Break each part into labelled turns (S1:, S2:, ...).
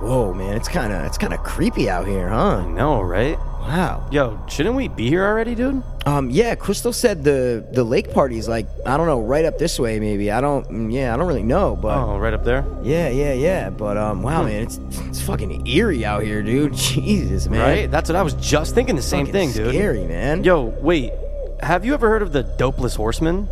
S1: Whoa, man, it's kind of it's kind of creepy out here,
S2: I
S1: huh?
S2: know, right?
S1: Wow.
S2: Yo, shouldn't we be here already, dude?
S1: Um, yeah, Crystal said the the lake party's like I don't know, right up this way, maybe. I don't, mm, yeah, I don't really know, but
S2: Oh, Hmm. right up there.
S1: yeah, yeah, yeah. But um, wow, man, it's it's fucking eerie out here, dude. Jesus, man,
S2: Right? That's what I was just thinking the same
S1: Fucking
S2: thing, dude.
S1: Scary, man.
S2: Yo, wait. Have you ever heard of the dopeless horseman?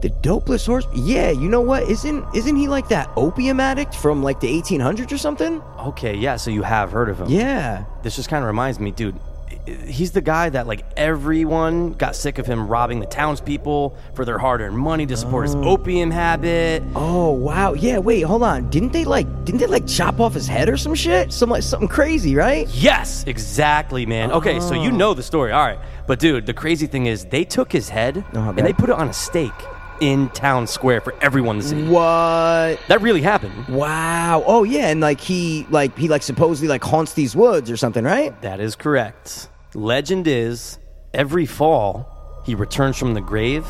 S1: The dopeless horse? Yeah, you know what? Isn't isn't he like that opium addict from like the 1800s or something?
S2: Okay, yeah, so you have heard of him.
S1: Yeah.
S2: This just kind of reminds me, dude. i- i- He's the guy that, like, everyone got sick of him robbing the townspeople for their hard earned money to support his opium habit.
S1: Oh wow. Yeah. Wait. Hold on. Didn't they like? Didn't they like chop off his head or some shit? Some like something crazy, right?
S2: Yes, exactly, man. Okay, so
S1: Oh.
S2: you know the story. All right. But, dude, the crazy thing is they took his head
S1: Uh-huh,
S2: and
S1: man.
S2: they put it on a stake in town square for everyone to see.
S1: What?
S2: That really happened.
S1: Wow. Oh yeah. And like he like he like supposedly like haunts these woods or something, right?
S2: That is correct. Legend is every fall, he returns from the grave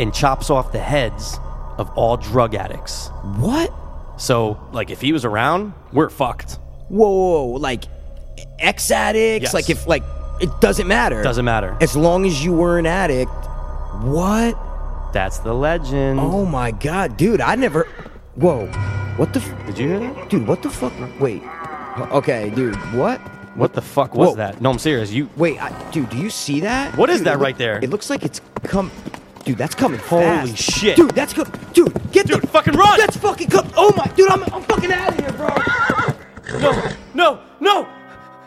S2: and chops off the heads of all drug addicts.
S1: What?
S2: So, like, if he was around, we're fucked.
S1: Whoa. whoa, whoa. Like ex addicts.
S2: Yes.
S1: Like if like it doesn't matter.
S2: Doesn't matter.
S1: As long as you were an addict. What?
S2: That's the legend.
S1: Oh my god, dude. I never. Whoa. What the? F-
S2: Did you hear that?
S1: dude. What the fuck? Wait. Okay, dude. What?
S2: What the fuck was
S1: Whoa.
S2: that? No, I'm serious. You.
S1: Wait, I, dude, do you see that?
S2: What is
S1: Dude,
S2: that
S1: it look-
S2: right there?
S1: It looks like it's come. Dude, that's coming
S2: Holy
S1: fast.
S2: shit.
S1: Dude, that's good. Dude, get
S2: Dude,
S1: the
S2: fucking run!
S1: That's fucking come. Oh my, dude, I'm, I'm fucking out of here, bro.
S2: No, no,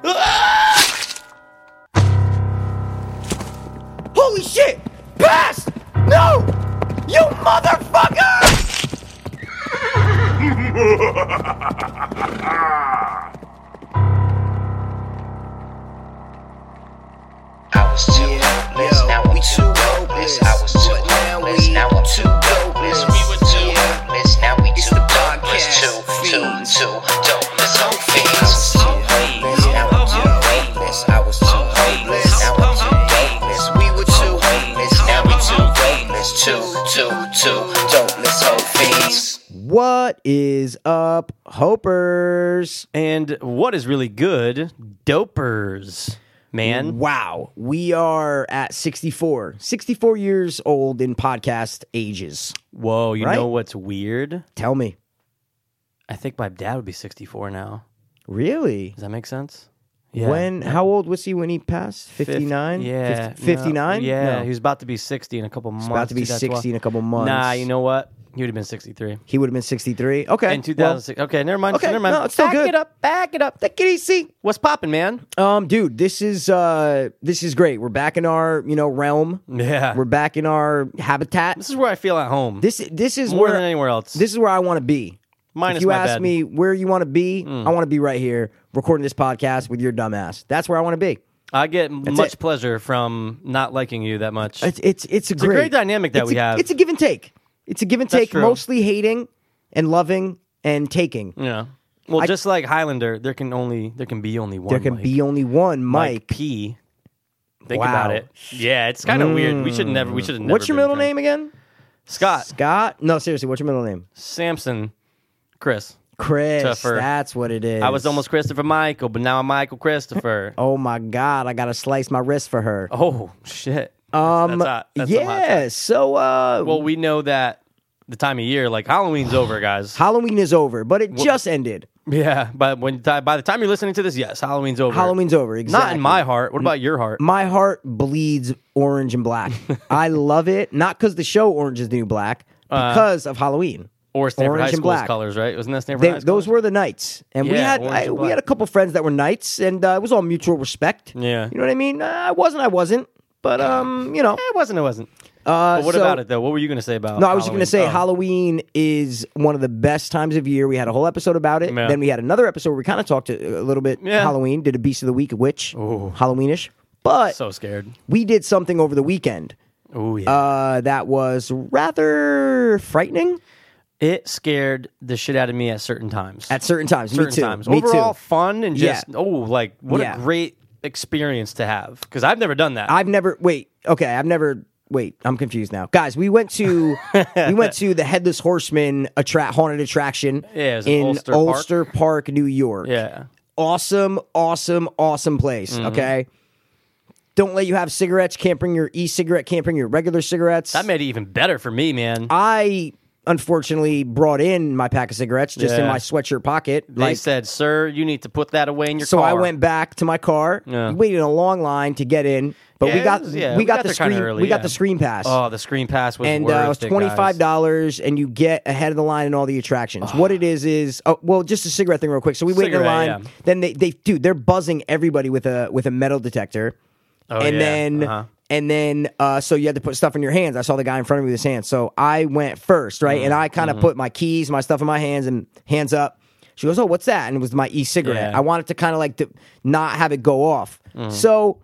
S2: no!
S1: Holy shit! Pass! No! You motherfucker!
S3: I was too hopeless, now I'm too hopeless. I was too hopeless, now I'm too dopeless. We were too hopeless, now we too dopeless. Too, too, too dopeless. Hope fiends. Now I'm too hopeless, I was too hopeless. Now I'm too dopeless. We were too hopeless, now we too dopeless. Too, too, too dopeless. Hope fiends.
S1: What is up, Hopers?
S2: And what is really good? Dopers, man.
S1: Wow, we are at 64. 64 years old in podcast ages.
S2: Whoa, you
S1: Right?
S2: know what's weird?
S1: Tell me.
S2: I think my dad would be 64 now.
S1: Really?
S2: Does that make sense? Yeah.
S1: When, how old was he when he passed? 59?
S2: Fif- yeah. no,
S1: 59?
S2: yeah.
S1: No.
S2: He was about to be 60 in a couple months.
S1: about to be
S2: 2012.
S1: 60 in a couple months.
S2: Nah, you know what? He would have been 63.
S1: He would have been 63. Okay.
S2: In 2006. okay, never mind.
S1: Okay,
S2: never mind.
S1: no, it's still
S2: back
S1: good.
S2: it up. Back it up.
S1: Well, take it easy.
S2: What's popping, man?
S1: Um, dude, this is uh this is great. We're back in our, you know, realm.
S2: Yeah.
S1: We're back in our habitat.
S2: this is where I feel at home.
S1: This this is
S2: more
S1: where
S2: than anywhere else.
S1: this is where I want to be.
S2: Minus
S1: if you
S2: my Hmm.
S1: ask
S2: bed.
S1: me where you want to be, I want to be right here recording this podcast with your dumbass. That's where I want to be.
S2: I get much
S1: it.
S2: pleasure from not liking you that much.
S1: It's it's it's a,
S2: a
S1: great,
S2: great dynamic that
S1: it's
S2: we
S1: a-
S2: have.
S1: It's a give and take. It's a give and
S2: That's
S1: take,
S2: true.
S1: mostly hating and loving and taking.
S2: yeah. Well, just like Highlander, there can only there can be only one.
S1: There can
S2: Mike.
S1: be only one
S2: Mike,
S1: Mike.
S2: P. Think
S1: Wow.
S2: about it. Yeah, it's kind of weird. We should never. Uh, We should have.
S1: What's your middle name again?
S2: Scott
S1: Scott? No, seriously, what's your middle name?
S2: Samson. Chris.
S1: Chris.
S2: Tougher.
S1: That's what it is.
S2: I was almost Christopher Michael, but now I'm Michael Christopher.
S1: Oh my God! I gotta slice my wrist for her.
S2: Oh shit.
S1: Um,
S2: that's hot. That's some hot
S1: yeah. So, uh,
S2: Well, we know that the time of year, like Halloween's over, guys.
S1: Halloween is over, but it just ended.
S2: Yeah, but when ti- by the time you're listening to this, yes, Halloween's over.
S1: Halloween's over. Exactly.
S2: not in my heart. What about your heart?
S1: My heart bleeds orange and black. I love it, not because the show Orange is the New Black,
S2: Uh,
S1: because of Halloween.
S2: Or Stanford
S1: Orange
S2: High
S1: and
S2: School's
S1: black.
S2: colors, right? Wasn't that Stanford
S1: They-
S2: High School?
S1: those were the nights, and we
S2: Yeah,
S1: had
S2: orange
S1: I,
S2: and
S1: we had
S2: black.
S1: a couple friends that were knights, and uh, it was all mutual respect.
S2: Yeah.
S1: you know what I mean. Uh, I wasn't, I wasn't, but um, you know.
S2: Eh, it wasn't. It wasn't.
S1: Uh,
S2: But what
S1: so-
S2: about it though? What were you going to say about?
S1: No, I was just gonna say
S2: Oh.
S1: Halloween is one of the best times of year. We had a whole episode about it.
S2: Yeah.
S1: Then we had another episode where we kind of talked a, a little bit
S2: Yeah.
S1: Halloween. Did a Beast of the Week, which Halloweenish. But
S2: So scared.
S1: we did something over the weekend
S2: Oh yeah.
S1: uh, that was rather frightening
S2: it scared the shit out of me at certain times.
S1: at certain times.
S2: certain
S1: Me too.
S2: times.
S1: Me
S2: Overall,
S1: too.
S2: fun and just
S1: Yeah.
S2: oh, like what
S1: Yeah.
S2: a great experience to have because I've never done that.
S1: I've never wait. Okay, I've never Wait, I'm confused now, guys. We went to we went to the Headless Horseman attra- haunted attraction
S2: Yeah, it was in
S1: in
S2: Ulster Park.
S1: Park. New York.
S2: Yeah. Mm-hmm.
S1: awesome, awesome, awesome place. Okay, don't let you have cigarettes. Can't bring your e-cigarette. Can't bring your regular cigarettes.
S2: That made it even better for me, man.
S1: I unfortunately brought in my pack of cigarettes just in
S2: Yeah.
S1: my sweatshirt pocket.
S2: they said, "Sir, you need to put that away in your
S1: so
S2: car."
S1: I went back to my car.
S2: Yeah.
S1: We waited in a long line to get in, but we
S2: Yeah,
S1: got
S2: it was- yeah,
S1: we,
S2: we
S1: got,
S2: got
S1: the
S2: there kinda
S1: screen
S2: early,
S1: we got
S2: yeah.
S1: the screen pass.
S2: Oh, the screen pass was
S1: and
S2: worth
S1: uh, it was
S2: it, guys.
S1: twenty five dollars, and you get ahead of the line in all the attractions. What it is is, oh, well, just a cigarette thing, real quick. So we wait in the
S2: Cigarette,
S1: line.
S2: yeah.
S1: Then they, they, dude, they're buzzing everybody with a with a metal detector,
S2: Oh,
S1: and
S2: yeah.
S1: then
S2: Uh-huh.
S1: and then uh, so you had to put stuff in your hands. I saw the guy in front of me with his hands, so I went first, right, and I
S2: Mm-hmm.
S1: kind of put my keys, my stuff in my hands, and hands up. She goes, "Oh, what's that?" And it was my e-cigarette.
S2: Yeah. Mm.
S1: I wanted to kind of like to not have it go off, so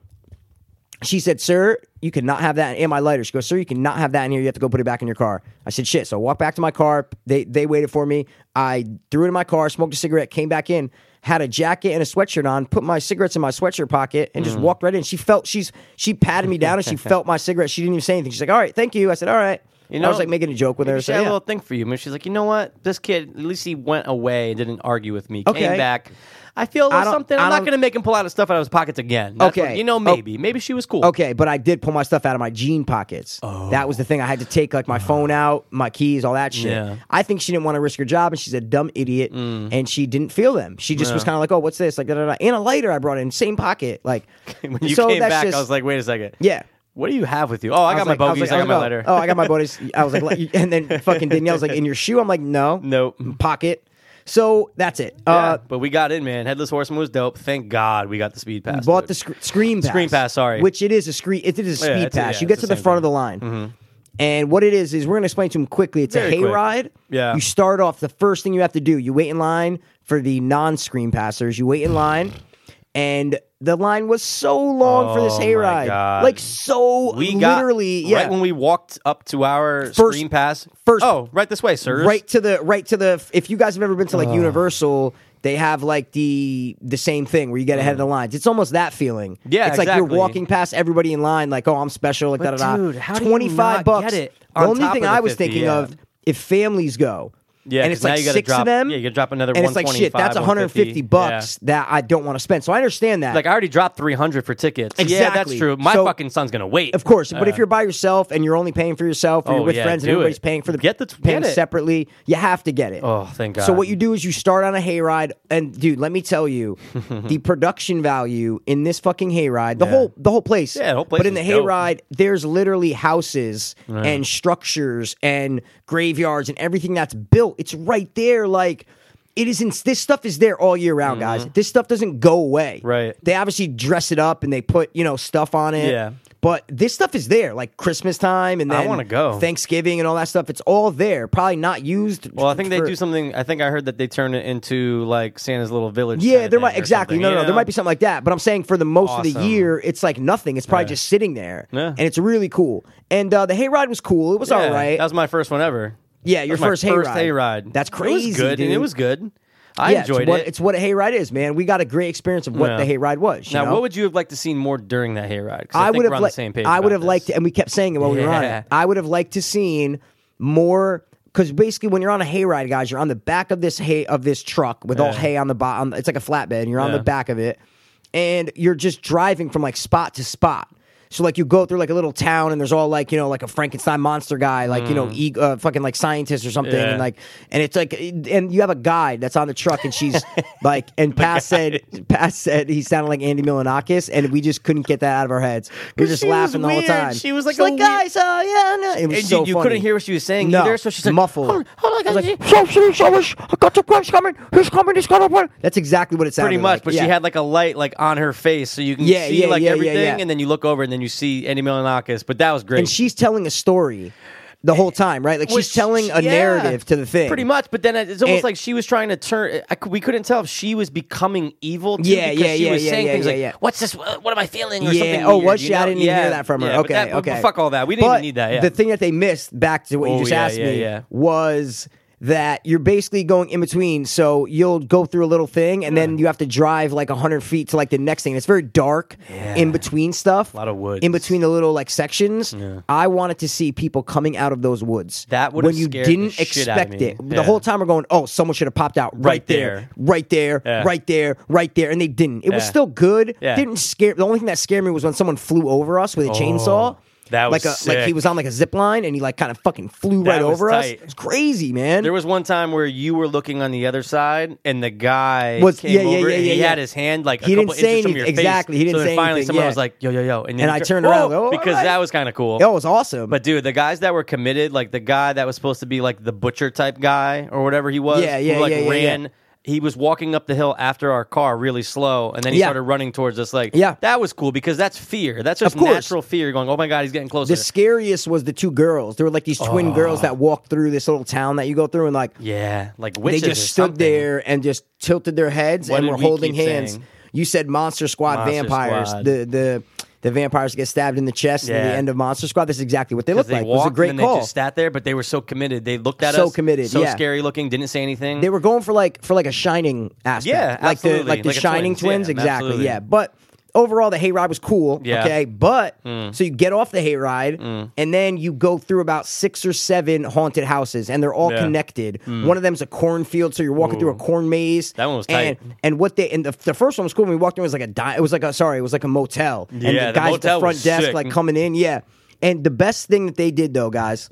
S1: she said, Sir, you cannot have that in my lighter. She goes, Sir, you cannot have that in here. You have to go put it back in your car. I said, Shit. So I walked back to my car. They they waited for me. I threw it in my car, smoked a cigarette, came back in, had a jacket and a sweatshirt on, put my cigarettes in my sweatshirt pocket, and just
S2: Mm.
S1: walked right in. She felt she's she patted me down and she felt my cigarette. She didn't even say anything. She's like, All right, thank you. I said, All right.
S2: You
S1: I
S2: know,
S1: was like making a joke with her.
S2: Maybe she
S1: So,
S2: had a
S1: yeah.
S2: little thing for you. Maybe she's like, you know what? This kid, at least he went away and didn't argue with me.
S1: Okay.
S2: Came back. I feel a little
S1: I don't-
S2: something. I'm
S1: I
S2: not
S1: don't-
S2: going to make him pull out his stuff out of his pockets again. That's
S1: Okay.
S2: what- you know,
S1: Oh.
S2: maybe. Maybe she was cool.
S1: Okay, but I did pull my stuff out of my jean pockets. That was the thing. I had to take like my phone out, my keys, all that shit.
S2: Oh. Uh-huh. Yeah. Mm.
S1: I think she didn't want to risk her job, and she's a dumb idiot, and she didn't feel them. She just was kind of like, "Oh, what's this?" Like, da, da, da. and a lighter I brought in, same pocket. Like,
S2: When you
S1: so
S2: came
S1: that's
S2: back,
S1: just-
S2: I was like, wait a second.
S1: "Yeah."
S2: What do you have with you? Oh, I, got
S1: was like-
S2: my
S1: was like-
S2: bogeys. I, got
S1: was
S2: my
S1: like,
S2: letter.
S1: Oh, I got my buddies. I was like, like- and then fucking Danielle's like, "In your shoe?" I'm like, "No,
S2: Nope.
S1: pocket." So that's it.
S2: Yeah,
S1: Uh,
S2: but we got in, man. Headless Horseman was dope. Thank God we got the speed pass.
S1: bought
S2: dude.
S1: the sc- screen pass.
S2: Screen pass, sorry.
S1: Which it is a screen. It is a
S2: Yeah,
S1: speed
S2: it's a-
S1: pass.
S2: yeah,
S1: you get
S2: it's
S1: to
S2: the
S1: the
S2: same Mm-hmm.
S1: front of the line, and what it is is we're going to explain to them quickly. It's
S2: Very
S1: a
S2: quick.
S1: hayride.
S2: Yeah.
S1: You start off. The first thing you have to do, you wait in line for the non-screen passers. You wait in line, and the line was so long for this
S2: Oh my
S1: hayride.
S2: God.
S1: Like so,
S2: we got
S1: literally, yeah.
S2: right when we walked up to our
S1: First-
S2: screen pass.
S1: first-
S2: oh, right this way, sir.
S1: right to the right to the if you guys have ever been to
S2: Uh.
S1: like universal they have like the the same thing where you get ahead of the lines it's almost that feeling
S2: Uh. Yeah,
S1: it's like
S2: exactly.
S1: you're walking past everybody in line like oh i'm special like da
S2: But
S1: da
S2: dude,
S1: da
S2: how do you
S1: 25
S2: not
S1: bucks
S2: get it
S1: the
S2: on
S1: only
S2: top
S1: thing
S2: of the
S1: i was
S2: 50,
S1: thinking
S2: yeah.
S1: of if families go
S2: Yeah,
S1: and it's
S2: 'cause now
S1: like
S2: you gotta
S1: six
S2: drop-
S1: of them
S2: yeah, you gotta drop another
S1: and it's like shit
S2: 125,
S1: that's 150
S2: 150,
S1: bucks that i don't want to spend so i understand that
S2: Like I already dropped three hundred for tickets. Yeah, that's
S1: Exactly.
S2: true. My
S1: So-
S2: fucking son's gonna wait.
S1: Of course, but
S2: Uh,
S1: if you're by yourself and you're only paying for yourself, or
S2: Oh,
S1: you're with
S2: yeah,
S1: friends and
S2: do
S1: everybody's
S2: it.
S1: paying for the
S2: Get the-
S1: paying
S2: get it.
S1: separately, you have to get it.
S2: Oh, thank
S1: So
S2: God.
S1: what you do is you start on a hayride, and dude, let me tell you, the production value in this fucking hayride, the whole the whole place,
S2: Yeah, the whole place
S1: But in the
S2: is dope.
S1: hayride, there's literally houses and structures and graveyards and everything that's built. It's right there, like. It isn't. This stuff is there all year round, guys. This stuff doesn't go away.
S2: Mm-hmm. Right.
S1: They obviously dress it up and they put you know stuff on it.
S2: Yeah.
S1: But this stuff is there, like Christmas time and
S2: I
S1: then
S2: wanna go.
S1: Thanksgiving and all that stuff. It's all there, probably not used.
S2: well, I think they
S1: for-
S2: do something. I think I heard that they turn it into like Santa's little village.
S1: Yeah,
S2: kinda
S1: there
S2: thing
S1: might
S2: or
S1: exactly.
S2: something,
S1: No,
S2: you
S1: no, no, there
S2: know?
S1: might be something like that. But I'm saying for the most of the
S2: Awesome.
S1: year, it's like nothing. It's probably just sitting there,
S2: Yeah.
S1: and it's really cool. And uh, the hayride was cool. It was
S2: Yeah,
S1: all right.
S2: That was my first one ever.
S1: yeah,
S2: That
S1: your
S2: was my
S1: first hayride.
S2: first hayride.
S1: That's
S2: It was
S1: crazy,
S2: good,
S1: dude.
S2: and it was good. I
S1: yeah,
S2: enjoyed
S1: it's what,
S2: it.
S1: It's what a hayride is, man. We got a great experience of what
S2: Yeah.
S1: the hayride was. you
S2: now,
S1: know?
S2: what would you have liked to seen more during that hayride? 'Cause I,
S1: I
S2: think
S1: would
S2: we're
S1: have
S2: on
S1: liked.
S2: the same page.
S1: I would
S2: about
S1: have liked,
S2: this.
S1: and we kept saying it while we were on
S2: Yeah.
S1: it. I would have liked to seen more because basically, when you're on a hayride, guys, you're on the back of this hay of this truck with all
S2: Yeah.
S1: hay on the bottom. It's like a flatbed. and You're on
S2: Yeah.
S1: the back of it, and you're just driving from like spot to spot. So like you go through like a little town and there's all like you know like a Frankenstein monster guy like you know e- uh, fucking like scientist or something
S2: Mm. Yeah.
S1: and like and it's like and you have a guide that's on the truck and she's like and Pat said Pat said he sounded like Andy Milanakis and we just couldn't get that out of our heads. We were just
S2: she was
S1: laughing the whole
S2: weird.
S1: time.
S2: She was like
S1: She's
S2: a weird-
S1: guys, uh, yeah, no. it was
S2: And
S1: so
S2: you, you
S1: funny.
S2: couldn't hear what she was saying
S1: No,
S2: either, so she's like,
S1: muffled.
S2: Hold on, hold on,
S1: I was
S2: guys.
S1: like, so, so, so, I got the price coming. He's coming. He's coming. That's exactly what it sounded
S2: pretty much.
S1: like.
S2: but
S1: yeah.
S2: she had like a light like on her face, so you can
S1: Yeah,
S2: see
S1: yeah,
S2: like
S1: yeah, yeah,
S2: everything,
S1: yeah.
S2: and then you look over and then you see Andy Milanakis. But that was great.
S1: and she's telling a story the whole time, right? Like
S2: Which-
S1: she's telling a
S2: yeah,
S1: narrative to the thing.
S2: pretty much. But then it's almost
S1: And-
S2: like she was trying to turn. I, cou- we couldn't tell if she was becoming evil. Too,
S1: Yeah,
S2: because
S1: yeah,
S2: she
S1: yeah,
S2: was
S1: yeah,
S2: saying
S1: yeah,
S2: things
S1: yeah,
S2: like,
S1: yeah.
S2: "What's this? What what am I feeling?" Or
S1: yeah.
S2: something
S1: oh,
S2: weird,
S1: was
S2: you
S1: she? I
S2: know?
S1: didn't even
S2: Yeah,
S1: hear that from her.
S2: yeah, but
S1: okay,
S2: that- but
S1: okay.
S2: Fuck all that. We didn't
S1: But
S2: even need that. Yeah.
S1: The thing that they missed, back to what you
S2: Oh,
S1: just
S2: yeah,
S1: asked
S2: yeah,
S1: me,
S2: yeah.
S1: was that you're basically going in between. So you'll go through a little thing, and then you have to drive like hundred feet to like the next thing. It's very dark in between stuff. A
S2: Lot of woods.
S1: in between the little like sections. I wanted to see people coming out of those woods.
S2: That would've
S1: when you
S2: scared the
S1: didn't
S2: shit out of
S1: expect
S2: me.
S1: it.
S2: Yeah.
S1: The whole time we're going, oh, someone should have popped out right,
S2: Right
S1: there,
S2: there.
S1: right there,
S2: Yeah.
S1: right there, right there, and they didn't. It was
S2: Yeah.
S1: still good.
S2: Yeah.
S1: Didn't scare. The only thing that scared me was when someone flew over us with a chainsaw.
S2: Oh, that was
S1: like a like he
S2: sick.
S1: was on like a zip line and he like kind of fucking flew
S2: That
S1: right
S2: was
S1: over us.
S2: tight.
S1: It was crazy, man.
S2: There was one time where you were looking on the other side, and the guy
S1: Was-
S2: came
S1: yeah, yeah,
S2: over.
S1: yeah,
S2: and
S1: yeah,
S2: he
S1: yeah.
S2: had his hand like a
S1: He didn't
S2: couple
S1: say
S2: inches from
S1: anyth-
S2: your
S1: exactly,
S2: face.
S1: he didn't
S2: so then
S1: say
S2: finally,
S1: anything,
S2: someone
S1: yeah.
S2: was like, "Yo, yo, yo," and, then
S1: And
S2: he
S1: I
S2: tur-
S1: turned around,
S2: Whoa!
S1: oh,
S2: because
S1: alright.
S2: that was kind of cool.
S1: that was awesome.
S2: But dude, the guys that were committed, like the guy that was supposed to be like the butcher type guy or whatever he was,
S1: Yeah, yeah,
S2: who, like
S1: yeah, yeah,
S2: ran. He was walking up the hill after our car really slow, and then he
S1: Yeah.
S2: started running towards us. Like,
S1: Yeah.
S2: that was cool because that's fear. That's just
S1: Of course.
S2: natural fear. Going, oh my god, he's getting closer.
S1: the scariest was the two girls. There were like these
S2: Oh.
S1: twin girls that walked through this little town that you go through and like
S2: yeah, like
S1: they
S2: witches. or
S1: just stood
S2: something.
S1: there and just tilted their heads
S2: What
S1: and
S2: did
S1: were
S2: we
S1: holding
S2: keep
S1: hands.
S2: saying?
S1: You said Monster Squad
S2: Monster
S1: vampires.
S2: Squad.
S1: The the the vampires get stabbed in the chest at
S2: Yeah.
S1: the end of Monster Squad. That's exactly what they looked
S2: they
S1: like. It was
S2: walked
S1: a great
S2: and then
S1: call.
S2: they just sat there, but they were so committed. They looked at
S1: So
S2: us,
S1: committed,
S2: so
S1: yeah.
S2: scary looking, didn't say anything.
S1: They were going for like for like a Shining aspect.
S2: Yeah,
S1: like
S2: absolutely.
S1: the like the
S2: Like a
S1: Shining
S2: Twins, yeah,
S1: twins, exactly.
S2: absolutely.
S1: Yeah, but overall the hayride was cool.
S2: Yeah. Mm.
S1: Okay, but so you get off the hayride and then you go through about six or seven haunted houses, and they're all
S2: Yeah. Mm.
S1: connected. One of them's a cornfield, so you're walking through a corn maze.
S2: That one was
S1: and,
S2: tight.
S1: And what they and the, the first one was cool. When we walked in, it was like a di- it was like a sorry, it was like a motel. and
S2: Yeah,
S1: the
S2: the
S1: guys at the
S2: motel
S1: front
S2: was
S1: desk
S2: sick.
S1: like coming in, yeah. And the best thing that they did though, guys.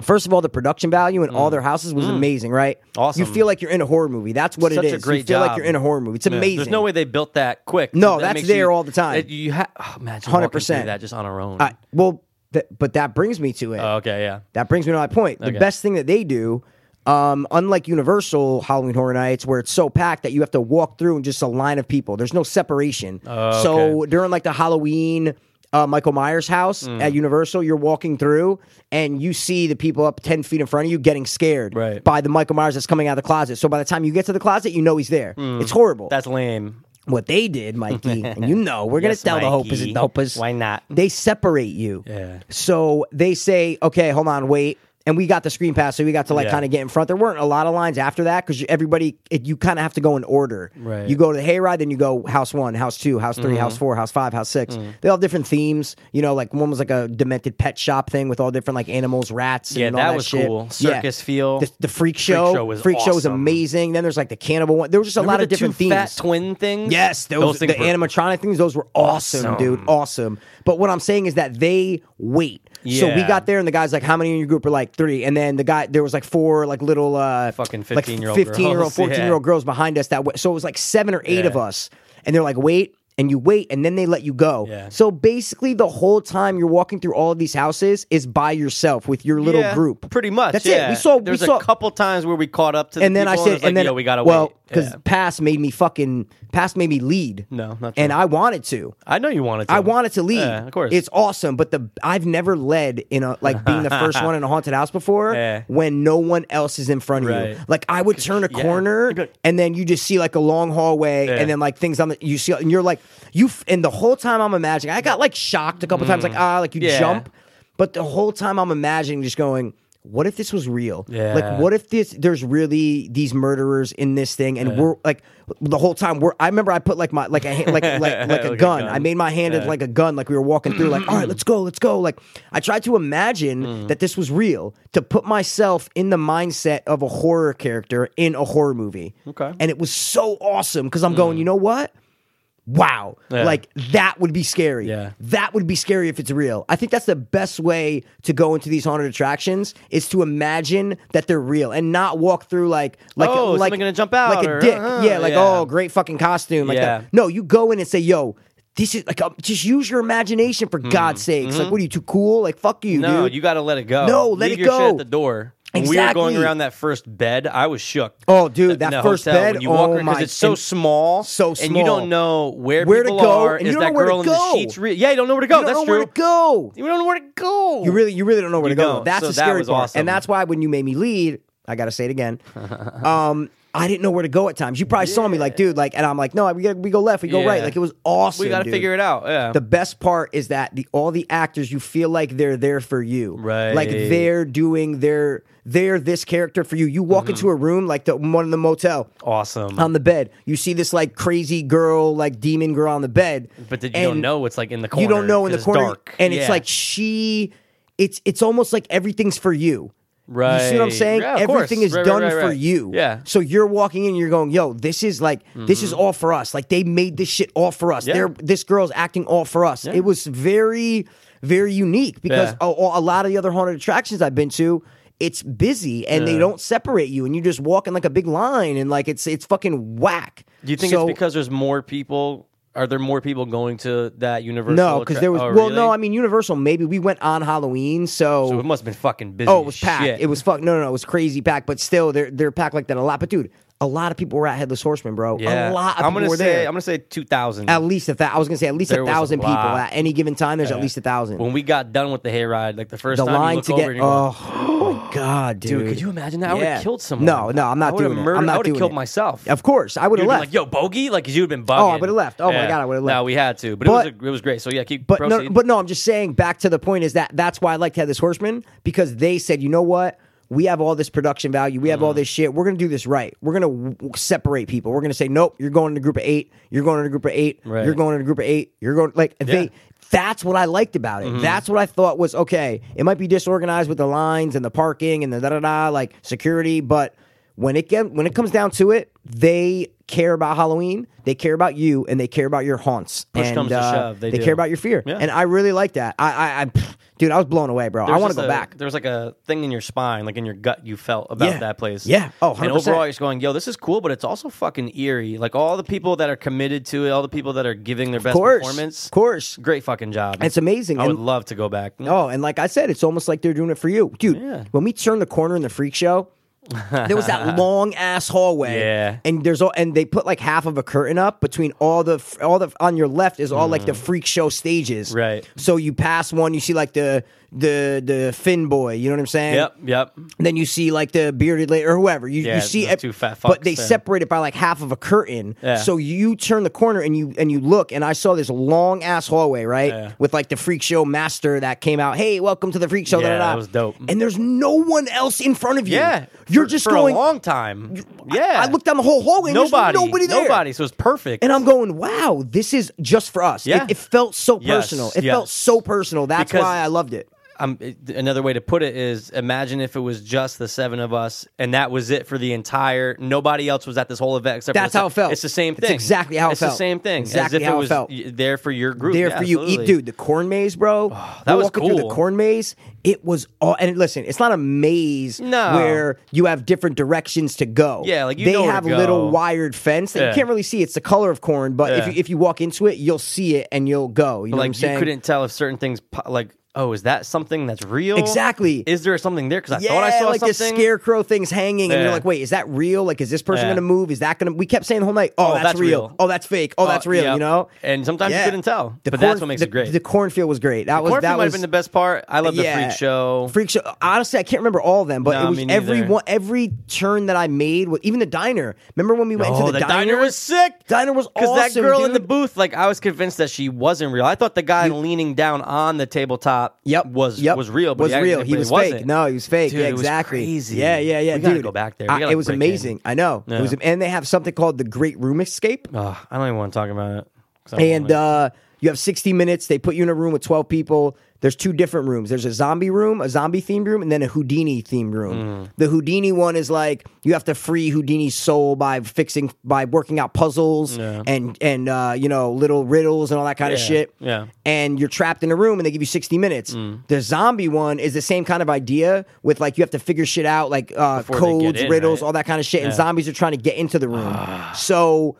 S1: First of all, the production value in all their houses was amazing, right?
S2: Mm. Awesome.
S1: You feel like you're in a horror movie. That's what
S2: Such
S1: it is.
S2: a
S1: you
S2: great
S1: feel like
S2: job.
S1: you're in a horror movie. It's
S2: Yeah.
S1: amazing.
S2: There's no way they built that quick.
S1: No,
S2: That
S1: that's
S2: makes
S1: there
S2: you-
S1: all the time.
S2: It, you ha- oh, imagine 100
S1: 100%.
S2: that just on our own.
S1: Uh, well, th- but that brings me to it.
S2: Oh, okay, yeah.
S1: That brings me to my point. The
S2: Okay.
S1: best thing that they do, um, unlike Universal Halloween Horror Nights, where it's so packed that you have to walk through and just a line of people. There's no separation. So
S2: Oh, okay. Mm.
S1: during like the Halloween. Uh, Michael Myers' house at Universal. You're walking through, and you see the people up ten feet in front of you getting scared
S2: Right.
S1: by the Michael Myers that's coming out of the closet. So by the time you get to the closet, you know he's there.
S2: Mm.
S1: It's horrible.
S2: That's lame.
S1: what they did, Mikey, and you know, we're
S2: Yes,
S1: gonna tell the hopers
S2: Mikey.
S1: and hopers.
S2: Why not?
S1: They separate you.
S2: Yeah.
S1: So they say, okay, hold on, wait. And we got the screen pass, so we got to like
S2: Yeah.
S1: kind of get in front. There weren't a lot of lines after that because everybody, it, you kind of have to go in order.
S2: Right. Mm-hmm.
S1: You go to the hayride, then you go house one, house two, house 3 house four, house five, house 6 They all have different themes. You know, like one was like a demented pet shop thing with all different like animals, rats.
S2: Yeah,
S1: and all
S2: that
S1: that
S2: was
S1: shit.
S2: cool.
S1: Yeah.
S2: Circus feel.
S1: The, the freak show.
S2: show was
S1: freak show was
S2: awesome.
S1: amazing. Then there's like the cannibal one. There was just a lot
S2: Remember
S1: of
S2: the
S1: different
S2: two
S1: themes.
S2: fat twin things.
S1: Yes, those,
S2: those things
S1: the
S2: were
S1: animatronic things. Those were awesome,
S2: Awesome.
S1: dude. Awesome. But what I'm saying is that they wait. So we
S2: Yeah.
S1: got there, and the guy's like, "How many in your group are like three? And then the guy, there was like four, like little, uh,
S2: Fucking
S1: like
S2: 15-year-old
S1: 15-year-old,
S2: girls, yeah.
S1: 14-year-old girls behind us. That way. so it was like seven or eight
S2: Yeah.
S1: of us, and they're like, "Wait." And you wait, and then they let you go.
S2: Yeah.
S1: So basically, the whole time you're walking through all of these houses is by yourself with your little
S2: Yeah,
S1: group.
S2: Pretty much.
S1: That's
S2: yeah.
S1: it. We saw.
S2: There's
S1: we saw,
S2: a couple times where we caught up to. the
S1: and then I
S2: people
S1: said,
S2: it was
S1: and
S2: like,
S1: then
S2: yo, we gotta
S1: well,
S2: wait.
S1: because
S2: Yeah.
S1: Pass made me fucking Pass made me lead.
S2: No, not
S1: and
S2: true.
S1: I wanted to.
S2: I know you wanted. to.
S1: I wanted to lead.
S2: Yeah, of course.
S1: it's awesome. But the I've never led in a like being the first one in a haunted house before
S2: Yeah.
S1: when no one else is in front of
S2: Right.
S1: you. Like I would turn a
S2: yeah.
S1: corner
S2: You'd be like-
S1: and then you just see like a long hallway
S2: Yeah.
S1: and then like things on the you see and you're like you f- and the whole time I'm imagining I got like shocked a couple times like ah like you
S2: Mm. Yeah.
S1: jump, but the whole time I'm imagining just going. What if this was real?
S2: Yeah.
S1: Like, what if this? There's really these murderers in this thing, and we're like, the whole time we're. I remember I put like my like a ha- like like like,
S2: Like
S1: a,
S2: a
S1: gun.
S2: gun.
S1: I made my hand into like a gun, like we were walking through. Like, all right, let's go, let's go. Like, I tried to imagine
S2: Hmm.
S1: that this was real to put myself in the mindset of a horror character in a horror movie.
S2: Okay. Hmm.
S1: and it was so awesome because I'm going, you know what? Wow,
S2: Yeah.
S1: like that would be scary.
S2: Yeah.
S1: That would be scary if it's real. I think that's the best way to go into these haunted attractions is to imagine that they're real and not walk through like like
S2: Oh,
S1: like
S2: something gonna jump out
S1: like a
S2: or,
S1: dick.
S2: uh-huh,
S1: yeah, like
S2: yeah.
S1: oh, great fucking costume. Like
S2: Yeah.
S1: that. no, you go in and say, yo. This is like, um, just use your imagination for God's sakes. Like, what are you too cool? Like, fuck you,
S2: Hmm. Mm-hmm. No,
S1: dude.
S2: you got to let it go.
S1: No, let
S2: Leave
S1: it
S2: your Shit
S1: go.
S2: at the door. When we were going
S1: Exactly.
S2: around that first bed, I was shook.
S1: Oh, dude, that
S2: In the
S1: first
S2: hotel,
S1: bed,
S2: When you walk
S1: oh
S2: around,
S1: my-
S2: it's so
S1: and-
S2: small,
S1: so
S2: and you
S1: small.
S2: don't know where,
S1: Where to
S2: people
S1: go,
S2: are.
S1: and
S2: Is
S1: you don't
S2: that
S1: know where
S2: girl
S1: to
S2: in the
S1: go.
S2: sheets? Re- yeah, you don't know where to go.
S1: you don't
S2: That's
S1: know
S2: true.
S1: where to go.
S2: You don't know where to go.
S1: You really, you really don't know where
S2: You
S1: to go.
S2: don't.
S1: That's
S2: So
S1: the
S2: that
S1: scary
S2: was
S1: part,
S2: awesome.
S1: and that's why when you made me lead, I gotta say it again. um, I didn't know where to go at times. You probably saw me like, dude, like, and I'm like, no, we gotta, we go left, we go
S2: Yeah.
S1: right. Like it was awesome.
S4: We got to
S1: dude.
S4: figure it out. Yeah.
S1: The best part is that the all the actors you feel like they're there for you. Like
S2: Right.
S1: they're doing their they're this character for you. You
S2: Mm-hmm.
S1: walk into a room like the one in the motel
S2: Awesome.
S1: on the bed. You see this like crazy girl, like demon girl on the bed.
S2: but then you don't
S1: and
S2: know what's like in the corner.
S1: You don't know in
S2: 'cause
S1: the
S2: it's
S1: corner.
S2: dark.
S1: And it's
S2: Yeah.
S1: like she it's it's almost like everything's for you. You see what I'm
S2: Right.
S1: saying?
S4: Yeah, of
S1: Everything
S4: course.
S1: is
S4: Right, right,
S1: done
S4: right,
S1: for
S4: right.
S1: you.
S4: Yeah.
S1: So you're walking in, and you're going, "Yo, this is like this is all for us. Like they made this shit all for us.
S2: Mm-hmm. Yeah.
S1: They're this girl's acting all for us. It was very, very unique because
S4: Yeah.
S1: a, a lot of the other haunted attractions I've been to. It's busy and they don't separate you, and you just walk in like a big line, and like it's it's fucking whack.
S2: Do you think
S1: So-
S2: it's because there's more people? Are there more people going to that universal?
S1: no? Because there was
S2: attra- oh,
S1: well,
S2: really?
S1: no. I mean, Universal. Maybe we went on Halloween,
S2: so it must have been fucking busy.
S1: Oh, it
S2: as
S1: was packed.
S2: shit.
S1: It was fuck. No, no, no, it was crazy packed. But still, they're they're packed like that a lot. But dude, a lot of people were at Headless Horseman, bro.
S2: Yeah.
S1: A lot of
S2: I'm
S1: people
S2: gonna
S1: were
S2: say.
S1: there.
S2: I'm gonna say two thousand.
S1: at least a thousand. I was gonna say at least
S2: There
S1: a
S2: was a
S1: thousand people
S2: lot.
S1: at any given time. There's at least a thousand.
S2: When we got done with the hayride, like the first
S1: the
S2: time you
S1: line
S2: look
S1: to
S2: over
S1: get.
S2: and you're going,
S1: Oh, my god, dude.
S2: dude, could you imagine that? I would
S1: Yeah.
S2: have killed someone.
S1: No, no, I'm
S2: I
S1: not
S2: would've
S1: doing it.
S2: murdered-
S1: I'm
S2: I
S1: not
S2: would've
S1: doing
S2: killed
S1: it.
S2: myself.
S1: Of course, I would
S2: You'd
S1: have
S2: be
S1: left.
S2: like, yo, bogey, like 'cause you'd have been bugging.
S1: Oh, I would've left. Oh my God, I would've
S2: No,
S1: left.
S2: we had to, but,
S1: But-
S2: it was a, it was great. So yeah, keep.
S1: But
S2: proceed.
S1: no, but no, I'm just saying. Back to the point is that that's why I liked Headless Horseman because they said, you know what? We have all this production value. We have
S2: Mm-hmm.
S1: all this shit. We're gonna do this right. We're gonna w- w- separate people. We're gonna say, nope, you're going in a group of eight. You're going in a group of eight.
S2: Right.
S1: You're going in a group of eight. You're going like
S2: Yeah. Mm-hmm.
S1: they. That's what I liked about it. That's what I thought was okay. It might be disorganized with the lines and the parking and the da da da like security, but when it get, when it comes down to it, they care about Halloween. They care about you, and they care about your haunts.
S2: Push
S1: and
S2: comes to
S1: uh,
S2: shove, they do.
S1: care about your fear.
S2: Yeah.
S1: And I really like that. I, I, I pff, dude, I was blown away, bro.
S2: There
S1: I
S2: was
S1: want to
S2: just
S1: go
S2: a-
S1: back.
S2: There was like a thing in your spine, like in your gut, you felt about
S1: Yeah.
S2: that place.
S1: Yeah. Oh, 100%.
S2: and overall, you're just going, yo, this is cool, but it's also fucking eerie. Like all the people that are committed to it, all the people that are giving their best
S1: Of course,
S2: performance.
S1: of course.
S2: Great fucking job.
S1: It's amazing.
S2: I would
S1: And-
S2: love to go back.
S1: Oh, and like I said, it's almost like they're doing it for you, dude.
S2: Yeah.
S1: When we turned the corner in the freak show, there was that long ass hallway.
S2: Yeah.
S1: and there's all, and they put like half of a curtain up between all the f- all the on your left is all like the freak show stages.
S2: Mm. Right.
S1: So you pass one, you see like the the the Finn boy. You know what I'm saying?
S2: Yep, yep.
S1: And then you see like the bearded lady or whoever. You,
S2: Yeah,
S1: you see
S2: those
S1: ev-
S2: two fat
S1: but
S2: fucks,
S1: they
S2: yeah.
S1: separate it by like half of a curtain.
S2: Yeah.
S1: So you turn the corner and you and you look, and I saw this long ass hallway, right,
S2: Yeah.
S1: with like the freak show master that came out. Hey, welcome to the freak show. da, da,
S2: Yeah,
S1: da.
S2: that was dope.
S1: And there's no one else in front of you.
S2: Yeah.
S1: you're
S2: For-
S1: just
S2: for
S1: going.
S2: a long time. Yeah.
S1: I looked down the whole hallway. and there's
S2: Nobody.
S1: nobody there.
S2: Nobody. So it's perfect.
S1: And I'm going, wow, this is just for us. It-
S2: Yeah.
S1: It, felt so
S2: Yes,
S1: personal. It
S2: yes.
S1: felt so personal. That's
S2: Because-
S1: why I loved it.
S2: um, it- another way to put it is imagine if it was just the seven of us and that was it for the entire nobody else was at this whole event except for
S1: That's
S2: the se-
S1: how it felt.
S2: it's the same
S1: That's
S2: thing
S1: exactly how it
S2: it's the
S1: felt.
S2: same thing
S1: Exactly
S2: as if
S1: how
S2: it
S1: it
S2: was
S1: felt.
S2: y- there for your group
S1: there
S2: Yeah,
S1: for you.
S2: absolutely. Oh,
S1: Eat, dude, the corn maze, bro.
S2: that
S1: We're
S2: was
S1: walking through
S2: cool.
S1: the corn maze. It was all, and listen, it's not a maze
S2: No.
S1: where you have different directions to go.
S2: Yeah, like, you
S1: they
S2: know where to
S1: have
S2: go.
S1: little wired fence that
S2: Yeah.
S1: you can't really see. It's the color of corn, but
S2: Yeah.
S1: if you, if you walk into it, you'll see it and you'll go. You know what I'm
S2: like
S1: saying?
S2: you couldn't tell if certain things po- like oh is that something that's real
S1: Exactly.
S2: is there something there because I
S1: yeah,
S2: thought I saw
S1: like this
S2: something
S1: scarecrow thing's hanging, and
S2: Yeah.
S1: you're like, "Wait, is that real? Like, is this person
S2: Yeah.
S1: going to move? Is that going to?" We kept saying the whole night, "Oh, that's,
S2: that's
S1: real.
S2: real.
S1: Oh, that's fake. Oh,
S2: Oh,
S1: that's real."
S2: yep.
S1: You know.
S2: And sometimes you couldn't tell. But that's what makes
S1: the,
S2: it great.
S1: The cornfield was great. That was
S2: Corpse
S1: that
S2: might have
S1: was
S2: been the best part I love the freak show
S1: Freak show. Honestly, I can't remember all of them, but
S2: No,
S1: it was
S2: me neither.
S1: every one, every turn that I made. Was, even the diner. Remember when we went
S2: Oh,
S1: into
S2: the
S1: the,
S2: diner was sick!
S1: Diner was
S2: Because
S1: awesome.
S2: that girl in the
S1: dude.
S2: booth, like I was convinced that she wasn't real. I thought the guy leaning down on the tabletop,
S1: Yep,
S2: was
S1: yep.
S2: was real. But
S1: was
S2: the
S1: real.
S2: actor-
S1: He
S2: but
S1: was
S2: wasn't.
S1: fake. No, he was fake.
S2: Dude,
S1: yeah,
S2: it was
S1: exactly.
S2: crazy.
S1: Yeah, yeah, yeah.
S2: We
S1: dude,
S2: gotta go back there. We
S1: I-
S2: gotta
S1: it was
S2: break in.
S1: amazing. I know.
S2: Yeah.
S1: It was, and they have something called the Great Room Escape.
S2: Ugh, I don't even want to talk about it. 'cause I don't
S1: and
S2: wanna-
S1: uh, you have 60 minutes. They put you in a room with 12 people. There's two different rooms. There's a zombie room, a zombie themed room, and then a Houdini themed
S2: Mm.
S1: room. The Houdini one is like you have to free Houdini's soul by fixing by working out puzzles and and uh, you know little riddles and all that kind of
S2: Yeah,
S1: shit.
S2: yeah. Mm.
S1: And you're trapped in a room and they give you 60 minutes. The zombie one is the same kind of idea with like you have to figure shit out like uh,
S2: Before they get
S1: codes,
S2: in,
S1: riddles,
S2: right? Ah.
S1: all that kind of shit. And zombies are trying to get into the room. so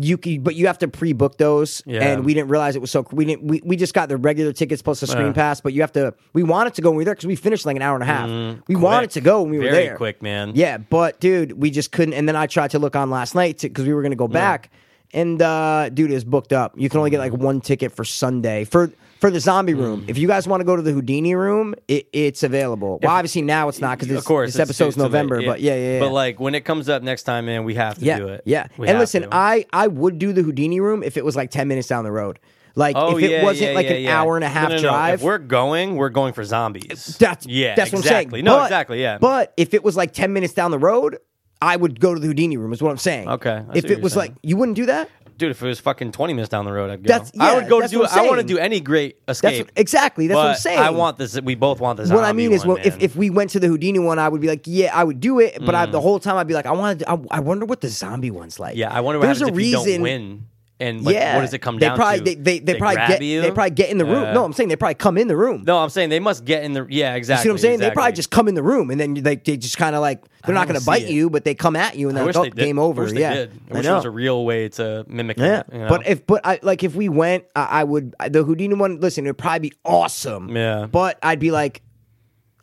S1: you can, but you have to pre-book those.
S2: Yeah.
S1: And we didn't realize it was so. We didn't. We, we just got the regular tickets plus the screen
S2: Yeah.
S1: pass. But you have to. We wanted to go when we were there because we finished like an hour and a half. we wanted
S2: Mm-hmm. quick.
S1: to go when we were
S2: Very
S1: there.
S2: quick, man.
S1: Yeah, but dude, we just couldn't. And then I tried to look on last night because we were going to go back. And uh, dude is booked up. You can only get like one ticket for Sunday for for the zombie
S2: Mm.
S1: room. If you guys want to go to the Houdini room, it, it's available. well, obviously now it's not because this,
S2: of course,
S1: this
S2: it's-
S1: episode's
S2: it's delayed.
S1: November. But yeah, yeah, yeah.
S2: But like when it comes up next time, man, we have to
S1: yeah,
S2: do it.
S1: Yeah.
S2: We
S1: and
S2: have
S1: listen,
S2: to.
S1: I I would do the Houdini room if it was like ten minutes down the road. Like
S2: Oh,
S1: if it
S2: yeah,
S1: wasn't
S2: yeah,
S1: like
S2: yeah,
S1: an
S2: yeah.
S1: hour and a
S2: No,
S1: half
S2: no, no.
S1: drive.
S2: If we're going, we're going for zombies.
S1: That's
S2: yeah,
S1: That's what
S2: exactly.
S1: I'm saying.
S2: No,
S1: But-
S2: exactly. Yeah,
S1: But if it was like ten minutes down the road, I would go to the Houdini room. Is what I'm saying.
S2: Okay, I see
S1: If
S2: what
S1: it
S2: you're
S1: was
S2: saying.
S1: like you wouldn't do that.
S2: dude, if it was fucking twenty minutes down the road, I'd go.
S1: That's-
S2: I
S1: yeah,
S2: would go to
S1: that's
S2: do.
S1: what I'm
S2: I want
S1: saying.
S2: to do any great
S1: That's
S2: escape.
S1: what- exactly. That's what I'm
S2: but
S1: saying.
S2: I want this. We both want this.
S1: What I mean is, well, if, if we went to the Houdini one, I would be like, yeah, I would do it. But I, the whole time, I'd be like, I want to. I, I wonder what the zombie one's like.
S2: Mm. yeah, I wonder what
S1: There's
S2: happens
S1: a
S2: if
S1: reason.
S2: you don't win. And like,
S1: yeah,
S2: what does it come
S1: they
S2: down
S1: probably,
S2: to?
S1: They, they, they, probably
S2: grab
S1: get
S2: you?
S1: they probably get in the room.
S2: Uh,
S1: no, I'm saying they probably come in the room.
S2: no, I'm saying they must get in the. Yeah,
S1: you
S2: exactly.
S1: see what I'm saying? They probably
S2: exactly.
S1: just come in the room and then they, they just kind of like they're not going
S2: don't
S1: to
S2: see
S1: bite
S2: it.
S1: you, but they come at you and
S2: I
S1: they're like,
S2: wish
S1: oh,
S2: they did.
S1: game over.
S2: I wish they
S1: yeah,
S2: did. I
S1: I
S2: wish
S1: know.
S2: there was a real way to mimic
S1: Yeah,
S2: that. you know?
S1: but if but I like if we went, I, I would the Houdini one. Listen, it'd probably be awesome.
S2: Yeah.
S1: but I'd be like.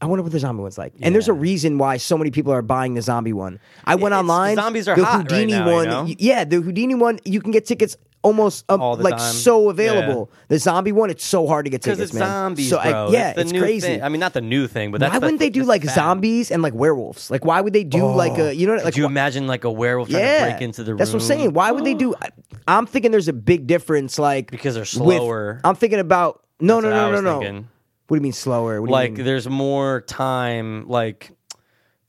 S1: I wonder what the zombie one's like. And there's a
S2: Yeah.
S1: reason why so many people are buying the zombie one. I went
S2: it's-
S1: online.
S2: zombies are
S1: the
S2: hot right
S1: Houdini
S2: now, you
S1: one.
S2: know?
S1: y- Yeah, the Houdini one. You can get tickets almost um,
S2: All the
S1: like
S2: time.
S1: so available. The zombie one, it's so hard to get
S2: because
S1: tickets,
S2: it's
S1: man.
S2: zombies,
S1: so, I-
S2: bro.
S1: yeah,
S2: it's, the new
S1: crazy.
S2: Thing. I mean, not the new thing, but that's
S1: why
S2: the-
S1: wouldn't they do
S2: that's
S1: like
S2: the fact.
S1: zombies and like werewolves? Like, why would they do like a you know like
S2: Could you
S1: wh-
S2: imagine like a werewolf trying
S1: yeah,
S2: to break into the room?
S1: that's what I'm saying. Why would they do? I, I'm thinking there's a big difference, like
S2: Because they're
S1: with-
S2: slower.
S1: I'm thinking about no,
S2: That's what I
S1: no, no, no,
S2: was
S1: no.
S2: thinking.
S1: What do you mean slower? What do you
S2: like
S1: mean?
S2: there's more time like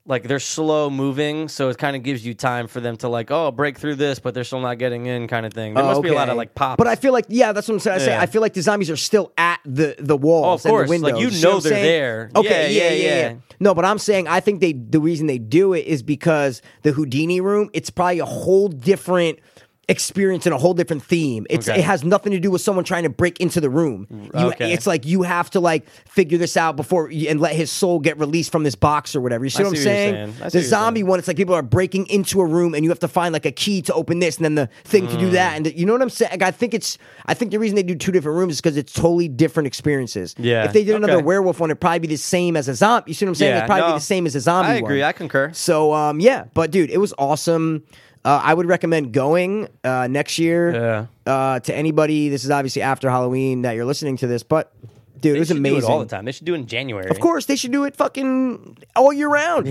S2: like they're slow moving so it kind of gives you time for them to like oh break through this but they're still not getting in kind of thing there
S1: Oh,
S2: must be a lot
S1: okay.
S2: of like pop
S1: But I feel like yeah, that's what I'm saying. I, say,
S2: Yeah.
S1: I feel like the zombies are still at the the walls
S2: Oh, of
S1: and the
S2: course. Like,
S1: windows.
S2: you
S1: see
S2: know
S1: what I'm
S2: they're
S1: saying?
S2: there.
S1: Okay,
S2: Yeah,
S1: yeah,
S2: yeah, yeah.
S1: No, but I'm saying I think they the reason they do it is because the Houdini room. It's probably a whole different experience and a whole different theme. It's
S2: Okay.
S1: it has nothing to do with someone trying to break into the room. You,
S2: okay.
S1: It's like you have to like figure this out before you, and let his soul get released from this box or whatever. You see
S2: I
S1: what I'm
S2: see what you're
S1: saying?
S2: saying. I see what
S1: The
S2: you're saying.
S1: zombie one, it's like people are breaking into a room and you have to find like a key to open this and then the thing
S2: Mm.
S1: to do that. And the- you know what I'm saying? Like, I think it's, I think the reason they do two different rooms is because it's totally different experiences.
S2: Yeah.
S1: If they did another
S2: Okay.
S1: werewolf one, it'd probably be the same as a zombie. You see what I'm saying?
S2: Yeah,
S1: it'd probably be
S2: no.
S1: the same as a zombie
S2: I agree
S1: one.
S2: i concur
S1: So, um, yeah, but dude, it was awesome. Uh, I would recommend going uh, next year uh, to anybody. This is obviously after Halloween that you're listening to this, but dude, it was
S2: They should
S1: amazing.
S2: do it all the time they should do it in january
S1: Of course, they should do it fucking all year round.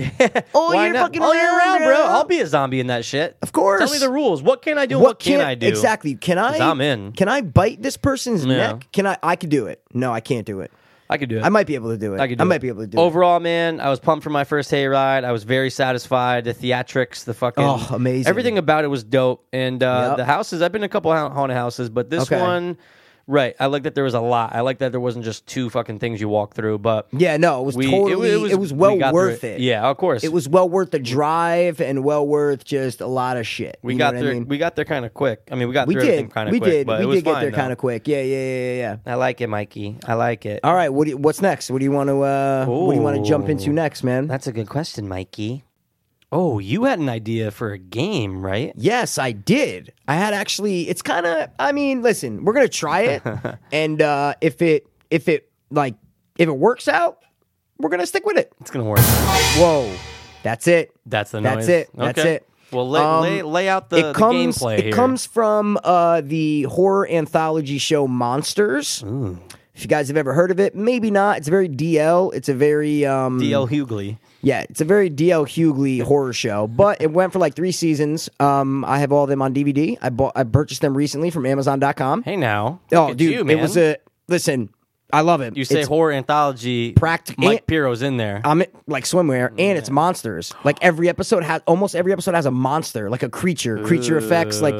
S1: All
S2: Why
S1: year
S2: not?
S1: fucking
S2: all year round, bro.
S1: bro.
S2: I'll be a zombie in that shit.
S1: Of course.
S2: Tell me the rules. What can I do? and What, can
S1: can't-
S2: I do?
S1: Exactly. Can I?
S2: 'Cause I'm in.
S1: Can I bite this person's
S2: Yeah.
S1: neck? Can I? I could do it. No, I can't do it.
S2: I could do it.
S1: I might be able to do it.
S2: I could do it.
S1: might be able to do it.
S2: Overall, man, I was pumped for my first hayride. I was very satisfied. The theatrics, the fucking
S1: Oh, amazing.
S2: Everything about it was dope. And uh,
S1: Yep.
S2: the houses, I've been to a couple ha- haunted houses, but this
S1: Okay.
S2: one, right? I like that there was a lot. I like that there wasn't just two fucking things you walk through. But
S1: Yeah, no, it was
S2: we-
S1: totally. It was,
S2: we
S1: well
S2: got through
S1: worth it.
S2: Yeah, of course.
S1: it was well worth the drive and well worth just a lot of shit.
S2: We
S1: You know
S2: got
S1: what
S2: there.
S1: I mean?
S2: We got there kind of quick. I mean, we got
S1: We
S2: through everything
S1: did.
S2: kind of
S1: We
S2: quick.
S1: did.
S2: But it
S1: We
S2: was
S1: did get
S2: fine,
S1: there
S2: though.
S1: kind of quick. Yeah, yeah, yeah, yeah, yeah.
S2: I like it, Mikey. I like it.
S1: All right. What do you, what's next? What do you want to? Uh, what do you want to jump into
S2: Ooh.
S1: next, man?
S2: That's a good question, Mikey. Oh, you had an idea for a game, right?
S1: Yes, I did. I had actually. It's kind of. I mean, listen, we're gonna try it, and uh, if it if it like if it works out, we're gonna stick with it.
S2: It's gonna work.
S1: Whoa, that's it.
S2: That's the
S1: That's
S2: noise.
S1: it. That's it.
S2: Well, lay,
S1: Um,
S2: lay, lay out the,
S1: it comes.
S2: the gameplay
S1: it
S2: here.
S1: comes from uh, the horror anthology show Monsters. If you guys have ever heard of it, maybe not. It's a very DL. It's a very um,
S2: DL Hughley.
S1: Yeah, it's a very DL Hughley horror show, but it went for like three seasons. Um, I have all of them on DVD. I bought, I purchased them recently from Amazon.com.
S2: Hey now. Look
S1: Oh,
S2: at
S1: dude,
S2: you, man.
S1: it was a listen. I love it.
S2: You say
S1: it's, Uh,
S2: horror anthology.
S1: Practic-
S2: Mike
S1: and-
S2: Piro's in there.
S1: I'm at- like swimwear, and it's monsters. Like every episode has almost every episode has a monster, like a creature, creature effects. Like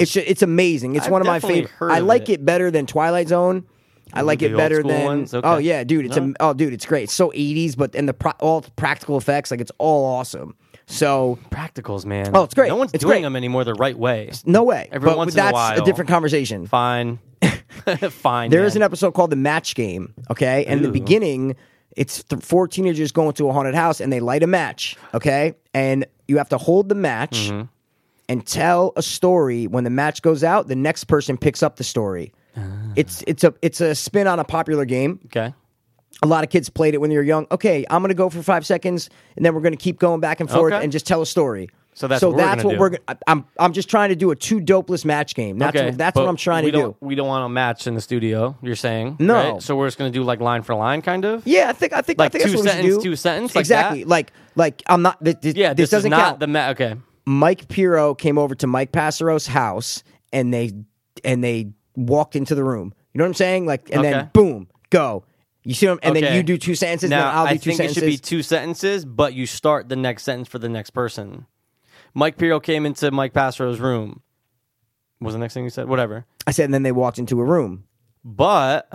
S1: it's ju- it's amazing. It's
S2: Oh. I've
S1: one of my
S2: definitely
S1: favorite.
S2: heard
S1: I
S2: of
S1: like
S2: it.
S1: it. better than Twilight Zone. I like
S2: the
S1: it
S2: old
S1: better
S2: school
S1: than
S2: ones? Okay.
S1: oh yeah, dude. It's a, oh dude, it's great. It's so 80s, but and the pro, all the practical effects, like it's all awesome. So
S2: Practicals, man.
S1: Oh, it's great.
S2: No one's
S1: It's
S2: doing
S1: great.
S2: them anymore the right way.
S1: No way.
S2: Every
S1: but
S2: once in a
S1: that's
S2: while.
S1: different conversation.
S2: Fine. Fine.
S1: There
S2: man.
S1: is an episode called The Match Game, okay? And in the
S2: Ooh.
S1: beginning, it's th- four teenagers go into a haunted house and they light a match, okay? And you have to hold the match
S4: Mm-hmm.
S1: and tell a story. When the match goes out, the next person picks up the story.
S4: Ah.
S1: It's it's a it's a spin on a popular game.
S2: Okay.
S1: A lot of kids played it when they were young. Okay, I'm gonna go for five seconds, and then we're gonna keep going back and forth
S2: Okay.
S1: and just tell a story.
S4: So that's
S1: so
S4: what we're
S1: that's
S4: gonna
S1: what
S4: do.
S1: we're. Gonna, I- I'm I'm just trying to do a two dopeless match game. That's what, that's what
S2: but
S1: I'm trying
S2: we
S1: to do.
S2: don't- We don't want a match in the studio. You're saying
S1: No.
S2: right? So we're just gonna do like line for line, kind of.
S1: Yeah, I think I think I
S2: Like
S1: think
S2: two
S1: that's what we should
S2: sentence,
S1: do.
S2: two sentence, like
S1: exactly.
S2: that?
S1: Like like I'm not. This, this,
S2: Yeah.
S1: this,
S2: is
S1: doesn't
S2: not
S1: count.
S2: the ma- okay.
S1: Mike Piro came over to Mike Passero's house and they and they walked into the room. You know what I'm saying? Like and
S2: Okay.
S1: then boom, go. You see them, and then
S2: Okay.
S1: you do two sentences.
S2: Now
S1: then I'll do
S2: I
S1: two
S2: think
S1: sentences.
S2: it should be two sentences, but you start the next sentence for the next person. Mike Piro came into Mike Passero's room. What was the next thing you said? Whatever.
S1: I said, and then they walked into a room.
S2: But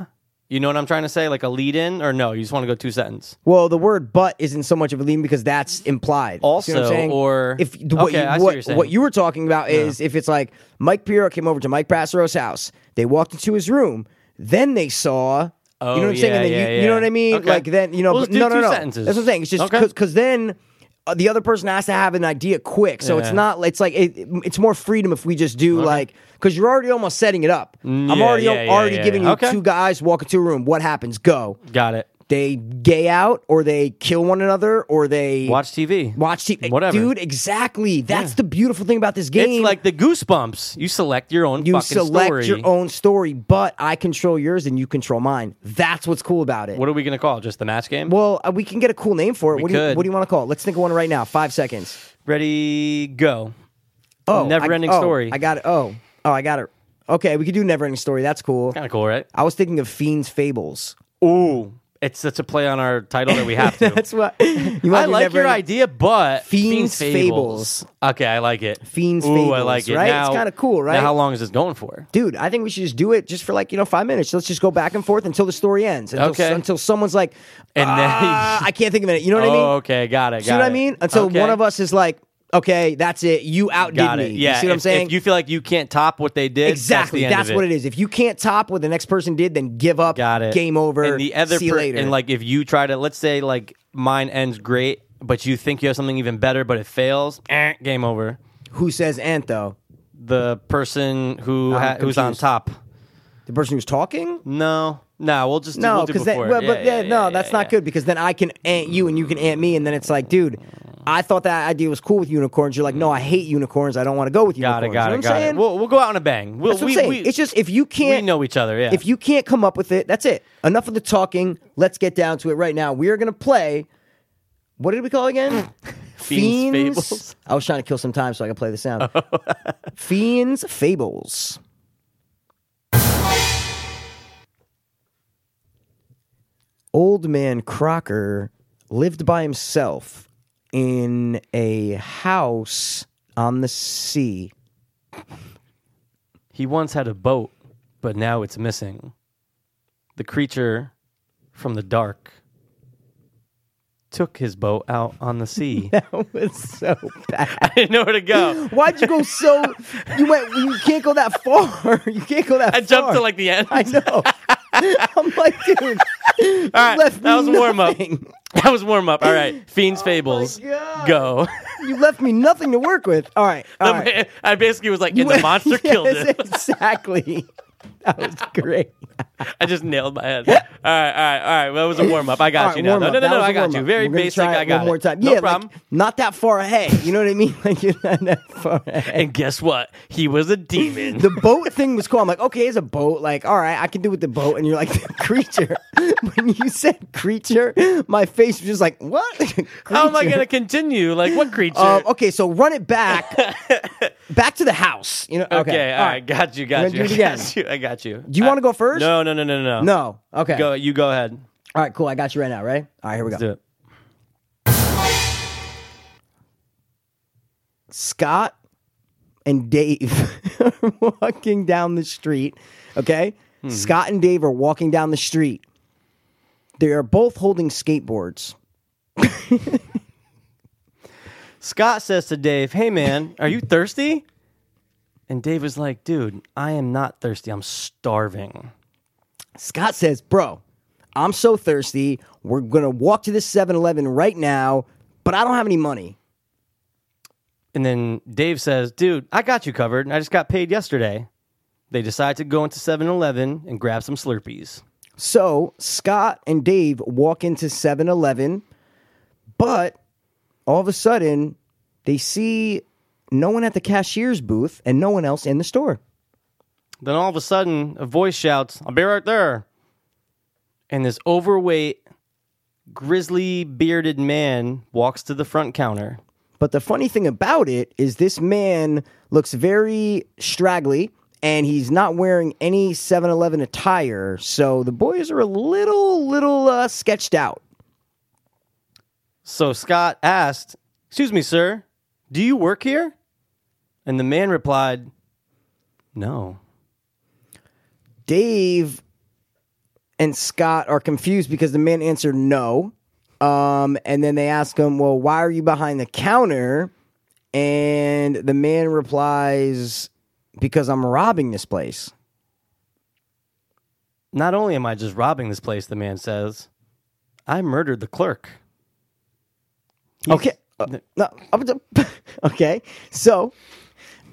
S2: you know what I'm trying to say? Like a lead in, or no? You just want to go two sentence.
S1: Well, the word "but" isn't so much of a lean because that's implied. See what I'm
S2: Also,
S1: saying?
S2: or-
S1: if the, what,
S2: Okay, I see
S1: you, what,
S2: what you're
S1: what,
S2: saying.
S1: you were talking about is if it's like Mike Piro came over to Mike Passero's house, they walked into his room, then they saw.
S2: Oh,
S1: you know what I'm saying? And
S2: yeah,
S1: then you,
S2: yeah,
S1: you know
S2: yeah.
S1: what I mean?
S2: Okay.
S1: Like then you know,
S2: Well,
S1: but,
S2: let's do
S1: no, no,
S2: two
S1: no.
S2: sentences.
S1: That's what I'm saying. It's just
S2: Okay.
S1: because then. uh, the other person has to have an idea quick, so it's
S2: Yeah.
S1: not. It's like it, it's more freedom if we just do like because you're already almost setting it up. I'm
S2: yeah,
S1: already
S2: yeah, yeah,
S1: already
S2: yeah,
S1: giving
S2: yeah.
S1: you
S2: Okay.
S1: two guys walk into a room. What happens? Go
S2: Got it.
S1: they gay out or they kill one another or they
S2: Watch TV.
S1: watch TV.
S2: Whatever.
S1: Dude, exactly. That's the beautiful thing about this game.
S2: It's like the goosebumps. You select your own
S1: you
S2: fucking
S1: select
S2: story.
S1: your own story, but I control yours and you control mine. That's what's cool about it.
S2: What are we gonna call it? Just the match game?
S1: well, uh, we can get a cool name for it. What do, you,
S2: could.
S1: what do you want to call it? Let's think of one right now. Five seconds.
S2: Ready, go.
S1: Oh,
S2: Never-ending
S1: I, oh,
S2: story.
S1: I got it. Oh, oh, I got it. Okay, we could do never ending story. That's cool.
S2: Kind of cool, right?
S1: I was thinking of Fiends Fables.
S2: Ooh, it's such a play on our title that we have to.
S1: That's what you wanna
S2: I
S1: do
S2: like
S1: Never
S2: your
S1: Ending-
S2: idea, but
S1: Fiends
S2: Okay, I like it.
S1: Fiends
S2: Ooh, I like
S1: Fables,
S2: it.
S1: right? It's
S2: Now-
S1: kinda cool, right?
S2: Now, how long is this going for?
S1: dude, I think we should just do it just for like you know five minutes. Let's just go back and forth until the story ends. Until,
S2: Okay.
S1: Until someone's like,
S2: And then-
S1: "Ah, I can't think of it. You know what I mean?
S2: Oh, okay, got it. Got
S1: See what
S2: it.
S1: I mean? Until
S2: Okay,
S1: one of us is like, okay, that's it. You outdid
S2: got
S1: me.
S2: it.
S1: You
S2: Yeah.
S1: see what
S2: if,
S1: I'm saying?
S2: If you feel like you can't top what they did,
S1: exactly.
S2: That's, the end of
S1: what it is. If you can't top what the next person did, then give up.
S2: Got it.
S1: Game over.
S2: And the other
S1: see you
S2: per-
S1: later.
S2: And like, if you try to, let's say, like mine ends great, but you think you have something even better, but it fails, eh, game over.
S1: who says ant though?
S2: The person who
S1: I'm
S2: ha- who's on
S1: confused.
S2: top.
S1: The person who's talking.
S2: No, no, we'll just do,
S1: No,
S2: we'll do
S1: because that,
S2: before.
S1: well, but yeah, no, that's
S2: yeah,
S1: not good because then I can ant you and you can ant me, and then it's like, dude, I thought that idea was cool with unicorns. You're like, no, I hate unicorns. I don't want to go with
S2: Got
S1: unicorns.
S2: it,
S1: you know
S2: got it,
S1: what I'm
S2: got
S1: saying?
S2: it. We'll, we'll go out on a bang. We'll,
S1: that's what
S2: we,
S1: I'm saying.
S2: We,
S1: it's just if you
S2: we
S1: can't,
S2: know each other. Yeah.
S1: if you can't come up with it, that's it. Enough of the talking. Let's get down to it right now. We are gonna play. What did we call it again?
S2: Fiends Fables.
S1: I was trying to kill some time so I could play the sound. Fiends Fables. Old man Crocker lived by himself in a house on the sea.
S2: He once had a boat, but now it's missing. The creature from the dark took his boat out on the sea.
S1: That was so bad.
S2: I didn't know where to go.
S1: Why'd you go so? You went. You can't go that far. You can't go that.
S2: I jumped
S1: far.
S2: to like the end.
S1: I know. I'm like, dude. you
S2: All right,
S1: left
S2: that
S1: me
S2: was warm up.
S1: nothing.
S2: That was warm up. All right, Fiends Fables,
S1: Oh God.
S2: go.
S1: You left me nothing to work with. All right. all right.
S2: I basically was like, and the
S1: went-
S2: monster
S1: Yes,
S2: killed it.
S1: Exactly. That was great.
S2: I just nailed my head. All right, all right, all right. Well, that was a warm up. I got
S1: All right,
S2: you now.
S1: warm
S2: No,
S1: up.
S2: no, no,
S1: That
S2: no.
S1: was
S2: I
S1: a warm
S2: got you.
S1: up.
S2: Very
S1: We're gonna
S2: basic.
S1: try it
S2: I got
S1: one
S2: it.
S1: more time.
S2: No
S1: yeah,
S2: problem.
S1: Like, not that far ahead. You know what I mean? Like you're not that far ahead.
S2: and guess what? He was a demon.
S1: the boat thing was cool. I'm like, okay, it's a boat. Like, all right, I can do with the boat. And you're like, creature. when you said creature, my face was just like, what?
S2: How am I
S1: Creature.
S2: going to continue? Like, what creature?
S1: Um, okay, so run it back, back to the house. You know? Okay,
S2: okay, all right. Got you, got
S1: We're gonna
S2: you.
S1: do it again.
S2: I got you. I got you. Uh,
S1: Do you want to go first?
S2: No, no, no, no, no.
S1: No. Okay.
S2: Go, you go ahead.
S1: All right. Cool. I got you right now. Right. All right. Here we go.
S2: Do it.
S1: Scott and Dave are walking down the street. Okay?
S2: Hmm.
S1: Scott and Dave are walking down the street. They are both holding skateboards.
S2: Scott says to Dave, Hey, man, are you thirsty? And Dave is like, Dude, I am not thirsty. I'm starving.
S1: Scott says, Bro, I'm so thirsty. We're going to walk to this 7 Eleven right now, but I don't have any money.
S2: And then Dave says, Dude, I got you covered. I just got paid yesterday. They decide to go into 7 Eleven and grab some Slurpees.
S1: So Scott and Dave walk into 7 Eleven, but all of a sudden they see no one at the cashier's booth, and no one else in the store.
S2: Then all of a sudden, a voice shouts, I'll be right there. And this overweight, grizzly bearded man walks to the front counter.
S1: But the funny thing about it is this man looks very straggly and he's not wearing any 7-Eleven attire, so the boys are a little little uh, sketched out.
S2: So Scott asked, Excuse me, sir, do you work here? And the man replied, No.
S1: Dave and Scott are confused because the man answered no. Um, and then they ask him, Well, why are you behind the counter? And the man replies, Because I'm robbing this place.
S2: Not only am I just robbing this place, the man says, I murdered the clerk. He's-
S1: Okay. Uh, no, up to- okay. So,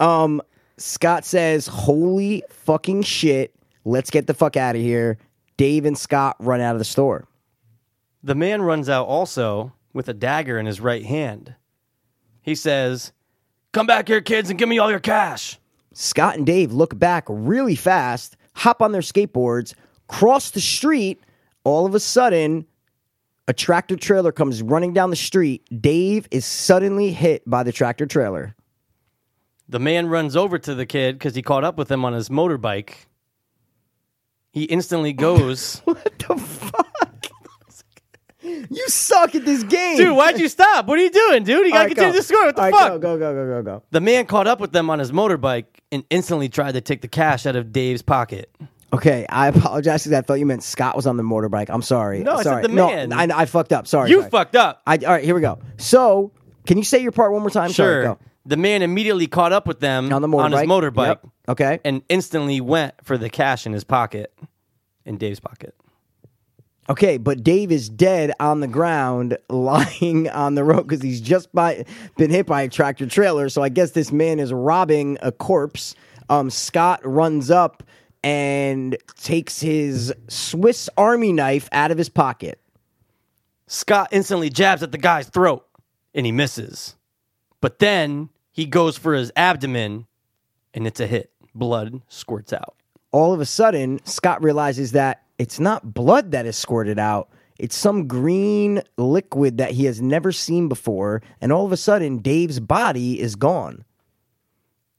S1: um, Scott says, "Holy fucking shit! Let's get the fuck out of here." Dave and Scott run out of the store.
S2: The man runs out also with a dagger in his right hand. He says, Come back here, kids, and give me all your cash.
S1: Scott and Dave look back really fast, hop on their skateboards, cross the street. All of a sudden, a tractor trailer comes running down the street. Dave is suddenly hit by the tractor trailer.
S2: The man runs over to the kid because he caught up with him on his motorbike. He instantly goes,
S1: What the fuck? you suck at this game,
S2: Dude, why'd you stop? What are you doing, dude? You
S1: All
S2: gotta
S1: right,
S2: continue
S1: go.
S2: the score. What the
S1: All right,
S2: fuck?
S1: go, go, go, go, go, go.
S2: The man caught up with them on his motorbike and instantly tried to take the cash out of Dave's pocket.
S1: Okay, I apologize because I thought you meant Scott was on the motorbike. I'm sorry.
S2: No, I said
S1: sorry.
S2: the
S1: No,
S2: man.
S1: I, I fucked up. Sorry.
S2: You
S1: sorry.
S2: fucked up.
S1: I, all right, here we go. So, can you say your part one more time? Sorry,
S2: Sure.
S1: go.
S2: The man immediately caught up with them
S1: On the motorbike.
S2: his motorbike
S1: Yep. Okay.
S2: and instantly went for the cash in his pocket, in Dave's pocket.
S1: Okay, but Dave is dead on the ground, lying on the road because he's just by, been hit by a tractor trailer. So I guess this man is robbing a corpse. Um, Scott runs up and takes his Swiss Army knife out of his pocket.
S2: Scott instantly jabs at the guy's throat and he misses. But then he goes for his abdomen and it's a hit. Blood squirts out.
S1: all of a sudden, Scott realizes that it's not blood that is squirted out. It's some green liquid that he has never seen before. And all of a sudden, Dave's body is gone.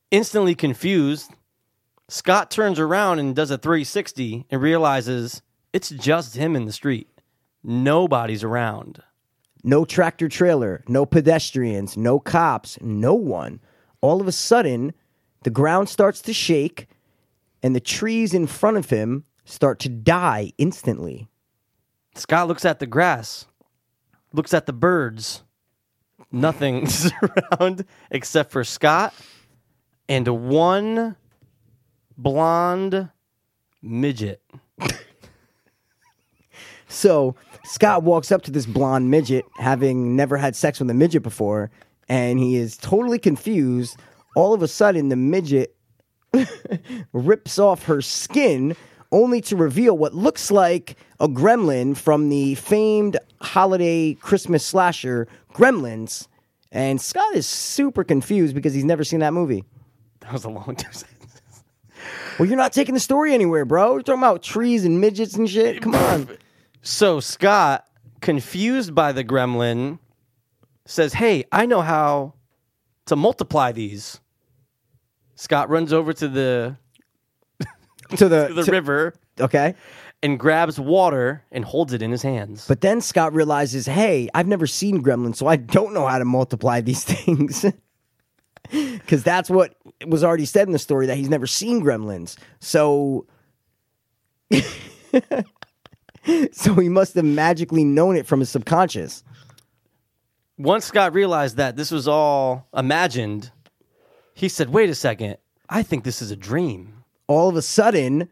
S2: Instantly confused, Scott turns around and does a 360 and realizes it's just him in the street. Nobody's around.
S1: No tractor trailer, no pedestrians, no cops, no one. All of a sudden, the ground starts to shake and the trees in front of him start to die instantly.
S2: Scott looks at the grass, looks at the birds. Nothing's around except for Scott and one blonde midget.
S1: So Scott walks up to this blonde midget, having never had sex with a midget before, and he is totally confused. All of a sudden, the midget rips off her skin, only to reveal what looks like a gremlin from the famed holiday Christmas slasher Gremlins. And Scott is super confused because he's never seen that movie.
S2: That was a long two seconds.
S1: Well, you're not taking the story anywhere, bro. You're talking about trees and midgets and shit. Come on.
S2: So Scott, confused by the gremlin, says, Hey, I know how to multiply these. Scott runs over to the,
S1: to the,
S2: to the
S1: to-
S2: river
S1: Okay.
S2: and grabs water and holds it in his hands.
S1: But then Scott realizes, hey, I've never seen gremlins, so I don't know how to multiply these things. Because that's what was already said in the story that he's never seen gremlins. So. so he must have magically known it from his subconscious.
S2: once Scott realized that this was all imagined, he said, Wait a second, I think this is a dream.
S1: All of a sudden,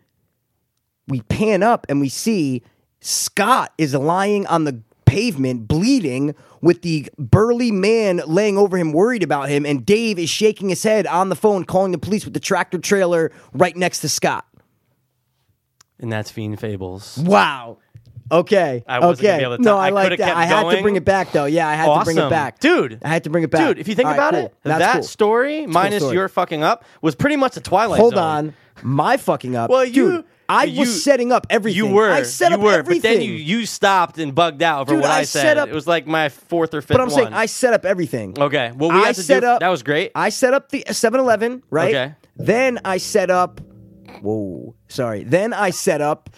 S1: we pan up and we see Scott is lying on the pavement, bleeding, with the burly man laying over him, worried about him. And Dave is shaking his head on the phone, calling the police with the tractor trailer right next to Scott.
S2: And that's Fiend Fables.
S1: Wow. Okay.
S2: I wasn't gonna
S1: okay.
S2: be able to
S1: no,
S2: tell.
S1: I
S2: I
S1: like
S2: could've
S1: that.
S2: kept
S1: I had to
S2: going.
S1: bring it back though. Yeah, I had to bring it
S2: Awesome.
S1: back,
S2: Dude.
S1: I had to bring it back,
S2: Dude, if you think
S1: All right,
S2: about
S1: cool.
S2: it,
S1: That's
S2: that
S1: cool.
S2: story minus
S1: story.
S2: your fucking up was pretty much a Twilight
S1: Hold
S2: Zone.
S1: on, my fucking up.
S2: Well,
S1: dude,
S2: you-
S1: I
S2: you-
S1: was setting up everything.
S2: You were.
S1: I set
S2: you
S1: up
S2: were,
S1: everything.
S2: But then you, you stopped and bugged out for
S1: Dude,
S2: what
S1: I
S2: I,
S1: set
S2: said.
S1: up-
S2: it was like my fourth or fifth
S1: but I'm
S2: one.
S1: saying I set up everything.
S2: Okay. Well, we
S1: I
S2: had to
S1: set
S2: do,
S1: up-
S2: That was great.
S1: I set up the 7-Eleven, right?
S2: Okay.
S1: Then I set up. Whoa, sorry. Then I set up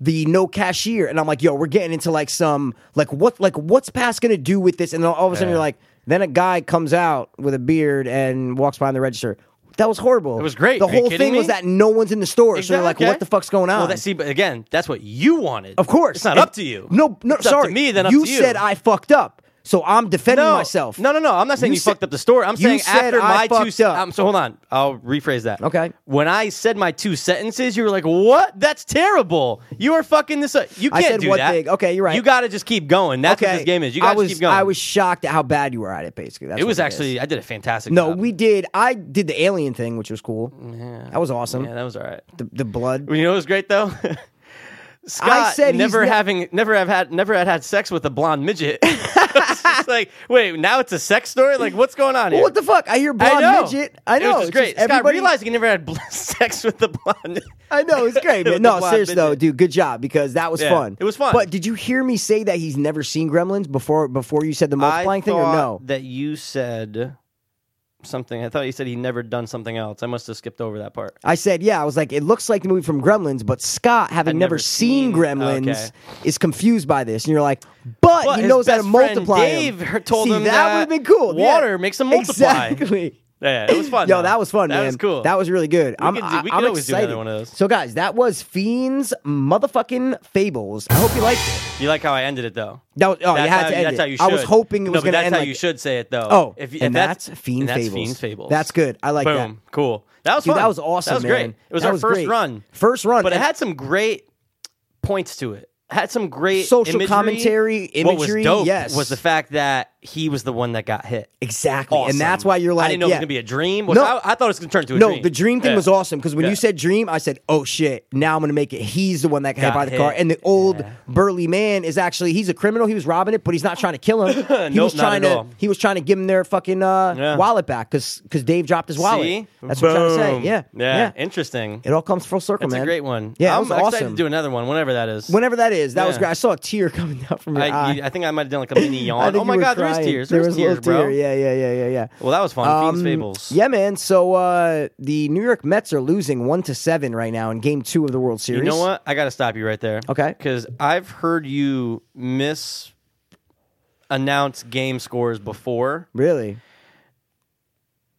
S1: the no cashier, and I'm like, yo, we're getting into like some like what like what's Pass gonna do with this? And then all of a sudden
S2: Yeah.
S1: you're like, then a guy comes out with a beard and walks behind the register. That was horrible. It
S2: was great.
S1: The
S2: Are you
S1: whole
S2: kidding
S1: thing was
S2: me?
S1: that no one's in the store, so you're like,
S2: Exactly.
S1: what the fuck's going on?
S2: Well, that, see, but again, that's what you wanted.
S1: Of course,
S2: it's not
S1: And-
S2: up to you.
S1: No, no,
S2: it's
S1: sorry.
S2: Up to me, then up
S1: you
S2: to you.
S1: said I fucked up, so I'm defending
S2: no,
S1: myself.
S2: No, no, no. I'm not saying
S1: You
S2: you,
S1: said-
S2: fucked up the story. I'm
S1: you
S2: saying
S1: said
S2: after
S1: I
S2: my two.
S1: fucked
S2: sen-
S1: up.
S2: Um, so hold on. I'll rephrase that.
S1: Okay.
S2: When I said my two sentences, you were like, "What? That's terrible. You are fucking this. Up. You
S1: I
S2: can't
S1: said
S2: do
S1: one
S2: that.
S1: thing. Okay, you're right.
S2: You got to just keep going. That's what this game is. You got
S1: I
S2: to
S1: was,
S2: keep going.
S1: I was shocked at how bad you were at it. Basically, That's
S2: It
S1: what
S2: was
S1: is.
S2: actually. I did a fantastic.
S1: no.
S2: job.
S1: We did. I did the alien thing, which was cool. That was awesome.
S2: Yeah, that was all right.
S1: the, the blood.
S2: You know what was great though? Scott
S1: said he's
S2: never
S1: ne-
S2: having never have had never had had sex with a blonde midget. it's just like, wait, now it's a sex story? Like what's going on here?
S1: Well, what the fuck? I hear
S2: I
S1: blonde
S2: know.
S1: midget. I know.
S2: It was just
S1: It's
S2: great. Scott
S1: everybody-
S2: realized he never had bl- sex with the blonde.
S1: I know it's great, but
S2: With the
S1: no,
S2: blonde
S1: seriously though,
S2: midget.
S1: dude, good job because that was
S2: Yeah,
S1: fun.
S2: it was fun.
S1: But did you hear me say that he's never seen Gremlins before? Before you said the multiplying thing, or
S2: thought
S1: no?
S2: That you said something. I thought you said he never done something else. I must have skipped over that part.
S1: I said, yeah. I was like, it looks like the movie from Gremlins, but Scott, having
S2: I've
S1: never,
S2: never
S1: seen,
S2: seen-
S1: Gremlins,
S2: okay.
S1: is confused by this. And you're like, but
S2: But
S1: he
S2: his
S1: knows how to
S2: best friend
S1: multiply.
S2: Dave
S1: them.
S2: told
S1: See,
S2: him
S1: that
S2: that
S1: would have been cool. Yeah.
S2: water makes them multiply.
S1: Exactly.
S2: Yeah, it was fun.
S1: Yo,
S2: though.
S1: that was fun,
S2: That
S1: man.
S2: was cool.
S1: That was really good. I'm,
S2: could do-
S1: I-
S2: we
S1: I'm
S2: could always do another
S1: excited.
S2: one of those.
S1: So, guys, that was Fiends motherfucking Fables. I hope you liked it.
S2: You like how I ended it though.
S1: That was, oh, you
S2: that's
S1: had
S2: how,
S1: to end
S2: that's
S1: it.
S2: how you should.
S1: I was hoping it
S2: No,
S1: was going
S2: but
S1: to
S2: that's
S1: end
S2: how
S1: like,
S2: you should say it though.
S1: Oh,
S2: If-
S1: and
S2: if that's,
S1: that's Fiend
S2: and that's
S1: Fables.
S2: Fiend Fables.
S1: That's good. I like
S2: Boom.
S1: that.
S2: Cool. That was
S1: Dude,
S2: fun.
S1: that was awesome.
S2: That was
S1: man.
S2: great. It was
S1: That
S2: our first
S1: great.
S2: run,
S1: First run,
S2: but it
S1: And-
S2: had some great points to it. It Had some great
S1: Social
S2: imagery.
S1: commentary,
S2: What was
S1: imagery,
S2: dope
S1: yes.
S2: was the fact that he was the one that got hit.
S1: Exactly,
S2: Awesome.
S1: and that's why you're like,
S2: I didn't know
S1: yeah.
S2: it was gonna be a dream. Which
S1: No.
S2: I, I thought it was gonna turn into a
S1: no,
S2: dream.
S1: the dream thing
S2: Yeah.
S1: was awesome because when
S2: Yeah.
S1: you said dream, I said, "Oh shit!" Now I'm gonna make it. He's the one that got, hit
S2: Got
S1: by the
S2: hit.
S1: car, and the old burly man is actually he's a criminal. He was robbing it, but he's not trying to kill him. he
S2: Nope,
S1: was
S2: not
S1: trying
S2: at
S1: to
S2: all.
S1: he was trying to give him their fucking uh,
S2: Yeah.
S1: wallet back because Dave dropped his wallet.
S2: See?
S1: That's what I'm trying to
S2: Boom.
S1: say. Yeah,
S2: yeah,
S1: yeah.
S2: interesting.
S1: It all comes full circle,
S2: That's
S1: man.
S2: a great one.
S1: Yeah, it
S2: I'm
S1: was
S2: excited
S1: awesome.
S2: to do another one, whenever that is.
S1: Whenever that is, that was
S2: Yeah.
S1: great. I saw a tear coming out from your
S2: I,
S1: eye.
S2: you- I think I might have done like a mini
S1: I
S2: yawn.
S1: think
S2: Oh
S1: you
S2: my
S1: were
S2: god, there was
S1: crying.
S2: tears.
S1: There
S2: There was
S1: a little
S2: tears, bro.
S1: tear. Yeah, yeah, yeah, yeah, yeah.
S2: Well, that was fun. Fiends
S1: Um,
S2: Fables.
S1: Yeah, man. So uh, the New York Mets are losing one to seven right now in Game Two of the World Series.
S2: You know what? I got to stop you right there.
S1: Okay.
S2: Because I've heard you miss announce game scores before.
S1: Really?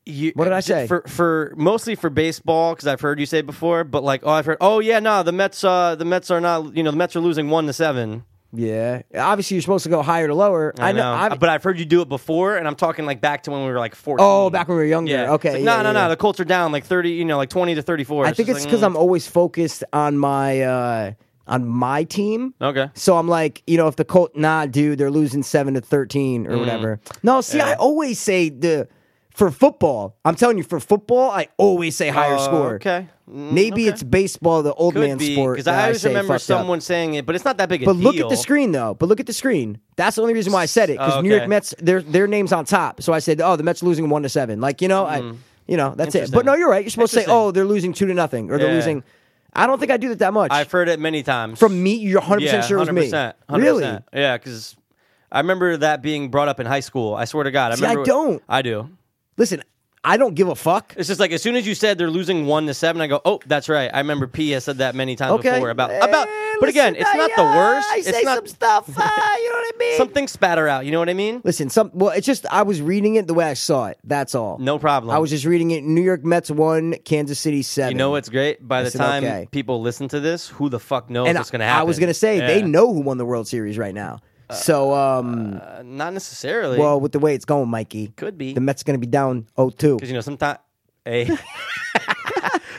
S2: You,
S1: What did I say?
S2: For, for mostly for baseball, because I've heard you say it before. But like, oh, I've heard. Oh yeah, no, the Mets. Uh, the Mets are not. You know, the Mets are losing one to seven.
S1: Yeah. Obviously, you're supposed to go higher to lower.
S2: I know, Uh,
S1: I'm-
S2: but I've heard you do it before, and I'm talking like back to when we were like 14.
S1: Oh, back when we were younger.
S2: Yeah.
S1: Okay,
S2: It's
S1: yeah,
S2: like, no, no,
S1: yeah, yeah.
S2: no. The Colts are down like 30. You know, like 20 to 34.
S1: I think it's because
S2: mm.
S1: I'm always focused on my uh, on my team.
S2: okay.
S1: So I'm like, you know, if the Colt, nah, dude, they're losing seven to thirteen
S2: Mm.
S1: or whatever. No, see, I always say the for football. I'm telling you, for football, I always say higher
S2: Uh,
S1: score.
S2: Okay. Mm,
S1: Maybe
S2: okay.
S1: it's baseball, the old
S2: Could
S1: man
S2: be,
S1: sport.
S2: Because
S1: that
S2: I always
S1: say
S2: remember
S1: fucked up.
S2: someone saying it, but it's not that big a
S1: But
S2: deal.
S1: look at the screen though. But look at the screen. That's the only reason why I said it because
S2: Oh,
S1: New York
S2: okay.
S1: Mets their their names on top. So I said, oh, the Mets losing one to seven. Like you know, I you know that's it. But no, you're right. You're supposed to say,
S2: Mm. Interesting.
S1: oh, they're losing two to nothing or they're
S2: Yeah.
S1: losing. I don't think I do that that much.
S2: I've heard it many times.
S1: From me, you're 100
S2: yeah,
S1: percent sure it was me.
S2: 100%,
S1: Really?
S2: 100%. Yeah, because I remember that being brought up in high school. I swear to God.
S1: I
S2: I, remember
S1: don't.
S2: I do.
S1: Listen, I don't give a fuck.
S2: It's just like as soon as you said they're losing one to seven, I go, oh, that's right. I remember P has said that many times
S1: Okay.
S2: before about
S1: Eh,
S2: about. But again,
S1: listen,
S2: it's not the
S1: I-
S2: worst.
S1: I say
S2: it's not
S1: some stuff. ah, you know what I mean?
S2: something spatter out. You know what I mean?
S1: Listen, some well, it's just I was reading it the way I saw it. That's all.
S2: No problem.
S1: I was just reading it. New York Mets one, Kansas City seven.
S2: You know what's great? By the
S1: said,
S2: time
S1: okay.
S2: people listen to this, who the fuck knows
S1: And
S2: what's
S1: I-
S2: going to happen?
S1: I was gonna say they
S2: Yeah.
S1: know who won the World Series right now. So, um,
S2: Uh, not necessarily. Well,
S1: well, with the way it's going, Mikey,
S2: could be
S1: the
S2: because
S1: Mets gonna be down 0-2.
S2: you know sometimes. Hey.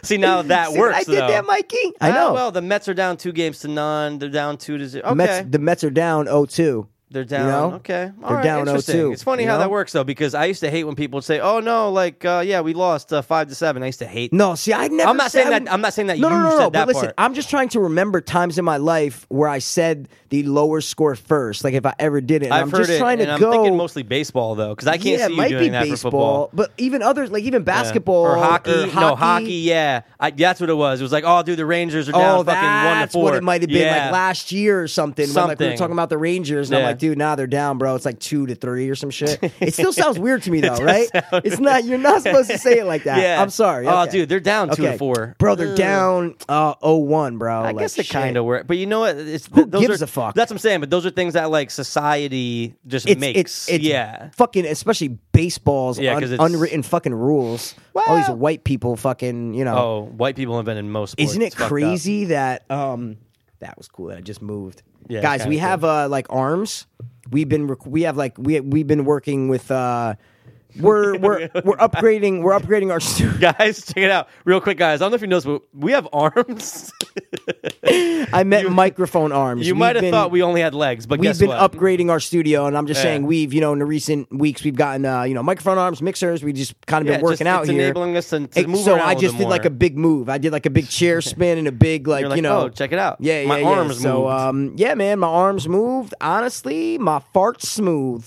S2: See now that
S1: See what
S2: works.
S1: I did
S2: though.
S1: that, Mikey. I
S2: Ah,
S1: know.
S2: well, the Mets are down two games to none. They're down two to zero. Okay.
S1: Mets, the Mets are down 0-2.
S2: They're down.
S1: know?
S2: Okay. All
S1: They're
S2: right,
S1: down
S2: interesting.
S1: 0-2,
S2: It's funny
S1: you
S2: how
S1: know?
S2: that works though, because I used to hate when people would say, "Oh no, like uh, yeah, we lost uh, five to seven. I used to hate.
S1: No, see, I never.
S2: I'm not
S1: said-
S2: saying
S1: I
S2: that-
S1: would-
S2: I'm not saying that
S1: No,
S2: you
S1: no, no,
S2: said
S1: no. but
S2: that
S1: listen,
S2: part.
S1: I'm just trying to remember times in my life where I said the lower score first. Like if I ever did it, and
S2: I've
S1: I'm
S2: heard
S1: just
S2: it,
S1: trying
S2: and
S1: to
S2: I'm
S1: go.
S2: thinking mostly baseball though, because I
S1: yeah,
S2: can't see
S1: it
S2: you
S1: might
S2: doing
S1: be
S2: that for football.
S1: baseball, but even others, like even
S2: Yeah.
S1: basketball er,
S2: or hockey.
S1: or
S2: No, hockey. Yeah, I, that's what it was. It was like, oh, dude, the Rangers are down
S1: Oh,
S2: fucking one to
S1: that's
S2: four.
S1: what it might have been
S2: Yeah.
S1: like last year or something. When, like, we were
S2: Something.
S1: talking about the Rangers, and I'm
S2: Yeah.
S1: like, dude, nah, they're down, bro. It's like two to three or some shit. It still sounds weird to me though, right? It's not. You're not supposed to say it like that.
S2: Yeah.
S1: I'm sorry.
S2: Oh,
S1: Okay.
S2: dude, they're down two
S1: okay.
S2: to four.
S1: bro. They're down uh, 0-1, bro.
S2: I
S1: Like,
S2: guess it
S1: shit.
S2: kind of works, but you know what? It's,
S1: Who
S2: those
S1: gives
S2: are-
S1: a fuck?
S2: That's what I'm saying. But those are things that like society just
S1: It's,
S2: makes.
S1: it's it's
S2: yeah,
S1: fucking especially baseball's
S2: Yeah,
S1: un-
S2: 'cause it's-
S1: unwritten fucking rules. All these
S2: Well-
S1: white people fucking you know.
S2: Oh, white people have been in most. Sports.
S1: Isn't it
S2: It's fucked up.
S1: crazy that um that was cool that I just moved.
S2: Yeah, it's
S1: Guys, we
S2: kinda
S1: have uh like arms. We've been rec- we have like we we've been working with uh we're we're we're upgrading we're upgrading our studio.
S2: Guys, check it out real quick, guys. I don't know if you noticed, but we have arms.
S1: I meant microphone arms.
S2: you
S1: We've
S2: might have
S1: been-
S2: thought we only had legs, but
S1: We've
S2: guess
S1: been
S2: what?
S1: upgrading our studio, and I'm just
S2: Yeah.
S1: saying we've, you know, in the recent weeks, we've gotten, uh, you know, microphone arms, mixers. We just kind of
S2: Yeah,
S1: been working
S2: just,
S1: out
S2: it's
S1: here.
S2: enabling us to, to
S1: It-
S2: move
S1: so
S2: around
S1: I
S2: a
S1: just
S2: little
S1: did like
S2: more.
S1: a big move. I did like a big chair spin and a big like,
S2: You're like,
S1: you know,
S2: "Oh, check it out.
S1: Yeah, yeah,
S2: My
S1: yeah.
S2: arms
S1: So
S2: moved."
S1: um, yeah, man, my arms moved. Honestly, my fart's smooth,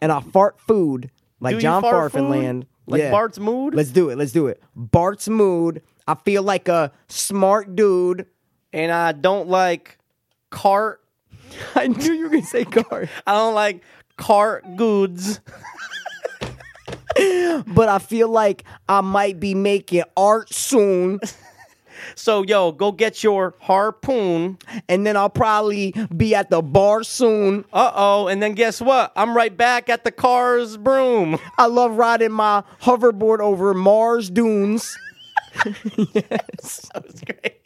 S1: and I fart food like
S2: Do you
S1: John
S2: fart food?
S1: Farfinland.
S2: Like
S1: yeah.
S2: Bart's mood?
S1: Let's do it. Let's do it. Bart's mood. I feel like a smart dude.
S2: and I don't like cart.
S1: I knew you were gonna say car,
S2: I don't like cart goods.
S1: but I feel like I might be making art soon.
S2: So yo, go get your harpoon.
S1: and then I'll probably be at the bar soon.
S2: Uh oh, and then guess what? I'm right back at the car's broom.
S1: I love riding my hoverboard over Mars dunes.
S2: That was great.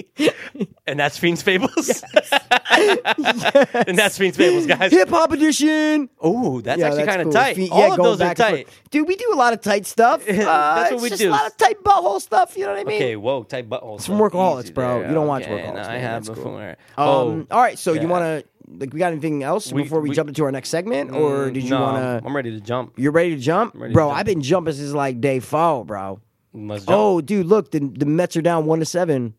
S2: and that's Fiends Fables. and that's Fiends Fables, guys.
S1: Hip hop edition.
S2: Oh, that's
S1: Yeah,
S2: actually kind of
S1: cool.
S2: tight.
S1: Fe- yeah,
S2: All of
S1: going
S2: those are
S1: back and
S2: tight.
S1: forth. Dude, we do a lot of tight stuff. Uh,
S2: That's what
S1: it's
S2: we
S1: just
S2: do.
S1: A lot of tight butthole stuff. You know what I mean?
S2: Okay, whoa, tight oh, buttholes. It's
S1: from workaholics, bro. You don't watch workaholics,
S2: I
S1: man.
S2: have
S1: That's cool.
S2: before.
S1: Um,
S2: oh,
S1: all right. So
S2: yeah.
S1: you want to like we got anything else
S2: We-
S1: before we,
S2: we-
S1: jump into our next segment, or did you
S2: no,
S1: want to?
S2: mm, I'm ready to jump.
S1: You're ready to jump,
S2: ready to
S1: bro.
S2: jump.
S1: I've been jumping since like day four, bro.
S2: Let's jump.
S1: Oh, dude, look, the the Mets are down one to seven.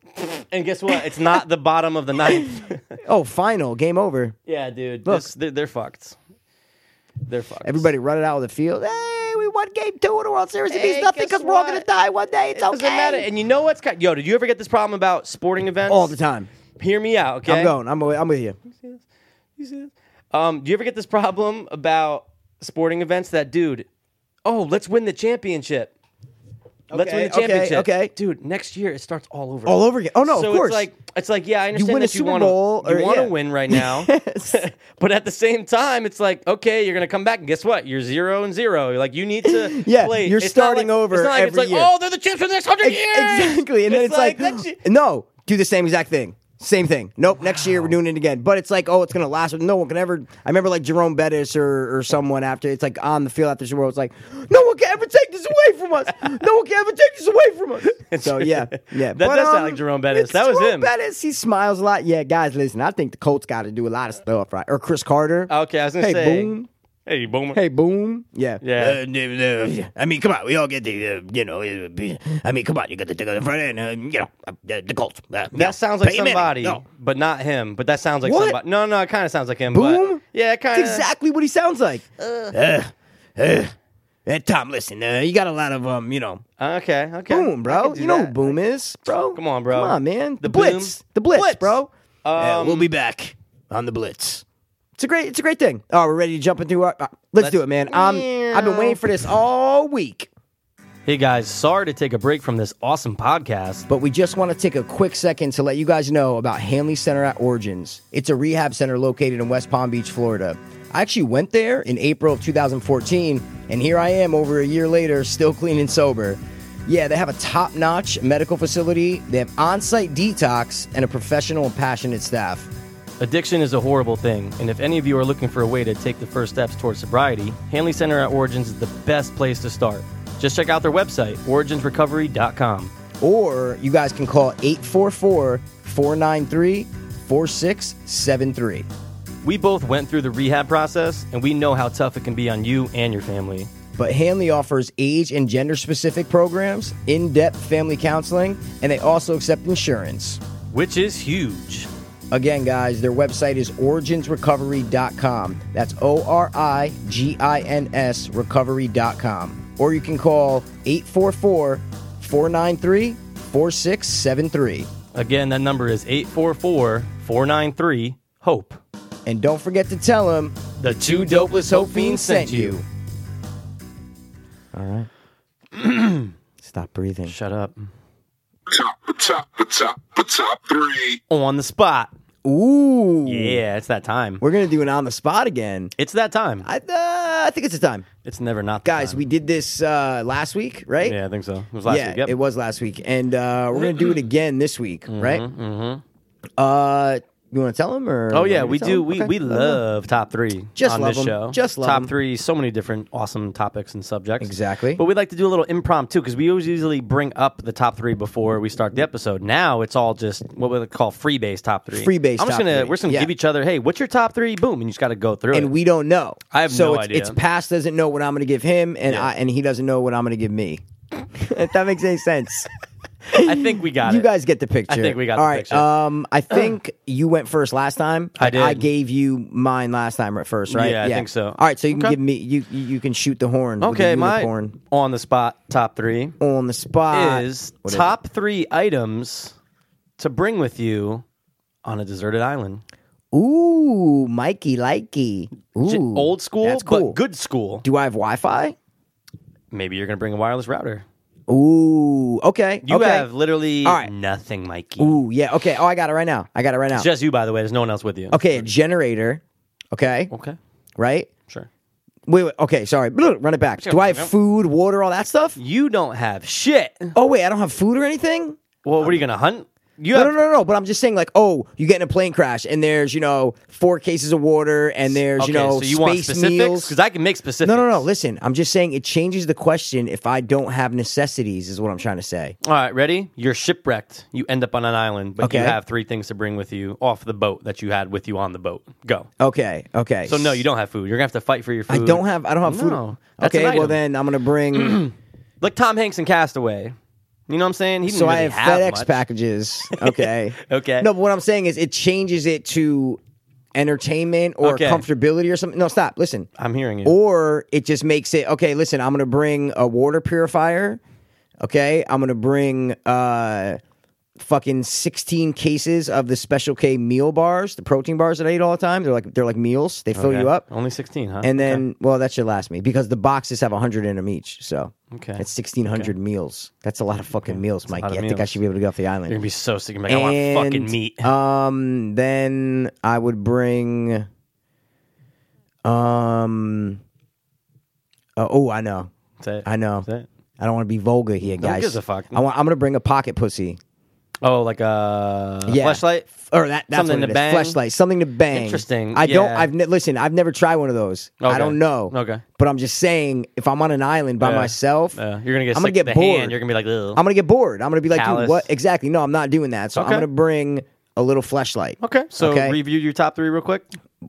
S2: and guess what? It's not the bottom of the ninth.
S1: Oh, final game over.
S2: yeah, dude.
S1: Look.
S2: this- they're, they're fucked. They're fucked.
S1: Everybody running out of the field. Hey, we won game two of the World Series. It
S2: Hey,
S1: means nothing
S2: guess
S1: because we're all
S2: what?
S1: going to die one day. It's
S2: It doesn't
S1: okay.
S2: matter. And you know what's got? Yo, did you ever get this problem about sporting events?
S1: all the time.
S2: Hear me out, okay?
S1: I'm going. I'm, with- I'm with you.
S2: You see this? Um, do you ever get this problem about sporting events that, dude, oh, let's win the championship? let's win
S1: Okay,
S2: the
S1: okay,
S2: championship.
S1: okay.
S2: Dude, next year it starts all over.
S1: All over again. Oh, no,
S2: so
S1: of course.
S2: It's like, it's like, yeah, I understand
S1: win a
S2: that you
S1: Super
S2: wanna-
S1: Bowl
S2: you
S1: or-
S2: want to
S1: yeah.
S2: win right now. but at the same time, it's like, okay, you're going to come back, and guess what? You're zero and zero. You're like, you need to
S1: Yeah,
S2: play.
S1: you're
S2: It's not
S1: starting
S2: like-
S1: over
S2: It's not like, it's
S1: every
S2: like
S1: year.
S2: oh, they're the champs for the next 100
S1: Ex-
S2: years.
S1: Exactly. And then it's, like,
S2: that's-
S1: no, do the same exact thing. Same thing. Nope. Next year we're doing it again. But it's like, oh, it's gonna last. No one can ever. I remember like Jerome Bettis or, or someone after. It's like on the field after the Super Bowl. It's like no one can ever take this away from us. No one can ever take this away from us. So yeah, yeah. um,
S2: That does sound like Jerome Bettis.
S1: it's
S2: That was
S1: Jerome
S2: him.
S1: Bettis. He smiles a lot. Yeah, guys, listen. I think the Colts got to do a lot of stuff, right? Or Chris Carter.
S2: Okay, I was going to
S1: hey,
S2: say.
S1: boom.
S2: Hey, Boomer.
S1: Hey, boom. Yeah.
S4: Uh,
S2: Yeah.
S4: I mean, come on, we all get the, uh, you know, uh, I mean, come on, you got to take on the front end, uh, you know, uh, the, the Colts. Uh,
S2: That sounds like somebody,
S4: No.
S2: but not him. But that sounds like
S1: What?
S2: somebody. No, no, it kind of sounds like him.
S1: Boom?
S2: But yeah, it kind
S1: That's
S2: of.
S1: exactly what he sounds like.
S4: Uh, uh, uh, Tom, listen, uh, you got a lot of, um, you know,
S2: Okay, okay.
S1: Boom,
S2: I
S1: bro.
S2: could do
S1: You know
S2: that.
S1: who Boom is, bro.
S2: Come on, bro.
S1: Come on, man. The,
S2: The
S1: Blitz.
S2: Boom.
S1: The Blitz,
S2: Blitz.
S1: bro.
S4: uh,
S2: Um,
S4: we'll be back on the Blitz.
S1: It's a great. It's a great thing. Oh, we're ready to jump into our. uh, let's do it, man. I'm. I've been waiting for this all week,
S2: Hey guys, sorry to take a break from this awesome podcast.
S1: but we just want to take a quick second to let you guys know about Hanley Center at Origins. It's a rehab center located in West Palm Beach, Florida. I actually went there in April of 2014, and here I am over a year later, still clean and sober. Yeah, they have a top notch medical facility, they have on site detox, and a professional and passionate staff.
S2: Addiction is a horrible thing, and if any of you are looking for a way to take the first steps towards sobriety, Hanley Center at Origins is the best place to start. Just check out their website, originsrecovery.com.
S1: or you guys can call 844 493 4673.
S2: We both went through the rehab process, and we know how tough it can be on you and your family.
S1: But Hanley offers age and gender specific programs, in depth family counseling, and they also accept insurance.
S2: which is huge.
S1: Again, guys, their website is originsrecovery.com. That's O R I G I N S recovery.com. Or you can call 844 493 4673.
S2: Again, that number is 844 493 HOPE.
S1: And don't forget to tell them
S2: The two dopeless Hope E Fiends sent you.
S1: All right. Stop breathing.
S2: Shut up.
S5: Top, top, top, top three.
S2: On the spot.
S1: Ooh.
S2: Yeah, it's that time.
S1: We're going to do an on the spot again.
S2: It's that time.
S1: I, uh, I think it's the time.
S2: It's never not the
S1: Guys,
S2: time.
S1: we did this uh, last week, right?
S2: Yeah, I think so. It was last
S1: yeah,
S2: week. Yep. Mm-hmm.
S1: it was last week, and uh, we're gonna do it again this week, right? Mm-hmm. Uh, you want to tell them or?
S2: Oh
S1: you
S2: yeah,
S1: want me
S2: we
S1: to
S2: do.
S1: tell 'em?
S2: We,
S1: Okay.
S2: we love top three
S1: Just
S2: on
S1: love
S2: this
S1: 'em.
S2: show.
S1: Just love
S2: top
S1: 'em.
S2: three. So many different awesome topics and subjects.
S1: Exactly.
S2: But we like to do a little impromptu because we always usually bring up the top three before we start the episode. Now it's all just what we call free base top three.
S1: Freebase
S2: I'm just
S1: top
S2: gonna
S1: three.
S2: we're just gonna
S1: Yeah.
S2: give each other. Hey, what's your top three? Boom, and you just got to go through it.
S1: and we don't know.
S2: I have
S1: so
S2: no
S1: it's,
S2: idea.
S1: It's past doesn't know what I'm gonna give him, and
S2: Yeah.
S1: I and he doesn't know what I'm gonna give me. if that makes any sense,
S2: I think we got
S1: you
S2: it.
S1: guys get the picture.
S2: I think we got
S1: All
S2: the
S1: right,
S2: picture.
S1: Um, I think you went first last time.
S2: I
S1: Like,
S2: did.
S1: I gave you mine last time at first, right?
S2: Yeah, I think so.
S1: All right, so you can
S2: Okay.
S1: give me you you you can shoot the horn. with the
S2: Okay, my
S1: unicorn
S2: on the spot top three
S1: on the spot
S2: is
S1: What it?
S2: top three items to bring with you on a deserted island.
S1: Ooh, Mikey, likey. Ooh,
S2: J- Old school,
S1: That's cool.
S2: but good school.
S1: Do I have Wi-Fi?
S2: Maybe you're gonna bring a wireless router.
S1: Ooh, okay.
S2: You
S1: okay.
S2: have literally
S1: All right.
S2: nothing, Mikey.
S1: Ooh, yeah. Okay. Oh, I got it right now. I got it right now.
S2: It's just you, by the way. There's no one else with you.
S1: okay, a generator. Okay,
S2: Okay.
S1: right.
S2: Sure.
S1: Wait, wait. Okay, sorry. Blah, Run it back. Do I have food, water, all that stuff?
S2: You don't have shit.
S1: Oh wait, I don't have food or anything.
S2: Well, what are you gonna hunt? You
S1: No,
S2: have
S1: no, no, no. But I'm just saying, like, oh, you get in a plane crash, and there's you know four cases of water, and there's
S2: okay,
S1: you know
S2: so you
S1: space
S2: want specifics?
S1: meals.
S2: Because I can make specifics.
S1: No, no, no. Listen, I'm just saying it changes the question if I don't have necessities, is what I'm trying to say.
S2: All right, ready? You're shipwrecked. You end up on an island, but you
S1: Okay.
S2: have three things to bring with you off the boat that you had with you on the boat. Go.
S1: Okay, okay.
S2: So no, you don't have food. You're gonna have to fight for your
S1: I
S2: food.
S1: don't have. I don't have food.
S2: No, that's an
S1: okay, well
S2: item.
S1: then I'm gonna bring.
S2: like Tom Hanks in Castaway. You know what I'm saying? He didn't
S1: so I
S2: really
S1: have, FedEx
S2: much.
S1: packages. Okay.
S2: Okay.
S1: No, but what I'm saying is it changes it to entertainment or
S2: Okay.
S1: comfortability or something. No, stop. Listen.
S2: I'm hearing you.
S1: Or it just makes it okay. Listen, I'm gonna bring a water purifier. Okay, I'm gonna bring uh, fucking 16 cases of the Special K meal bars, the protein bars that I eat all the time. They're like they're like meals. They fill
S2: Okay.
S1: you up.
S2: Only 16, huh?
S1: And then, well, that should last me because the boxes have 100 in them each. So
S2: Okay.
S1: it's 1,600 meals. That's a lot of fucking meals, Mikey. I
S2: lot of
S1: think I
S2: meals.
S1: should be able to get off the
S2: you're gonna
S1: island.
S2: be so sick. You're gonna be like, I want fucking meat.
S1: Um, then I would bring. Um. uh, oh, I know.
S2: That's it.
S1: I know.
S2: That's it.
S1: I don't want to be vulgar here, guys.
S2: gives a fuck?
S1: I want, I'm going to bring a pocket pussy.
S2: Oh, like a
S1: Yeah.
S2: flashlight?
S1: Or that, that's
S2: Something
S1: what it
S2: to
S1: is.
S2: bang?
S1: Fleshlight, something to bang.
S2: Interesting.
S1: I don't.
S2: Yeah.
S1: I've ne- listen. I've never tried one of those.
S2: Okay.
S1: I don't know.
S2: Okay.
S1: But I'm just saying, if I'm on an island by
S2: Yeah.
S1: myself,
S2: Uh, you're gonna get
S1: I'm
S2: sick
S1: gonna get
S2: of the
S1: bored.
S2: hand. You're gonna be like, Ugh.
S1: I'm gonna get bored. I'm gonna be like,
S2: Callous.
S1: dude, what exactly? No, I'm not doing that. So
S2: Okay.
S1: I'm gonna bring a little fleshlight.
S2: okay. So
S1: okay.
S2: review your top three real quick.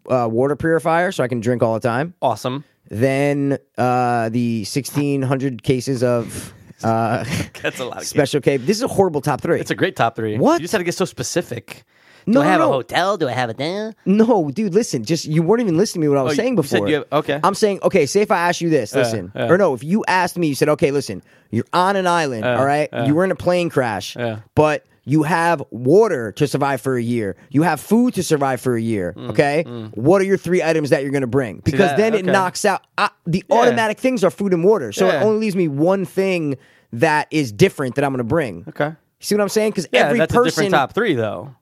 S1: Uh, water purifier, so I can drink all the time.
S2: Awesome.
S1: Then uh, the 1,600 cases of uh,
S2: That's a lot. Of
S1: special K. This is a horrible top three.
S2: It's a great top three.
S1: What?
S2: You just had to get so specific.
S1: No,
S2: Do I
S1: no,
S2: have a
S1: no.
S2: hotel? Do I have a down?
S1: No, dude, listen. Just you weren't even listening to me what I was
S2: Oh,
S1: saying
S2: you said
S1: before.
S2: you have- okay.
S1: I'm saying okay. Say if I ask you this, listen,
S2: yeah.
S1: or no, if you asked me, you said okay, listen. You're on an island, all right.
S2: yeah.
S1: You were in a plane crash,
S2: Yeah.
S1: but you have water to survive for a year. You have food to survive for a year. okay, what are your three items that you're going to bring? Because
S2: Mm, that-
S1: then it
S2: okay.
S1: knocks out I, the automatic things are food and water, so
S2: Yeah.
S1: it only leaves me one thing that is different that I'm going to bring.
S2: Okay.
S1: See what I'm saying? Because
S2: Yeah,
S1: every
S2: that's a
S1: person
S2: different top three though.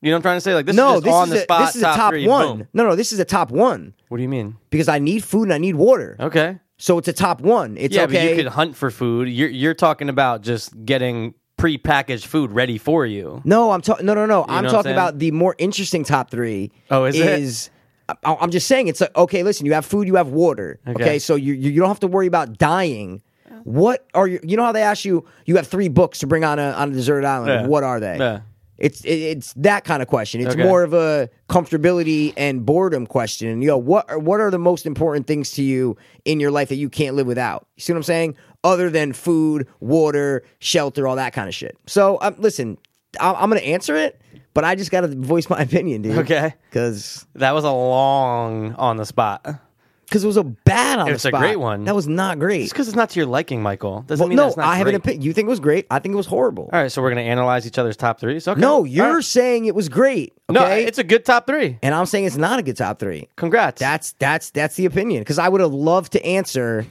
S2: You know what I'm trying to say? Like this
S1: no,
S2: is just on the
S1: a,
S2: spot.
S1: this is a top,
S2: three,
S1: one.
S2: boom.
S1: No, no, this is a top one
S2: What do you mean?
S1: because I need food and I need water.
S2: Okay.
S1: So it's a top one. It's
S2: Yeah,
S1: okay.
S2: but you could hunt for food. You're you're talking about just getting prepackaged food ready for you.
S1: no, I'm talking. No, no, no. I'm
S2: know what I'm
S1: talking
S2: saying?
S1: about the more interesting top three.
S2: Oh, is it?
S1: is I- I'm just saying it's like okay. Listen, you have food, you have water. Okay,
S2: Okay.
S1: so you you you don't have to worry about dying. What are you? You know how they ask you? You have three books to bring on a on a deserted island.
S2: Yeah.
S1: What are they?
S2: Yeah.
S1: It's it, it's that kind of question. It's
S2: Okay.
S1: more of a comfortability and boredom question. You know, what are, what are the most important things to you in your life that you can't live without? You see what I'm saying? Other than food, water, shelter, all that kind of shit. So um, listen, I, I'm gonna answer it, but I just gotta voice my opinion, dude.
S2: Okay.
S1: because
S2: That was a long on the spot. Just
S1: it was a bad on the
S2: It's a
S1: spot.
S2: great one.
S1: That was not great.
S2: because it's not to your liking, Michael, doesn't
S1: Well,
S2: mean
S1: no,
S2: that's not
S1: I have an
S2: great.
S1: opinion. You think it was great? I think it was horrible.
S2: All right, so we're gonna analyze each other's top threes. Okay.
S1: No,
S2: All
S1: you're
S2: right.
S1: saying it was great. Okay?
S2: no. It's a good top three.
S1: and I'm saying it's not a good top three.
S2: Congrats.
S1: That's that's that's the opinion because I would have loved to answer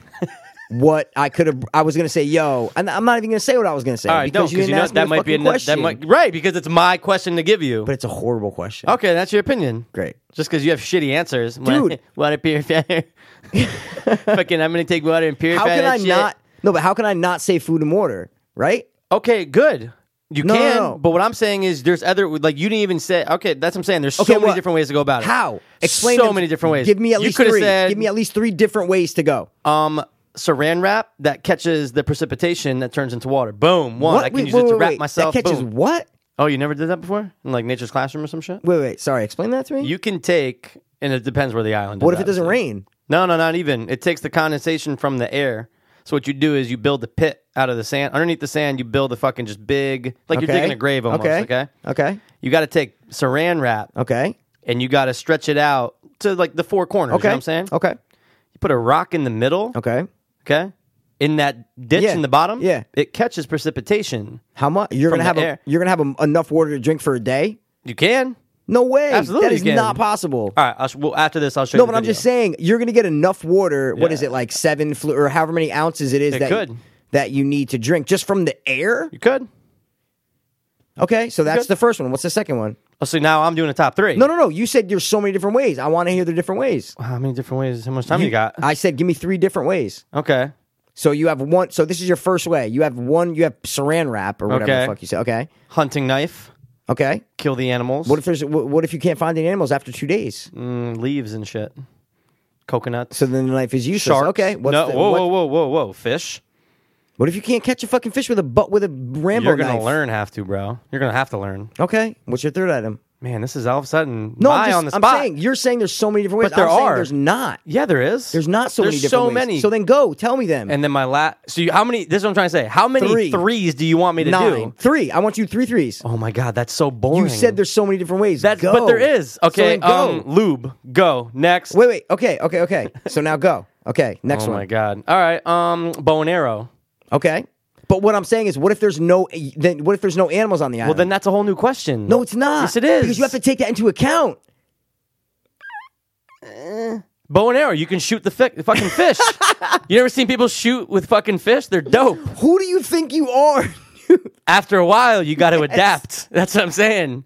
S1: what I could have. I was going to say, yo, and I'm not even going to say what I was going to say
S2: all right.
S1: because
S2: no,
S1: you didn't
S2: know
S1: ask me
S2: that
S1: the
S2: might be
S1: fucking
S2: ano-
S1: question.
S2: that might right because it's my question to give you.
S1: but it's a horrible question.
S2: okay, that's your opinion.
S1: Great.
S2: Just because you have shitty answers,
S1: Dude.
S2: Wa- water purifier. Fucking, I'm gonna take water and
S1: How
S2: purify.
S1: can
S2: that
S1: I
S2: shit.
S1: not? No, but how can I not say food and water? Right?
S2: Okay, good. You
S1: No, no,
S2: can,
S1: no.
S2: but what I'm saying is there's other like you didn't even say. Okay, that's what I'm saying. There's so
S1: Okay,
S2: many
S1: what-
S2: different ways to go about it.
S1: How? Explain
S2: so
S1: them-
S2: many different ways.
S1: Give me at
S2: you
S1: least
S2: coulda
S1: three.
S2: Said,
S1: give me at least three different ways to go.
S2: um saran wrap that catches the precipitation that turns into water. Boom. One. I can
S1: Wait,
S2: use
S1: wait,
S2: it to
S1: wait,
S2: wrap
S1: wait.
S2: myself.
S1: That catches
S2: Boom.
S1: what?
S2: Oh, you never did that before in like nature's classroom or some shit.
S1: Wait, wait. Sorry, explain that to me.
S2: You can take, and it depends where the island.
S1: what
S2: is,
S1: if it doesn't
S2: obviously.
S1: rain?
S2: No, no, not even. It takes the condensation from the air. So what you do is you build a pit out of the sand. Underneath the sand, you build a fucking just big, like you're
S1: Okay.
S2: digging a grave almost. Okay.
S1: Okay. Okay.
S2: You got to take Saran wrap
S1: Okay.
S2: and you got to stretch it out to like the four corners.
S1: Okay.
S2: You know what I'm saying?
S1: Okay.
S2: You put a rock in the middle.
S1: Okay.
S2: Okay. In that ditch
S1: Yeah.
S2: in the bottom.
S1: Yeah.
S2: It catches precipitation.
S1: How much? You're
S2: From
S1: gonna
S2: the
S1: have a,
S2: air.
S1: you're gonna have a, enough water to drink for a day?
S2: You can.
S1: No way.
S2: Absolutely
S1: that is
S2: you can.
S1: not possible.
S2: All right. I'll sh- well, after this, I'll show
S1: No,
S2: you. the
S1: but I'm
S2: video.
S1: just saying you're going to get enough water. What is
S2: Yeah.
S1: it like seven flu- or however many ounces it is
S2: It
S1: that
S2: could.
S1: that you need to drink just from the air?
S2: You could.
S1: Okay, so that's
S2: could.
S1: the first one. What's the second one?
S2: Oh, so now I'm doing a top three.
S1: No, no, no. You said there's so many different ways. I want to hear the different ways.
S2: How many different ways? How much time you, got?
S1: I said give me three different ways.
S2: okay.
S1: So you have one. So this is your first way. You have one. You have Saran wrap or whatever
S2: Okay.
S1: the fuck you say. Okay,
S2: Hunting knife.
S1: okay.
S2: Kill the animals.
S1: What if there's? wh- What if you can't find any animals after two days?
S2: Mm, leaves and shit. Coconuts.
S1: So then the knife is useless.
S2: Sharks.
S1: Okay. What's
S2: no,
S1: the,
S2: whoa,
S1: what,
S2: whoa, whoa, whoa, whoa. Fish.
S1: what if you can't catch a fucking fish with a butt with a Rambo
S2: You're gonna
S1: knife?
S2: learn, have to, bro. You're gonna have to learn.
S1: Okay. What's your third item?
S2: Man, this is all of a sudden
S1: No,
S2: my
S1: I'm, just,
S2: on the
S1: I'm
S2: spot.
S1: saying you're saying there's so many different ways.
S2: But there
S1: I'm saying
S2: are.
S1: there's not.
S2: yeah, there is.
S1: There's not so
S2: There's
S1: many different
S2: so
S1: ways.
S2: many.
S1: So then go tell me them.
S2: and then my last. So you, how many? This is what I'm trying to say. How many
S1: Three.
S2: threes do you want me to
S1: nine,
S2: do?
S1: three. I want you three threes.
S2: Oh my god, that's so boring.
S1: You said there's so many different ways.
S2: That's,
S1: go.
S2: but there is.
S1: So
S2: Okay,
S1: then go.
S2: um, lube. Go next.
S1: wait, wait. Okay, okay, okay. so now go. Okay, next
S2: oh
S1: one.
S2: my god. All right. Um, bow and arrow.
S1: Okay. But what I'm saying is, what if there's no then? What if there's no animals on the island?
S2: Well, then that's a whole new question.
S1: no, it's not.
S2: Yes, it is.
S1: because you have to take that into account.
S2: bow and arrow. You can shoot the, fi- the fucking fish. you never seen people shoot with fucking fish? They're dope.
S1: Who do you think you are?
S2: After a while, you got to adapt. That's what I'm saying.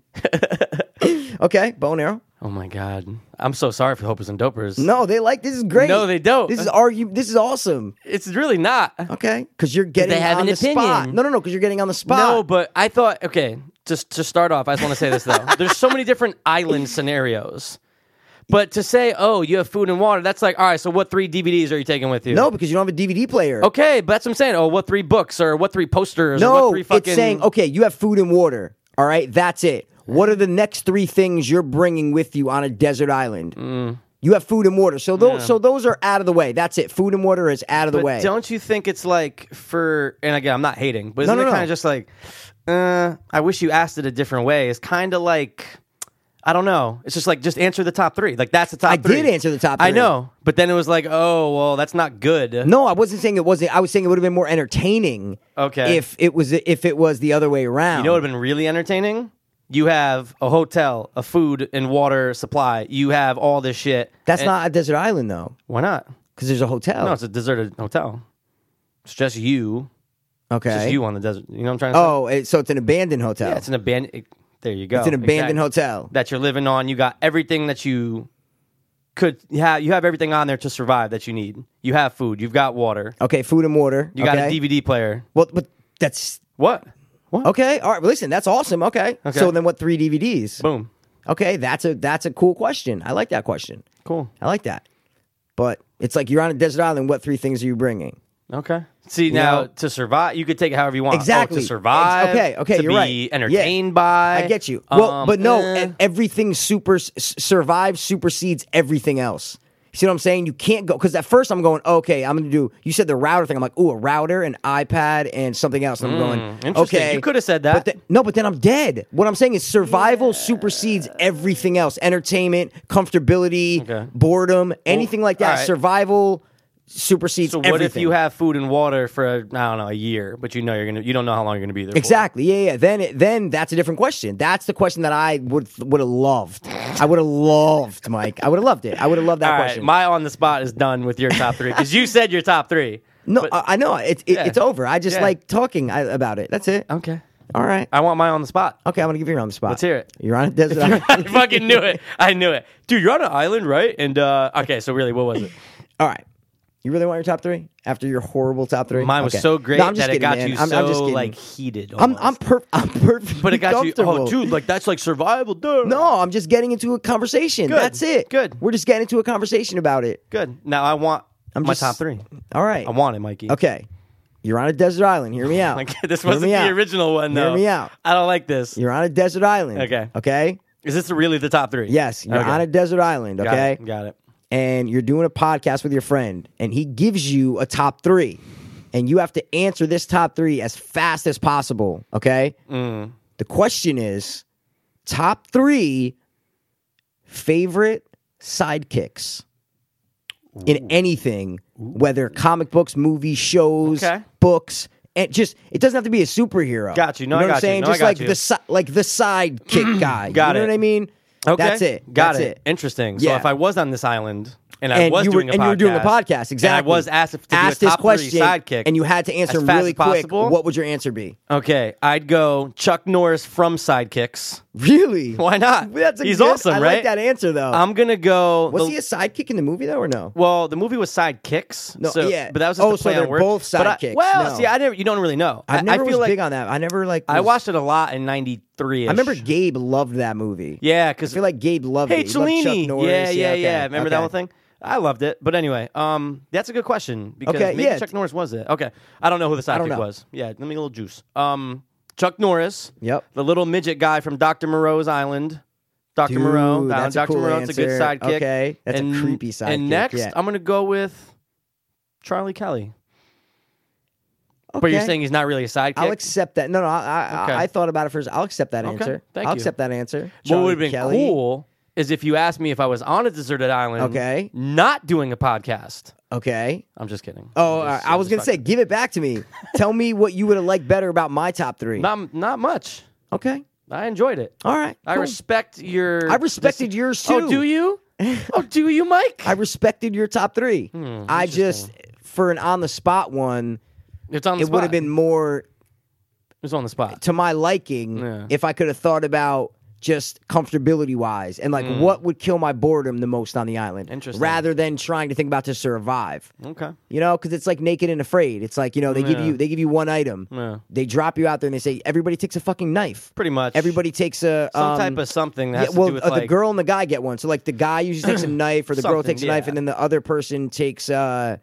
S1: okay, bow and arrow.
S2: Oh my god, I'm so sorry for the hopers and dopers.
S1: No, they like this is great.
S2: No, they don't.
S1: This is argue. This is awesome.
S2: it's really not.
S1: Okay, because you're getting
S2: they have
S1: on
S2: an
S1: the spot.
S2: opinion.
S1: No, no, no, because you're getting on the spot.
S2: No, but I thought okay. Just to start off, I just want to say this though. There's so many different island scenarios, but to say oh you have food and water, that's like all right. So what three DVDs are you taking with you?
S1: No, because you don't have a DVD player.
S2: Okay, but that's what I'm saying. Oh, what three books or what three posters? or what
S1: No,
S2: three fucking...
S1: it's saying okay, you have food and water. All right, that's it. What are the next three things you're bringing with you on a desert island?
S2: Mm.
S1: You have food and water. So those, so those are out of the way. That's it. Food and water is out of the
S2: But
S1: way.
S2: don't you think it's like for and again I'm not hating, but isn't
S1: no,
S2: it
S1: no.
S2: kind of just like uh, I wish you asked it a different way? It's kind of like I don't know. It's just like just answer the top three. Like that's the top.
S1: I
S2: three.
S1: did answer the top
S2: I
S1: three.
S2: know, but then it was like oh well that's not good.
S1: No, I wasn't saying it wasn't. I was saying it would have been more entertaining.
S2: Okay.
S1: If it was, if it was the other way around.
S2: You know what would have been really entertaining? You have a hotel, a food and water supply. You have all this shit.
S1: That's
S2: And-
S1: not Oh. a desert island though,
S2: why not.
S1: because there's a hotel.
S2: No, it's a deserted hotel. It's just you.
S1: okay.
S2: Just you on the desert. You know what I'm trying to say?
S1: Oh, it, so it's an abandoned hotel.
S2: Yeah, it's an abandoned. it- there you go.
S1: It's an abandoned
S2: Exactly.
S1: hotel.
S2: that you're living on. You got everything that you could have. You have everything on there to survive that you need. You have food. You've got water.
S1: Okay, food and water.
S2: You got
S1: okay? Oh.
S2: a DVD player.
S1: Well, but that's
S2: What? What?
S1: okay. All right, well, listen, that's awesome. Okay.
S2: Okay.
S1: So then, what three DVDs?
S2: Boom.
S1: Okay, that's a that's a cool question. I like that question.
S2: Cool.
S1: I like that. But it's like you're on a desert island. What three things are you bringing?
S2: Okay. See now
S1: know?
S2: to survive, you could take it however you want. Oh,
S1: Exactly.
S2: to survive.
S1: Ex- okay, okay,
S2: To
S1: you're
S2: be
S1: right. Yeah.
S2: entertained by.
S1: I get you. Well,
S2: Um,
S1: but no,
S2: eh.
S1: e- everything super s- survives supersedes everything else. You see what I'm saying? You can't go because at first I'm going, okay, I'm gonna do. You said the router thing. I'm like, ooh, a router, an iPad, and something else. I'm going,
S2: Hmm, interesting.
S1: okay,
S2: You coulda said
S1: But
S2: that.
S1: the- no, but then I'm dead. What I'm saying is survival supersedes everything else: entertainment, comfortability,
S2: Okay.
S1: boredom, anything like that.
S2: all right.
S1: Survival supersedes.
S2: So what
S1: everything.
S2: if you have food and water for I I don't know a year, but you know you're gonna you don't know how long you're gonna be there. for?
S1: Exactly. Yeah, yeah. Then, it, then that's a different question. That's the question that I would would have loved. I would have loved, Mike. I would have loved it. I would have loved that
S2: All right,
S1: question.
S2: my on the spot is done with your top three because you said your top three.
S1: no, uh, I, I know it, it,
S2: Yeah.
S1: it's over. I just
S2: Yeah.
S1: like talking I, about it. That's it.
S2: Okay,
S1: All right.
S2: I want my on the spot.
S1: Okay, I'm gonna give you your on the spot.
S2: Let's hear it.
S1: You're on a desert
S2: I
S1: island.
S2: fucking knew it. I knew it, dude. You're on an island, right? And uh okay, so really, what was it?
S1: All right. You really want your top three after your horrible top three?
S2: Mine was
S1: Okay.
S2: so great
S1: No, I'm
S2: that
S1: just
S2: it
S1: kidding,
S2: got
S1: man.
S2: you
S1: I'm,
S2: so
S1: I'm just kidding.
S2: like heated.
S1: I'm
S2: almost.
S1: I'm per- I'm perfect.
S2: but it got you. Oh,
S1: comfortable.
S2: dude, like that's like survival, dude.
S1: No, I'm just getting into a conversation.
S2: Good.
S1: That's it.
S2: Good.
S1: We're just getting into a conversation about it.
S2: good. Now I want
S1: I'm
S2: my
S1: just-
S2: top three.
S1: All right.
S2: I want it, Mikey.
S1: Okay. You're on a desert island. Hear me out.
S2: Like, this
S1: Hear
S2: wasn't
S1: me
S2: the
S1: out.
S2: original one,
S1: Hear
S2: though.
S1: me out.
S2: I don't like this.
S1: You're on a desert island.
S2: Okay.
S1: Okay.
S2: Is this really the top three?
S1: Yes. You're
S2: Okay.
S1: on a desert island.
S2: Got
S1: Okay.
S2: it. Got it.
S1: And you're doing a podcast with your friend, and he gives you a top three, and you have to answer this top three as fast as possible. Okay.
S2: Mm.
S1: The question is top three favorite sidekicks in anything, whether comic books, movies, shows,
S2: Okay.
S1: books. And just it doesn't have to be a superhero.
S2: Got you. No,
S1: you know
S2: I
S1: what
S2: got
S1: I'm
S2: you.
S1: saying?
S2: No, I
S1: just
S2: got
S1: like
S2: you.
S1: the si- like the sidekick guy.
S2: Got
S1: you know
S2: it.
S1: what I mean?
S2: Okay.
S1: That's it.
S2: Got
S1: That's
S2: it.
S1: it.
S2: Interesting. So
S1: Yeah.
S2: if I was on this island and, I
S1: And
S2: was
S1: you were
S2: doing a
S1: and
S2: podcast,
S1: you were doing a podcast exactly.
S2: And I was asked to do
S1: asked
S2: a
S1: this
S2: top
S1: question
S2: three sidekick,
S1: and you had to answer
S2: as
S1: him
S2: fast
S1: really
S2: as
S1: quick.
S2: possible.
S1: What would your answer be?
S2: Okay, I'd go Chuck Norris from Sidekicks.
S1: Really?
S2: Why not?
S1: That's a
S2: He's
S1: good-
S2: awesome,
S1: I
S2: right?
S1: like that answer though.
S2: I'm gonna go.
S1: was
S2: the-
S1: he a sidekick in the movie though or no?
S2: Well, the movie was sidekicks.
S1: No,
S2: so,
S1: yeah.
S2: But that was just
S1: Oh,
S2: a
S1: so
S2: play on
S1: they're
S2: words.
S1: both
S2: But I-
S1: sidekicks.
S2: well,
S1: No.
S2: see, I never. You don't really know.
S1: I never
S2: I
S1: was
S2: feel like
S1: big on that. I never like
S2: I
S1: was-
S2: watched it a lot in '93.
S1: I remember Gabe loved that movie.
S2: Yeah,
S1: I
S2: because
S1: feel like Gabe loved
S2: hey,
S1: it. He loved Chuck
S2: Cellini.
S1: Norris.
S2: Yeah, yeah, yeah.
S1: okay,
S2: Remember
S1: okay.
S2: that whole thing? I loved it. But anyway, um, that's a good question because
S1: Okay,
S2: maybe
S1: yeah.
S2: Chuck Norris was it. Okay, I don't know who the
S1: don't
S2: sidekick
S1: know.
S2: was. Yeah, let me a little juice. Um, Chuck Norris.
S1: Yep.
S2: The little midget guy from Doctor Moreau's Island. Doctor
S1: Dude,
S2: Moreau. uh,
S1: that's a
S2: Doctor
S1: cool
S2: Moreau's a good
S1: answer.
S2: sidekick.
S1: Okay, that's a
S2: and,
S1: creepy sidekick,
S2: And next,
S1: yeah.
S2: I'm gonna go with Charlie Kelly.
S1: Okay.
S2: But you're saying he's not really a sidekick.
S1: I'll accept that. No, no, I, I,
S2: Okay.
S1: I, I thought about it first. I'll accept that
S2: Okay,
S1: answer.
S2: thank
S1: I'll
S2: you.
S1: accept that answer.
S2: what
S1: Charlie
S2: would have been
S1: Kelly.
S2: cool is if you asked me if I was on a deserted island,
S1: Okay.
S2: not doing a podcast.
S1: Okay.
S2: I'm just kidding.
S1: Oh,
S2: I'm just-
S1: I
S2: I'm
S1: was
S2: just
S1: gonna say,
S2: fucking-
S1: give it back to me. Tell me what you would have liked better about my top three.
S2: not not much.
S1: Okay.
S2: I enjoyed it.
S1: All right.
S2: I
S1: cool.
S2: respect your.
S1: I respected yours too.
S2: Oh, do you? oh, do you, Mike?
S1: I respected your top three. I just for an on the spot one,
S2: it's Hmm, on the
S1: it
S2: spot.
S1: would have been more
S2: It was on the spot.
S1: to my liking
S2: Yeah.
S1: if I could have thought about just comfortability wise and like what would kill my boredom the most on the island.
S2: Mm. Interesting.
S1: Rather than trying to think about to survive.
S2: Okay.
S1: You know, because it's like naked and afraid. It's like, you know, they give you they give you one item.
S2: Yeah.
S1: They drop you out there and they say, Everybody takes a fucking knife.
S2: Pretty much.
S1: Everybody takes a
S2: Some
S1: um,
S2: type of something that
S1: Yeah,
S2: has
S1: well,
S2: to do with
S1: uh,
S2: like
S1: the girl and the guy get one. So like the guy usually takes a knife, or the girl
S2: Something,
S1: takes a knife,
S2: yeah.
S1: and then the other person takes. uh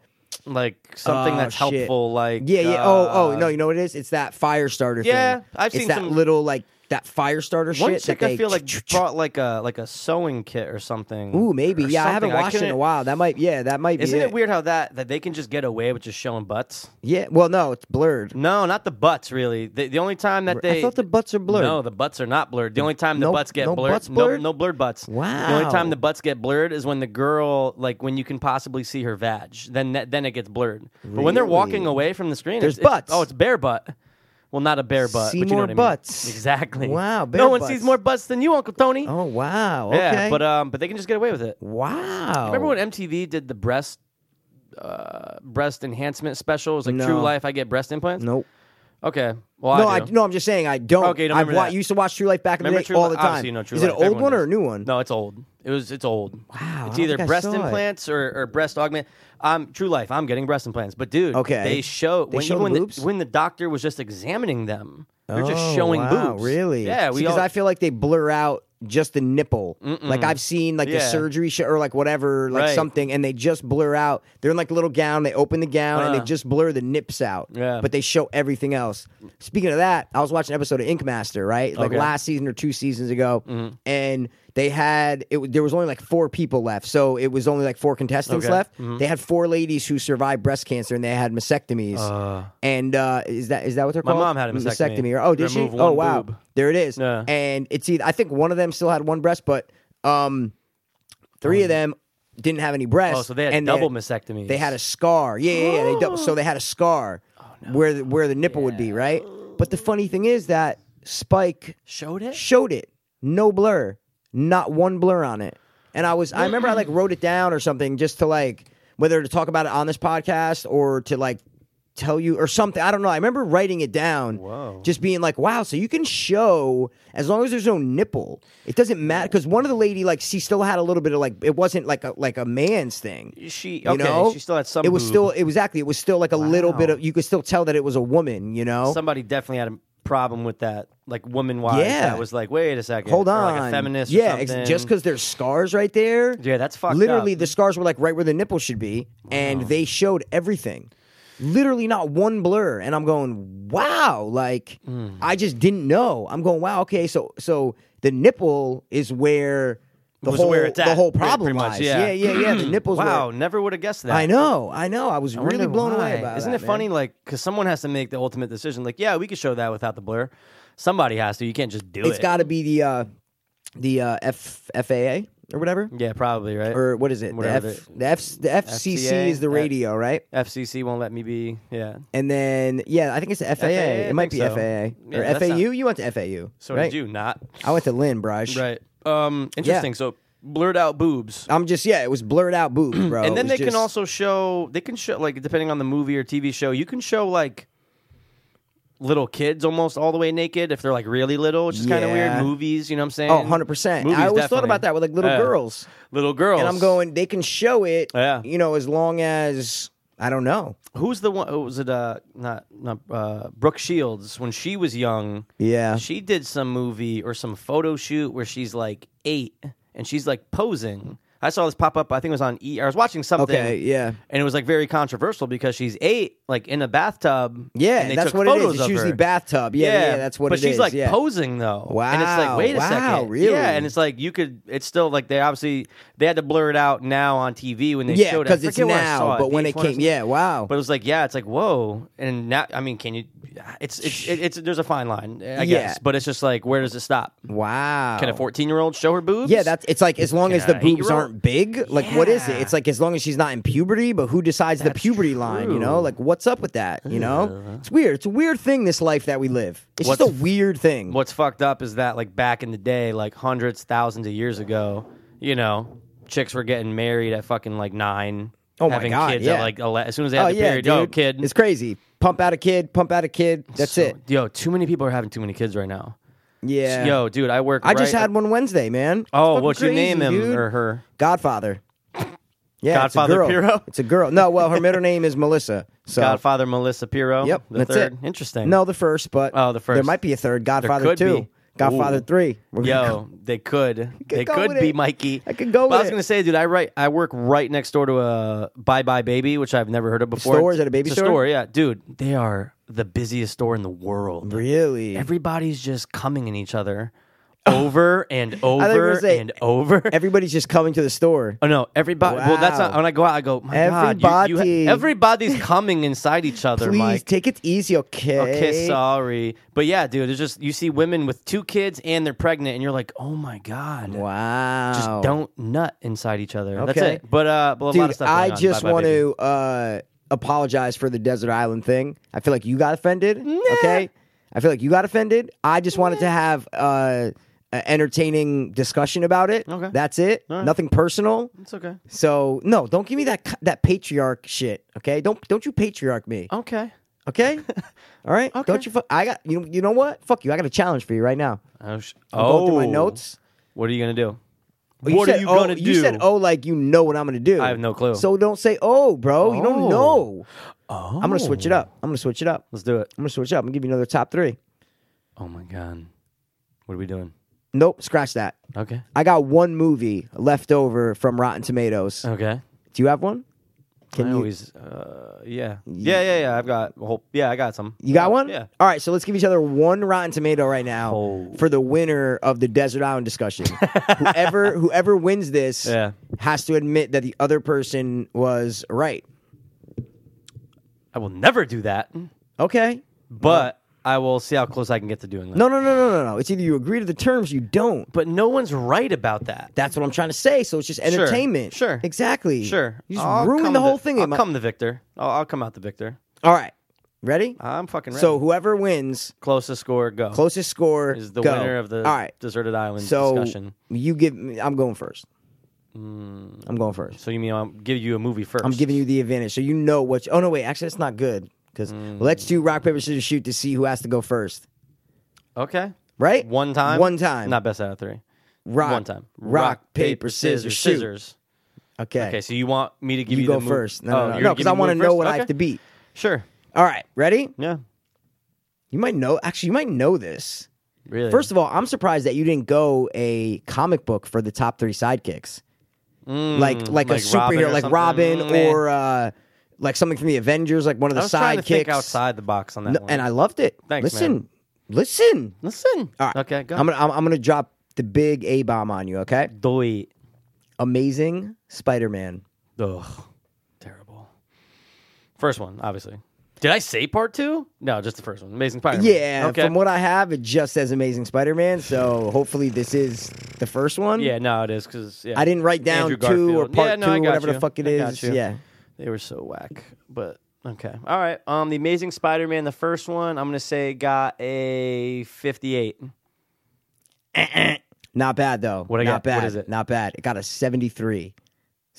S2: like something
S1: Oh,
S2: that's
S1: shit.
S2: helpful. Like
S1: Yeah, yeah. oh, oh,
S2: uh,
S1: no, you know what it is? It's that fire starter.
S2: Yeah,
S1: thing.
S2: I've
S1: it's
S2: seen
S1: that
S2: some-
S1: little like that fire starter
S2: One
S1: shit.
S2: chick
S1: that
S2: I
S1: they-
S2: feel like brought like a like a sewing kit or something.
S1: Ooh, maybe.
S2: or
S1: Yeah, I haven't
S2: something.
S1: watched it in a
S2: couldn't-
S1: while. That might. Yeah, that might
S2: Isn't
S1: be.
S2: it weird how that that they can just get away with just showing butts?
S1: Yeah. Well, no, it's blurred.
S2: No, not the butts. Really, the, the only time that they
S1: I thought the butts are blurred.
S2: No, the butts are not blurred. The only time the
S1: No-
S2: butts get
S1: no
S2: blurred,
S1: butts blurred?
S2: No, no blurred butts. The
S1: Wow.
S2: only time the butts get blurred is when the girl, like when you can possibly see her vag, then that, then it gets blurred. But when they're walking
S1: Really?
S2: away from the screen,
S1: There's
S2: it's, it's-
S1: butts.
S2: oh, it's bare butt. Well, not a bare butt. but you know
S1: Seymour
S2: what I mean.
S1: butts.
S2: Exactly.
S1: Wow, bare
S2: no one
S1: butts.
S2: sees more butts than you, Uncle Tony.
S1: Oh wow. Okay.
S2: Yeah, but um, but they can just get away with it.
S1: wow.
S2: Remember when MTV did the breast, uh, breast enhancement special? It was like
S1: No.
S2: True Life. I get breast implants.
S1: Nope.
S2: Okay. Well,
S1: No,
S2: I
S1: I,
S2: do.
S1: no, I'm just saying I don't.
S2: Okay, you don't
S1: I
S2: remember that.
S1: used to watch True Life back in the
S2: Remember
S1: day
S2: True
S1: all
S2: Life?
S1: the
S2: Obviously,
S1: time.
S2: you know True
S1: Is it an
S2: Life.
S1: old
S2: Everyone
S1: one or a
S2: does.
S1: new one?
S2: No, it's old. It was it's old. Wow. It's
S1: don't
S2: either
S1: think I
S2: breast
S1: saw it.
S2: implants or, or breast augment. I'm True Life. I'm getting breast implants. But dude,
S1: Okay.
S2: they show
S1: They
S2: when
S1: show
S2: even when
S1: the
S2: the,
S1: boobs?
S2: when the doctor was just examining them, they're just
S1: Oh,
S2: showing
S1: wow,
S2: boobs.
S1: Really?
S2: Yeah, we
S1: because
S2: all,
S1: I feel like they blur out just the nipple. Like I've seen like the
S2: Yeah.
S1: surgery sh- or like whatever, like
S2: Right.
S1: something, and they just blur out. They're in like a little gown. They open the gown and
S2: Uh.
S1: they just blur the nips out.
S2: Yeah.
S1: But they show everything else. Speaking of that, I was watching an episode of Ink Master right, like
S2: Okay. Mm-hmm.
S1: last season or two seasons ago, and they had it. There was only like four people left, so it was only like four contestants
S2: Okay. Mm-hmm.
S1: left. They had four ladies who survived breast cancer and they had mastectomies. and uh, is that is that what they're
S2: My
S1: called?
S2: mom had a mastectomy.
S1: Or, oh, did
S2: Remove
S1: she?
S2: one
S1: Oh, wow.
S2: boob.
S1: There it is.
S2: Yeah.
S1: And it's either I think one of them still had one breast, but um, three of them didn't have any breasts.
S2: Oh, so they had
S1: and
S2: double mastectomies.
S1: They had a scar. Yeah, yeah, yeah. They dou- so they had a scar
S2: Oh,
S1: where the, where the nipple would be, right? But the funny thing is that Spike
S2: showed it.
S1: showed it. No blur. Not one blur on it. And I was I remember I like
S2: Mm-hmm.
S1: wrote it down or something just to like whether to talk about it on this podcast or to like tell you or something. I don't know. I remember writing it down.
S2: Whoa.
S1: Just being like, wow, so you can show as long as there's no nipple. It doesn't matter because one of the lady like she still had a little bit of like it wasn't like a like a man's thing.
S2: She
S1: You
S2: okay.
S1: know?
S2: She still had some.
S1: It was
S2: boob.
S1: still it was exactly it was still like a little bit
S2: Wow.
S1: of you could still tell that it was a woman, you know?
S2: somebody definitely had a problem with that, like woman wise.
S1: Yeah.
S2: that was like, wait a second,
S1: Hold
S2: or
S1: on.
S2: like a feminist. or
S1: Yeah, ex-
S2: something.
S1: just because there's scars right there.
S2: Yeah, that's fucked
S1: Literally,
S2: up.
S1: the scars were like right where the nipple should be, and they showed everything. Literally, not one blur. And I'm going, wow. Like,
S2: Hmm.
S1: I just didn't know. I'm going, wow. Okay, so so the nipple is where the
S2: Was
S1: whole
S2: where it's
S1: the
S2: at,
S1: whole
S2: pretty
S1: problem
S2: much,
S1: lies.
S2: yeah.
S1: yeah, yeah. yeah, The nipples.
S2: wow,
S1: Were,
S2: never would have guessed that.
S1: I know. I know. I was
S2: I
S1: really
S2: wonder
S1: blown
S2: why.
S1: away by
S2: Isn't
S1: that,
S2: it
S1: man.
S2: funny? Like, because someone has to make the ultimate decision. Like, yeah, we could show that without the blur. Somebody has to. You can't just do
S1: It's
S2: it.
S1: got to be the uh, the uh, F- FAA or whatever.
S2: yeah, probably right.
S1: or what is it? The,
S2: Mm. Whatever
S1: F, the, F, the FCC
S2: FCA,
S1: is the
S2: uh,
S1: radio, right?
S2: FCC won't let me be. Yeah.
S1: And then yeah, I think it's the FAA.
S2: I
S1: it might
S2: think
S1: be
S2: so.
S1: FAA
S2: Yeah,
S1: or
S2: that's
S1: FAU.
S2: not-
S1: you went to FAU,
S2: So
S1: right?
S2: did you not?
S1: I went to Lynn, Brush.
S2: Right. Um. Interesting. So blurred out boobs.
S1: I'm just yeah, it was blurred out boobs, bro.
S2: and
S1: Oh, It
S2: then
S1: was
S2: they can
S1: just-
S2: also show they can show like depending on the movie or TV show, you can show like little kids almost all the way naked if they're like really little, which is kind of
S1: Yeah.
S2: weird. Movies, you know what I'm saying?
S1: oh, 100 percent.
S2: Movies,
S1: I always thought
S2: definitely.
S1: about that with like little
S2: Yeah.
S1: girls,
S2: Little girls.
S1: and I'm going they can show it,
S2: Yeah.
S1: you know, as long as I don't know,
S2: Who's the one? oh, was it uh not not uh Brooke Shields when she was young?
S1: yeah,
S2: She did some movie or some photo shoot where she's like eight and she's like posing. I saw this pop up. I think it was on E. I was watching something.
S1: okay, yeah.
S2: and it was like very controversial because she's eight, like in a bathtub.
S1: Yeah,
S2: and they
S1: that's
S2: took
S1: what it
S2: photos
S1: is. It's
S2: of
S1: usually
S2: her.
S1: bathtub. Yeah, yeah, that's what
S2: but
S1: it
S2: she's
S1: is,
S2: like
S1: yeah.
S2: posing though. and it's
S1: Wow,
S2: like, wait a
S1: wow,
S2: second,
S1: really?
S2: Yeah, and it's like you could. It's still like they obviously they had to blur it out now on TV when they
S1: yeah,
S2: showed it. I
S1: because it's
S2: forget where I
S1: now.
S2: saw
S1: but when it
S2: VH1 or
S1: came,
S2: something.
S1: yeah, wow.
S2: But it was like, yeah, it's like whoa, and now I mean, can you? It's it's it's, it's there's a fine line, I guess. But it's just like, where does it stop?
S1: wow.
S2: Can a 14 year old show her boobs?
S1: Oh. Yeah, that's it's like as long as the
S2: Yeah, eight-year-old.
S1: boobs aren't big, like what is it?
S2: Yeah.
S1: It's like as long as she's not in puberty, but who decides the puberty line, you know?
S2: true. Uh-huh.
S1: Like what's up with that, you know? It's weird. It's a weird thing this life that we live. It's just
S2: What's-
S1: a weird thing.
S2: What's fucked up is that like back in the day, like hundreds, thousands of years ago, you know, chicks were getting married at fucking like nine.
S1: Oh my
S2: having
S1: God,
S2: Kids
S1: yeah.
S2: At like ele- as soon as they had
S1: oh
S2: the
S1: yeah,
S2: period,
S1: dude.
S2: yo, kid.
S1: It's crazy. Pump out a kid, pump out a kid. That's
S2: So-
S1: it.
S2: Yo, too many people are having too many kids right now.
S1: Yeah.
S2: Yo, dude, I work.
S1: I just
S2: right-
S1: had one Wednesday, man. It's
S2: Oh,
S1: fucking
S2: what you
S1: crazy,
S2: name him
S1: dude.
S2: or her?
S1: Godfather. Yeah,
S2: Godfather
S1: it's a girl.
S2: Piro?
S1: It's a girl. No, well, her middle name is Melissa. So
S2: Godfather Melissa Piro.
S1: Yep,
S2: the
S1: that's
S2: third.
S1: it.
S2: Interesting.
S1: No, the first, but
S2: Oh, the
S1: There
S2: first.
S1: might be a third. Godfather
S2: could
S1: two,
S2: be.
S1: Godfather
S2: Ooh.
S1: three. We're gonna
S2: Yo, they could. They
S1: go
S2: could
S1: with
S2: be
S1: it.
S2: Mikey.
S1: I could go
S2: But I
S1: with
S2: was
S1: it.
S2: gonna say, dude, I write. I work right next door to a Bye Bye Baby, which I've never heard of before.
S1: Store? Is it a baby
S2: It's
S1: store?
S2: Yeah, dude, they are the busiest store in the world.
S1: Really?
S2: Everybody's just coming in each other, over and over
S1: say-
S2: and over.
S1: Everybody's just coming to the store.
S2: Oh no! Everybody. Well, that's
S1: Wow.
S2: not. When I go out, I go. My God, you- you,
S1: Everybody.
S2: everybody's coming inside each other.
S1: Please
S2: Mike.
S1: take it easy, okay?
S2: Okay, sorry. But yeah, dude, it's just you see women with two kids and they're pregnant, and you're like, oh my god,
S1: Wow.
S2: just don't nut inside each other.
S1: Oh. Okay.
S2: That's it. But uh, but a
S1: Dude,
S2: lot of stuff.
S1: I
S2: going on.
S1: just
S2: Bye-bye,
S1: want
S2: baby.
S1: to uh, apologize for the desert island thing. I feel like you got offended. Okay. I feel like you got offended. I just wanted to have uh, an entertaining discussion about it.
S2: Okay.
S1: That's it.
S2: All right.
S1: Nothing personal.
S2: It's okay.
S1: So no, don't give me that c- that patriarch shit. Okay. Don't don't you patriarch me.
S2: Okay.
S1: Okay. All right.
S2: Oh. Okay.
S1: Don't you? Fu- I got you. You know what? Fuck you. I got a challenge for you right now.
S2: Oh, sh-
S1: I'm going through my
S2: Oh.
S1: notes.
S2: What are you gonna do?
S1: Oh, you
S2: what
S1: said,
S2: are you
S1: oh,
S2: gonna do?
S1: You said oh like you know what I'm gonna do.
S2: I have no clue.
S1: So don't say oh, bro. You don't
S2: Oh.
S1: know. Oh. I'm gonna switch it up. I'm gonna switch it up. I'm
S2: Let's do it.
S1: gonna switch it up. I'm gonna give you another top three.
S2: Oh my god, what are we doing?
S1: Nope, scratch that.
S2: Okay.
S1: I got one movie left over from Rotten Tomatoes.
S2: Okay.
S1: Do you have one? Can
S2: Uh. I
S1: you
S2: always, uh, yeah. yeah, yeah, yeah. I've got a whole, yeah, I got some.
S1: You got one?
S2: Yeah.
S1: All right, so let's give each other one Rotten Tomato right now
S2: Oh.
S1: for the winner of the Desert Island discussion. whoever whoever wins this
S2: Yeah.
S1: has to admit that the other person was right.
S2: I will never do that,
S1: Mm. Okay.
S2: but I will see how close I can get to doing that.
S1: No, no, no, no, no, no. It's either you agree to the terms, or you don't.
S2: but no one's right about that.
S1: That's what I'm trying to say. So it's just entertainment.
S2: sure.
S1: Exactly.
S2: Sure.
S1: You just
S2: I'll come
S1: ruined the whole
S2: the,
S1: thing.
S2: I'll
S1: Am I-
S2: come the victor. I'll, I'll come out the victor.
S1: All right. Ready?
S2: I'm fucking ready.
S1: So whoever wins,
S2: closest score, go.
S1: closest score
S2: is the
S1: go.
S2: winner of the
S1: All right.
S2: deserted island
S1: So
S2: discussion. Mm.
S1: you give me I'm going first. I'm going first.
S2: So you mean I'll give you a movie first?
S1: I'm giving you the advantage, so you know what. You, oh no, wait, actually, that's not good because
S2: Mm.
S1: let's do rock paper scissors shoot to see who has to go first.
S2: Okay.
S1: Right?
S2: One time.
S1: One time.
S2: Not best out of three.
S1: rock.
S2: One time.
S1: Rock, paper, scissors, shoot.
S2: scissors.
S1: Okay.
S2: Okay. So you want me to give
S1: you,
S2: you,
S1: go
S2: the move-
S1: first. No,
S2: Oh,
S1: no, no,
S2: you're
S1: no,
S2: gonna give
S1: because I
S2: me
S1: want to
S2: move
S1: know
S2: first?
S1: what I
S2: Okay.
S1: have to beat.
S2: Sure.
S1: All right, ready?
S2: Yeah.
S1: You might know. Actually, you might know this.
S2: Really.
S1: First of all, I'm surprised that you didn't go a comic book for the top three sidekicks, like like, a
S2: Mm, Hmm, like
S1: superhero,
S2: Robin or
S1: like
S2: something.
S1: Robin
S2: Meh.
S1: or uh, like something from the Avengers, like one of the
S2: I was trying to think
S1: sidekicks.
S2: outside the box on that
S1: No,
S2: one.
S1: and I loved it.
S2: Thanks,
S1: listen,
S2: man.
S1: listen.
S2: listen.
S1: All right.
S2: Okay. Go.
S1: I'm gonna I'm, I'm gonna drop the big A bomb on you. Okay.
S2: do it.
S1: Amazing Spider-Man.
S2: Ugh. Terrible. First one, obviously. Did I say part two? No, just the first one. Amazing Spider.
S1: Yeah.
S2: Okay.
S1: From what I have, it just says Amazing Spider-Man. So hopefully this is the first one.
S2: yeah. No, it is because yeah.
S1: I didn't write down
S2: Andrew
S1: two or
S2: Garfield.
S1: part
S2: Yeah, no,
S1: two
S2: I
S1: or
S2: got
S1: whatever the
S2: you.
S1: fuck it
S2: I
S1: is.
S2: got you.
S1: Yeah.
S2: They were so whack. But okay. All right. Um The Amazing Spider Man, the first one, I'm gonna say got a fifty eight.
S1: Not bad though.
S2: What I
S1: Not
S2: got?
S1: bad.
S2: What is it?
S1: Not bad. It got a 73.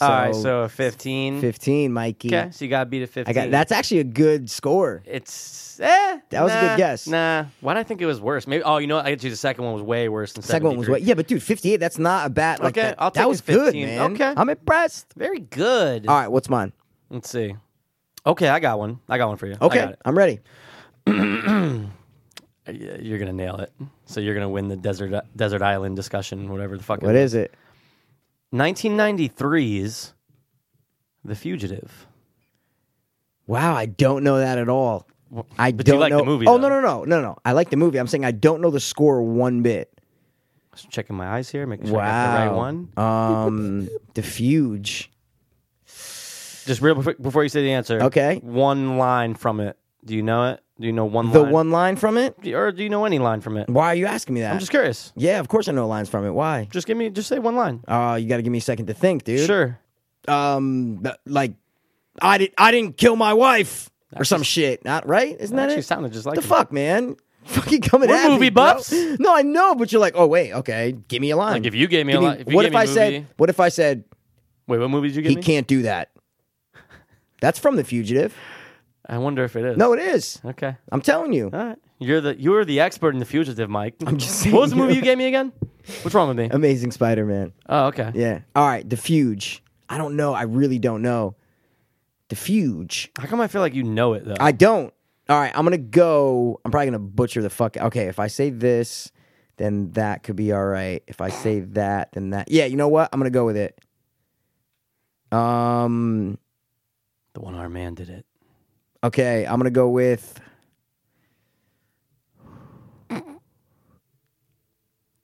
S2: All right, so a fifteen.
S1: 15, Mikey.
S2: Okay, so you gotta beat a
S1: I
S2: fifteen.
S1: got that's actually a good score.
S2: it's eh,
S1: That was a good
S2: nah,
S1: guess.
S2: Nah. Why did I think it was worse? Maybe oh you know what? I get you the second one was way worse than
S1: Second one was what?
S2: 73.
S1: Yeah, but dude, 58, that's not a bad like
S2: Okay,
S1: that,
S2: I'll
S1: that
S2: take
S1: was
S2: a
S1: good,
S2: 15.
S1: man.
S2: Okay.
S1: I'm impressed.
S2: Very good.
S1: All right, what's mine?
S2: Let's see. Okay, I got one. I got one for you. I
S1: Okay,
S2: got it.
S1: I'm ready.
S2: Yeah, You're gonna nail it. So you're gonna win the desert desert island discussion, whatever the fuck.
S1: What is it?
S2: 1993's The Fugitive?
S1: Wow, I don't know that at all. I
S2: but you
S1: don't
S2: like the
S1: know.
S2: movie,
S1: oh
S2: though.
S1: no no no no no! I like the movie. I'm saying I don't know the score one bit.
S2: Just checking my eyes here, making sure I got the right one.
S1: Um, the Fuge.
S2: Just real before, before you say the answer.
S1: Okay.
S2: One line from it. Do you know it? Do you know one
S1: The
S2: line?
S1: one line from it.
S2: or do you know any line from it?
S1: Why are you asking me that?
S2: I'm just curious.
S1: yeah, of course I know lines from it. Why?
S2: Just give me just say one line.
S1: Uh, you got to give me a second to think, dude.
S2: Sure.
S1: Um, th- like, I did. I didn't kill my wife or some shit. Not right? Isn't that
S2: actually
S1: it?
S2: sounded just like
S1: the
S2: him.
S1: fuck, man. Fucking coming
S2: We're
S1: at me,
S2: movie
S1: bro.
S2: buffs.
S1: No, I know, but you're like, oh wait, okay, give me a line.
S2: Like if you gave me
S1: Give
S2: a
S1: me-
S2: line. If you
S1: what
S2: gave
S1: if
S2: me a
S1: I said?
S2: movie-
S1: What if I said
S2: Wait, what movie did you give
S1: he
S2: me?
S1: can't do that? That's from The Fugitive.
S2: I wonder if it is.
S1: No, it is.
S2: Okay.
S1: I'm telling you.
S2: All right. You're the you're the expert in the fugitive, Mike. I'm
S1: just
S2: What was the
S1: saying.
S2: movie you gave me again? What's wrong with me?
S1: Amazing Spider-Man.
S2: Oh, okay.
S1: Yeah. All right, The Fuge. I don't know. I really don't know. The Fuge.
S2: How come I feel like you know it though?
S1: I don't. All right, I'm gonna go. I'm probably gonna butcher the fuck. Okay, if I say this, then that could be all right. If I say that, then that. Yeah, you know what? I'm gonna go with it. Um.
S2: the one armed man did it.
S1: Okay, I'm gonna go with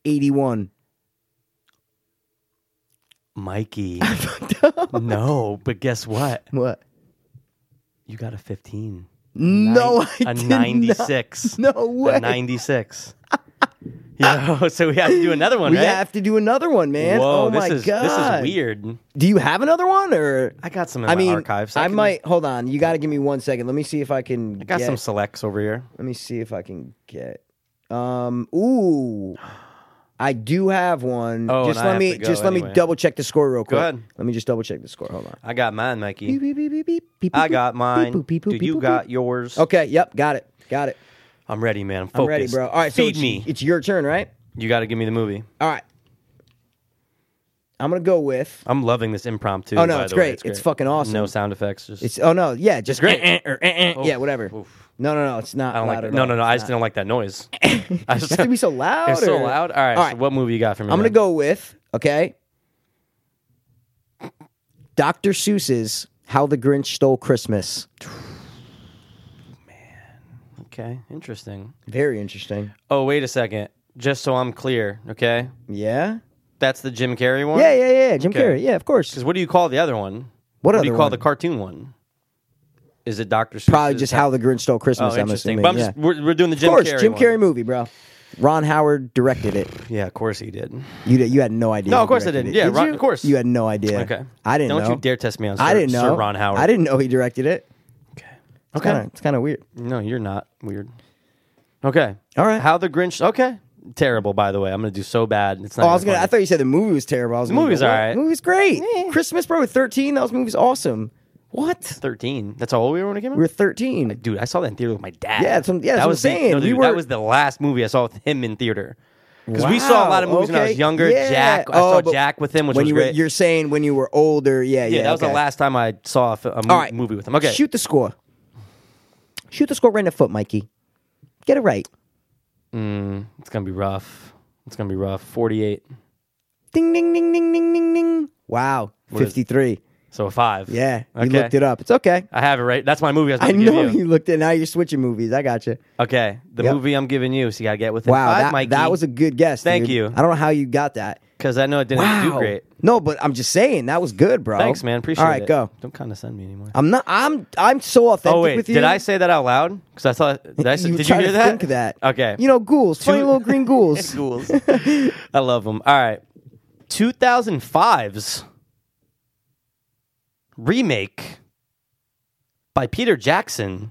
S1: eighty-one.
S2: Mikey. no, but guess what?
S1: What?
S2: You got a 15.
S1: No,
S2: Nine-
S1: I
S2: a
S1: did
S2: 96.
S1: not. No way.
S2: A 96. yeah, so we have to do another one,
S1: We
S2: right?
S1: have to do another one, man.
S2: Whoa,
S1: oh
S2: this
S1: my
S2: is
S1: god,
S2: this is weird.
S1: Do you have another one, or
S2: I got some in
S1: I
S2: my
S1: mean,
S2: archives.
S1: I
S2: can-
S1: might hold on. You got to give me one second. Let me see if I can.
S2: I got
S1: get,
S2: some selects over here.
S1: Let me see if I can get. Um. Ooh. I do have one.
S2: Oh,
S1: just
S2: and
S1: let
S2: I have
S1: me
S2: to go
S1: just let me
S2: anyway.
S1: double check the score real quick.
S2: ahead.
S1: Let me just double check the score. Hold on.
S2: I got mine, Mikey.
S1: Beep, beep, beep, beep, beep,
S2: I
S1: beep,
S2: got
S1: beep,
S2: mine.
S1: boop, beep, boop,
S2: Do
S1: beep,
S2: you
S1: boop,
S2: got
S1: boop.
S2: yours?
S1: Okay. Yep. Got it. Got it.
S2: I'm ready, man. I'm focused.
S1: I'm ready, bro. All right.
S2: Feed
S1: so it's,
S2: me.
S1: It's your turn, right?
S2: You got to give me the movie.
S1: All right. I'm gonna go with.
S2: I'm loving this impromptu.
S1: Oh, no,
S2: by
S1: it's
S2: the way.
S1: great. It's fucking awesome.
S2: No sound effects. Just
S1: It's oh no, yeah, just
S2: great.
S1: eh, eh, or, eh, eh, yeah, whatever.
S2: Oof.
S1: No, no, no, it's not.
S2: I don't like
S1: loud
S2: that.
S1: at
S2: No,
S1: all.
S2: no, no.
S1: It's
S2: I just
S1: not.
S2: don't like that noise. I just
S1: It has to be so loud.
S2: It's so
S1: or-
S2: loud. All right.
S1: All
S2: So
S1: right.
S2: what movie you got for me?
S1: I'm gonna
S2: man?
S1: go with okay. Dr. Seuss's How the Grinch Stole Christmas.
S2: Okay. Interesting.
S1: Very interesting.
S2: Oh, wait a second. Just so I'm clear, okay?
S1: Yeah.
S2: That's the Jim Carrey one.
S1: Yeah, yeah, yeah. Jim
S2: Okay.
S1: Carrey. Yeah, of course.
S2: Because what do you call the other one?
S1: What
S2: what do you
S1: other
S2: call
S1: one?
S2: the cartoon one? Is it Doctor?
S1: Probably just How the Grinch Stole Christmas.
S2: Oh,
S1: I'm
S2: interesting.
S1: assuming.
S2: But I'm
S1: yeah.
S2: just, we're, we're doing the
S1: of
S2: Jim
S1: course,
S2: Carrey.
S1: Jim
S2: one.
S1: Carrey movie, bro. Ron Howard directed it.
S2: Yeah, of course he did.
S1: You did- you had no idea.
S2: No,
S1: he
S2: of course I
S1: directed
S2: didn't. Yeah,
S1: Did
S2: Ron-
S1: you?
S2: of course.
S1: You had no idea.
S2: Okay.
S1: I didn't
S2: Don't
S1: know.
S2: you dare test me on. Sir,
S1: I didn't know.
S2: Sir Ron Howard.
S1: I didn't know he directed it.
S2: Okay.
S1: Kinda, it's kind of weird.
S2: No, you're not weird. Okay.
S1: All right.
S2: How the Grinch? Okay. Terrible, by the way. I'm gonna do so bad. It's not.
S1: Oh, I
S2: even
S1: was gonna.
S2: funny.
S1: I thought you said the movie was terrible. I was the
S2: movie's all right.
S1: The movie's great. Christmas, bro. With thirteen, that was movie's awesome. What?
S2: Thirteen. That's how old we were when it came out.
S1: We were thirteen.
S2: dude, I saw that in theater with my dad.
S1: Yeah, that's what- yeah, that's
S2: that
S1: what I'm
S2: was the-
S1: saying.
S2: no,
S1: We
S2: dude,
S1: were-
S2: that was the last movie I saw with him in theater. Because we saw a lot of
S1: Wow,
S2: movies when I was
S1: okay.
S2: younger.
S1: Yeah.
S2: Jack, I
S1: Oh,
S2: saw
S1: but
S2: Jack with him, which
S1: when
S2: was
S1: you were,
S2: great.
S1: you're saying when you were older, yeah, yeah.
S2: yeah, that was the
S1: okay.
S2: last time I saw a, fi- a mo-
S1: All right,
S2: movie with him. Okay,
S1: shoot the score. Shoot the score right in the foot, Mikey. Get it right.
S2: Mm, it's gonna be rough. It's gonna be rough. Forty-eight,
S1: Ding, ding, ding, ding, ding, ding, ding. Wow,
S2: is-
S1: fifty-three.
S2: so a five.
S1: Yeah,
S2: okay.
S1: you looked it up. It's okay.
S2: I have it right. That's my movie. I, was
S1: I
S2: gonna give
S1: know
S2: you.
S1: you looked it. Now you're switching movies. I got you.
S2: Okay, the
S1: Yep.
S2: movie I'm giving you, so you gotta get within
S1: Wow,
S2: five,
S1: that,
S2: Mikey.
S1: that was a good guess.
S2: Thank
S1: dude.
S2: you.
S1: I don't know how you got that.
S2: because I know it didn't do great.
S1: No, but I'm just saying that was good, bro.
S2: Thanks, man. Appreciate it.
S1: All right, go.
S2: Don't condescend me anymore.
S1: I'm not. I'm. I'm so authentic
S2: oh wait,
S1: with you.
S2: did I say that out loud? Because I thought. Did, I say,
S1: you
S2: did you
S1: try
S2: hear
S1: to
S2: that?
S1: Think that.
S2: Okay.
S1: You know, ghouls. Funny little green ghouls.
S2: ghouls. I love them. All right. 2005's remake by Peter Jackson,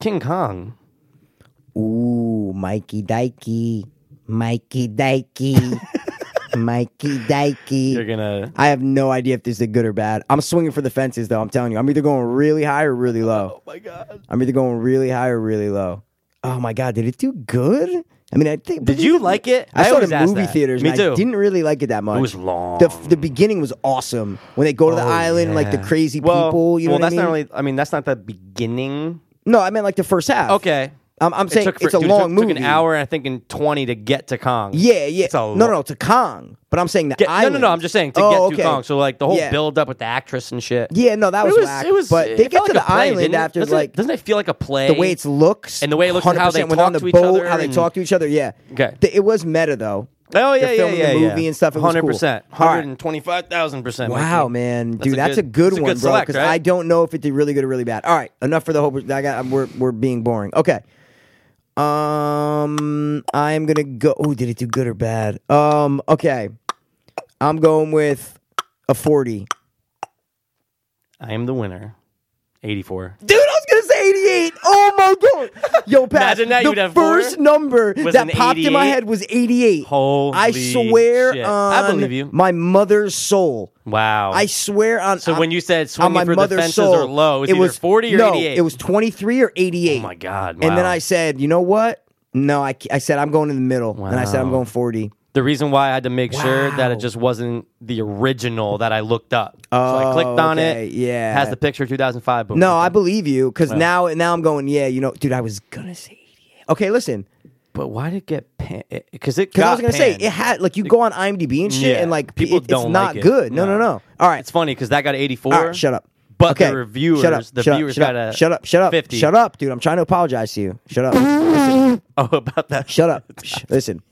S2: King Kong.
S1: Ooh, Mikey Dikey, Mikey Dikey, Mikey Dikey.
S2: You're gonna.
S1: I have no idea if this is good or bad. I'm swinging for the fences, though. I'm telling you, I'm either going really high or really low.
S2: Oh, my god.
S1: I'm either going really high or really low. Oh my god, did it do good? I mean, I think.
S2: Did you like it?
S1: I, saw it
S2: always
S1: in
S2: ask
S1: movie
S2: that.
S1: theaters.
S2: Me
S1: and
S2: too.
S1: I didn't really like it that much.
S2: it was long.
S1: The, f- the beginning was awesome when they go to the
S2: Oh,
S1: island, like the
S2: yeah.
S1: crazy
S2: Well,
S1: people. You know
S2: well,
S1: what
S2: that's
S1: I mean?
S2: not really. I mean, that's not the beginning.
S1: No, I meant like the first half.
S2: Okay.
S1: I'm, I'm saying
S2: for-
S1: it's a
S2: dude, it
S1: long
S2: took,
S1: movie.
S2: Took an hour, and I think in twenty to get to Kong.
S1: Yeah, yeah.
S2: It's a
S1: no,
S2: lo-
S1: no, no, to Kong. But I'm saying the
S2: Get- no,
S1: island.
S2: no, no. I'm just saying to
S1: Oh,
S2: get
S1: okay.
S2: to Kong. So like the whole
S1: Yeah.
S2: build up with the actress and shit.
S1: Yeah, no, that was, whack. but they
S2: it
S1: get
S2: felt
S1: to
S2: like
S1: the
S2: a play,
S1: island
S2: didn't it?
S1: after
S2: Doesn't it-
S1: like
S2: doesn't it feel like a play?
S1: the way it looks
S2: And the way it looks and
S1: 100%
S2: how they
S1: when
S2: talk
S1: on the
S2: to each
S1: boat,
S2: other
S1: how they
S2: and-
S1: talk to each other. Yeah,
S2: Okay.
S1: The- it was meta though.
S2: Oh yeah,
S1: They're
S2: yeah,
S1: filming
S2: yeah,
S1: the
S2: yeah.
S1: movie and stuff. It was cool.
S2: Hundred percent,
S1: All right.
S2: hundred and twenty-five thousand percent.
S1: Wow, man, dude, that's a good, one, bro.
S2: select,
S1: Because
S2: right?
S1: I don't know if it did really good or really bad. All right, enough for the whole. I got. We're we're being boring. Okay. Um, I'm gonna go. Oh, did it do good or bad? Um, okay. I'm going with a forty.
S2: I am the winner. Eighty-four.
S1: Dude, I was gonna say 88. Oh my god. Yo, Pat,
S2: Imagine that,
S1: the
S2: you'd have
S1: first
S2: four.
S1: number
S2: Was
S1: that
S2: an
S1: popped in my
S2: 88?
S1: head was 88.
S2: Holy
S1: I swear
S2: shit.
S1: on
S2: I believe you.
S1: my mother's soul.
S2: Wow.
S1: I swear on
S2: So
S1: on-
S2: when you said
S1: on
S2: swinging
S1: my
S2: for the
S1: mother's
S2: fences
S1: soul,
S2: or low, it's
S1: it
S2: either
S1: was
S2: 40 or
S1: no,
S2: 88.
S1: It was 23 or 88.
S2: oh my god.
S1: And then
S2: wow.
S1: I said, you know what? No, I, ca- I said I'm going in the middle, and I said I'm
S2: Wow.
S1: going 40.
S2: The reason why I had to make sure that
S1: Wow.
S2: it just wasn't the original that I looked up. so I clicked on
S1: Oh, okay,
S2: it.
S1: yeah.
S2: Has the picture 2005. Boom.
S1: No, I believe you because now now I'm going. Yeah, you know, dude, I was gonna say 88. Okay, listen,
S2: But why did it get pan? Because it
S1: Because
S2: got
S1: I was gonna
S2: panned.
S1: say it had like you go on IMDb and shit,
S2: Yeah,
S1: and like people
S2: people
S1: it, it's
S2: don't
S1: not
S2: like it.
S1: good. No, no,
S2: No.
S1: no. All right,
S2: It's funny because that got 84.
S1: all right. Shut up.
S2: But
S1: okay.
S2: the reviewers,
S1: shut up,
S2: the
S1: shut
S2: viewers
S1: up, shut
S2: got
S1: up,
S2: a
S1: shut up, shut up,
S2: 50.
S1: shut up, dude. I'm trying to apologize to you. Shut up,
S2: Oh, about that.
S1: shut up. Shh, listen,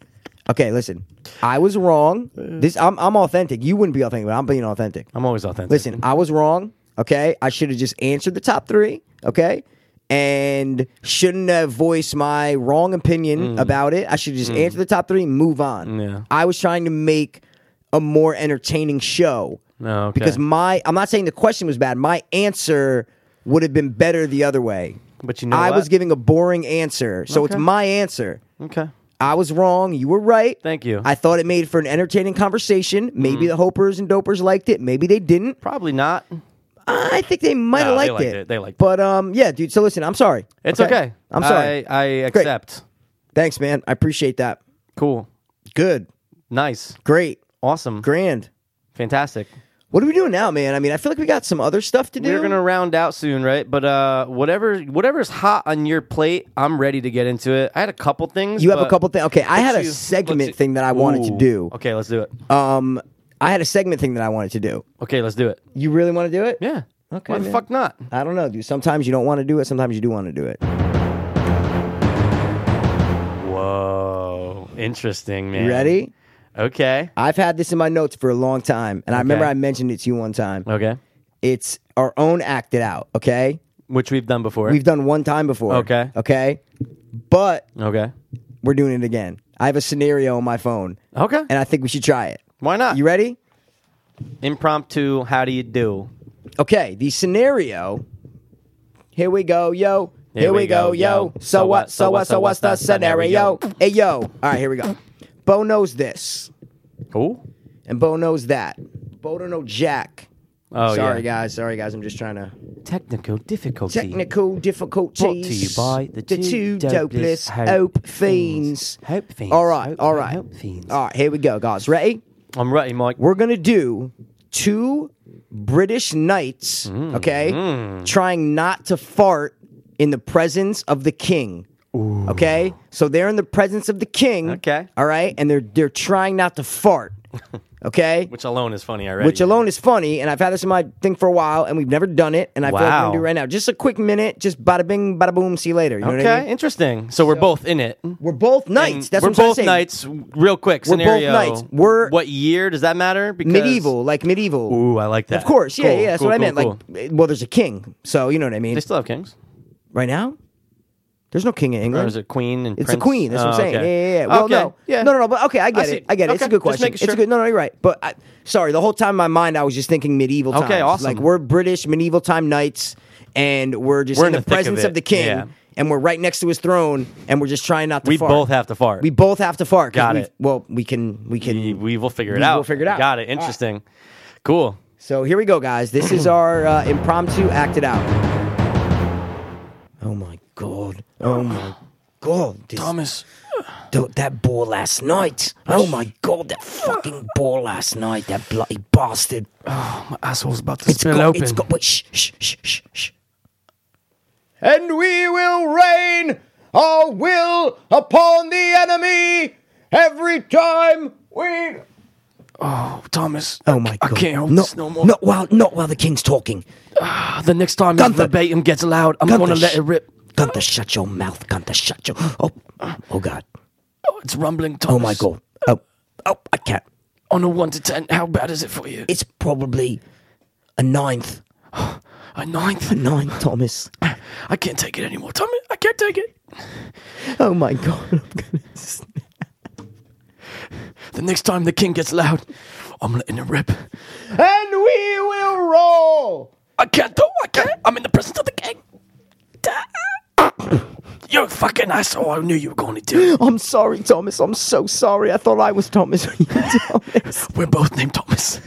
S1: okay, listen. I was wrong. This I'm I'm authentic. You wouldn't be authentic, but I'm being authentic.
S2: I'm always authentic.
S1: Listen, I was wrong. Okay, I should have just answered the top three. Okay. And shouldn't have voiced my wrong opinion about it. I should just answer the top three, and move on.
S2: Mm. Yeah.
S1: I was trying to make a more entertaining show
S2: No, Oh, okay.
S1: because my I'm not saying the question was bad. My answer would have been better the other way.
S2: But you know
S1: I
S2: what?
S1: was giving a boring answer, so it's
S2: Okay.
S1: my answer.
S2: okay.
S1: I was wrong. You were right.
S2: Thank you. Mm-hmm.
S1: I thought it made for an entertaining conversation. Maybe the hopers and dopers liked it. Maybe they didn't.
S2: Probably not.
S1: I think they might have
S2: No,
S1: liked,
S2: they liked
S1: it.
S2: it. They liked it.
S1: But um, yeah, dude. So listen, I'm sorry.
S2: It's okay.
S1: I'm sorry.
S2: I, I accept.
S1: Thanks, man. I appreciate that.
S2: Cool.
S1: Good.
S2: Nice.
S1: Great.
S2: Awesome.
S1: Grand.
S2: Fantastic.
S1: What are we doing now, man? I mean, I feel like we got some other stuff to do.
S2: We're gonna round out soon, right? But uh, whatever, whatever's hot on your plate, I'm ready to get into it. I had a couple things.
S1: You have a
S2: but-
S1: couple things. Okay, I had a
S2: Let's see-
S1: segment
S2: let's see-
S1: thing that I wanted to
S2: Ooh.
S1: do.
S2: Okay, let's do it.
S1: Um, I had a segment thing that I wanted to do.
S2: Okay, let's do it.
S1: You really want to do it?
S2: Yeah.
S1: Okay,
S2: Why the
S1: man.
S2: fuck not?
S1: I don't know, dude. Sometimes you don't want to do it. Sometimes you do want to do it.
S2: Whoa. Interesting, man.
S1: You ready?
S2: Okay.
S1: I've had this in my notes for a long time, and I remember
S2: Okay.
S1: I mentioned it to you one time.
S2: Okay.
S1: It's our own acted out. Okay,
S2: Which we've done before.
S1: we've done one time before.
S2: Okay.
S1: okay, but
S2: okay.
S1: we're doing it again. I have a scenario on my phone,
S2: Okay.
S1: and I think we should try it.
S2: Why not?
S1: You ready?
S2: Impromptu. How do you do?
S1: Okay, the scenario. Here we go, yo. Here, we, go, yo. So what? So what? So what's the scenario? Hey, yo. All right, here we go. Bo knows this,
S2: Oh.
S1: and Bo knows that. Bo don't know Jack.
S2: Oh
S1: sorry,
S2: yeah.
S1: guys. Sorry, guys. I'm just trying to
S2: Technical difficulty.
S1: technical difficulties.
S2: Brought to you by the two dopeless
S1: hope,
S2: hope
S1: fiends.
S2: fiends. Hope fiends.
S1: All right,
S2: Hope-
S1: all right,
S2: hope fiends.
S1: all right. Here we go, guys. Ready?
S2: I'm ready, Mike.
S1: We're gonna do two British knights.
S2: Mm-hmm.
S1: okay, trying not to fart in the presence of the king. Okay, so they're in the presence of the king.
S2: Okay.
S1: all right, and they're they're trying not to fart. Okay,
S2: Which alone is funny already.
S1: which alone is funny. And I've had this in my thing for a while, and we've never done it. And I feel like we're gonna
S2: Wow.
S1: do it right now. Just a quick minute, just bada bing, bada boom. See you later. You know what I
S2: Okay,
S1: mean?
S2: interesting. So we're both in it.
S1: We're both
S2: And
S1: knights. That's
S2: we're
S1: what I'm
S2: both
S1: saying.
S2: knights. Real quick
S1: We're both
S2: scenario.
S1: knights. We're-
S2: what year does that matter? Because
S1: Medieval, like medieval.
S2: Ooh, I like that.
S1: Of course, yeah,
S2: Cool,
S1: yeah. That's
S2: cool,
S1: what I
S2: cool,
S1: meant. Like, well, there's a king, so you know what I mean.
S2: They still have kings.
S1: right now, there's no king in
S2: Or
S1: England.
S2: is it queen and
S1: Hmm? It's
S2: prince?
S1: a queen. That's what I'm
S2: Oh,
S1: saying.
S2: okay.
S1: Yeah, yeah, yeah. Well,
S2: Okay,
S1: no,
S2: yeah.
S1: no, no, no. But okay, I get
S2: see.
S1: it. I get it. It's a
S2: Okay,
S1: good
S2: just
S1: question.
S2: making
S1: It's a
S2: sure.
S1: good. No, no, you're right. But I, sorry, the whole time in my mind, I was just thinking medieval.
S2: Okay,
S1: times.
S2: awesome.
S1: Like we're British medieval time knights, and we're just in
S2: We're in
S1: the,
S2: the thick of
S1: presence of,
S2: it.
S1: the king,
S2: Yeah.
S1: and we're right next to his throne, and we're just trying not to.
S2: We
S1: fart.
S2: both have to fart.
S1: We both have to fart. 'cause
S2: Got
S1: we've-
S2: it.
S1: Well, we can. We can.
S2: we, we will figure it
S1: We
S2: out.
S1: will figure it out.
S2: Got it.
S1: All right.
S2: Interesting. Cool.
S1: So here we go, guys. This is our uh, impromptu acted out. Oh my god! Oh my god! This-
S2: Thomas.
S1: Th- that ball last night. Oh my god, that fucking ball last night. That bloody bastard.
S2: My asshole's about to
S1: It's got, it's got. Wait, shh, shh, shh, shh, shh. And we will rain our will upon the enemy every time we.
S2: oh, Thomas.
S1: Oh my god!
S2: no,
S1: not, Not while, not while the king's talking.
S2: The next time
S1: Gunther.
S2: verbatim gets loud, I'm
S1: Gunther,
S2: gonna
S1: shh.
S2: rip.
S1: Gunther, shut your mouth. Gunther, shut your. Oh, oh god.
S2: Oh, it's rumbling, Thomas.
S1: Oh my god. Oh, oh, I can't.
S2: On a one to ten, how bad is it for you?
S1: It's probably a ninth.
S2: A ninth.
S1: Nine, Thomas.
S2: I can't take it anymore, Thomas. I can't take it.
S1: Oh my god.
S2: The next time the king gets loud, I'm letting him rip.
S1: and we will roll.
S2: I can't though. I can't. I'm in the presence of the king. You fucking asshole! I knew you were going to do. it.
S1: I'm sorry, Thomas. I'm so sorry. I thought I was Thomas. Thomas.
S2: We're both named Thomas.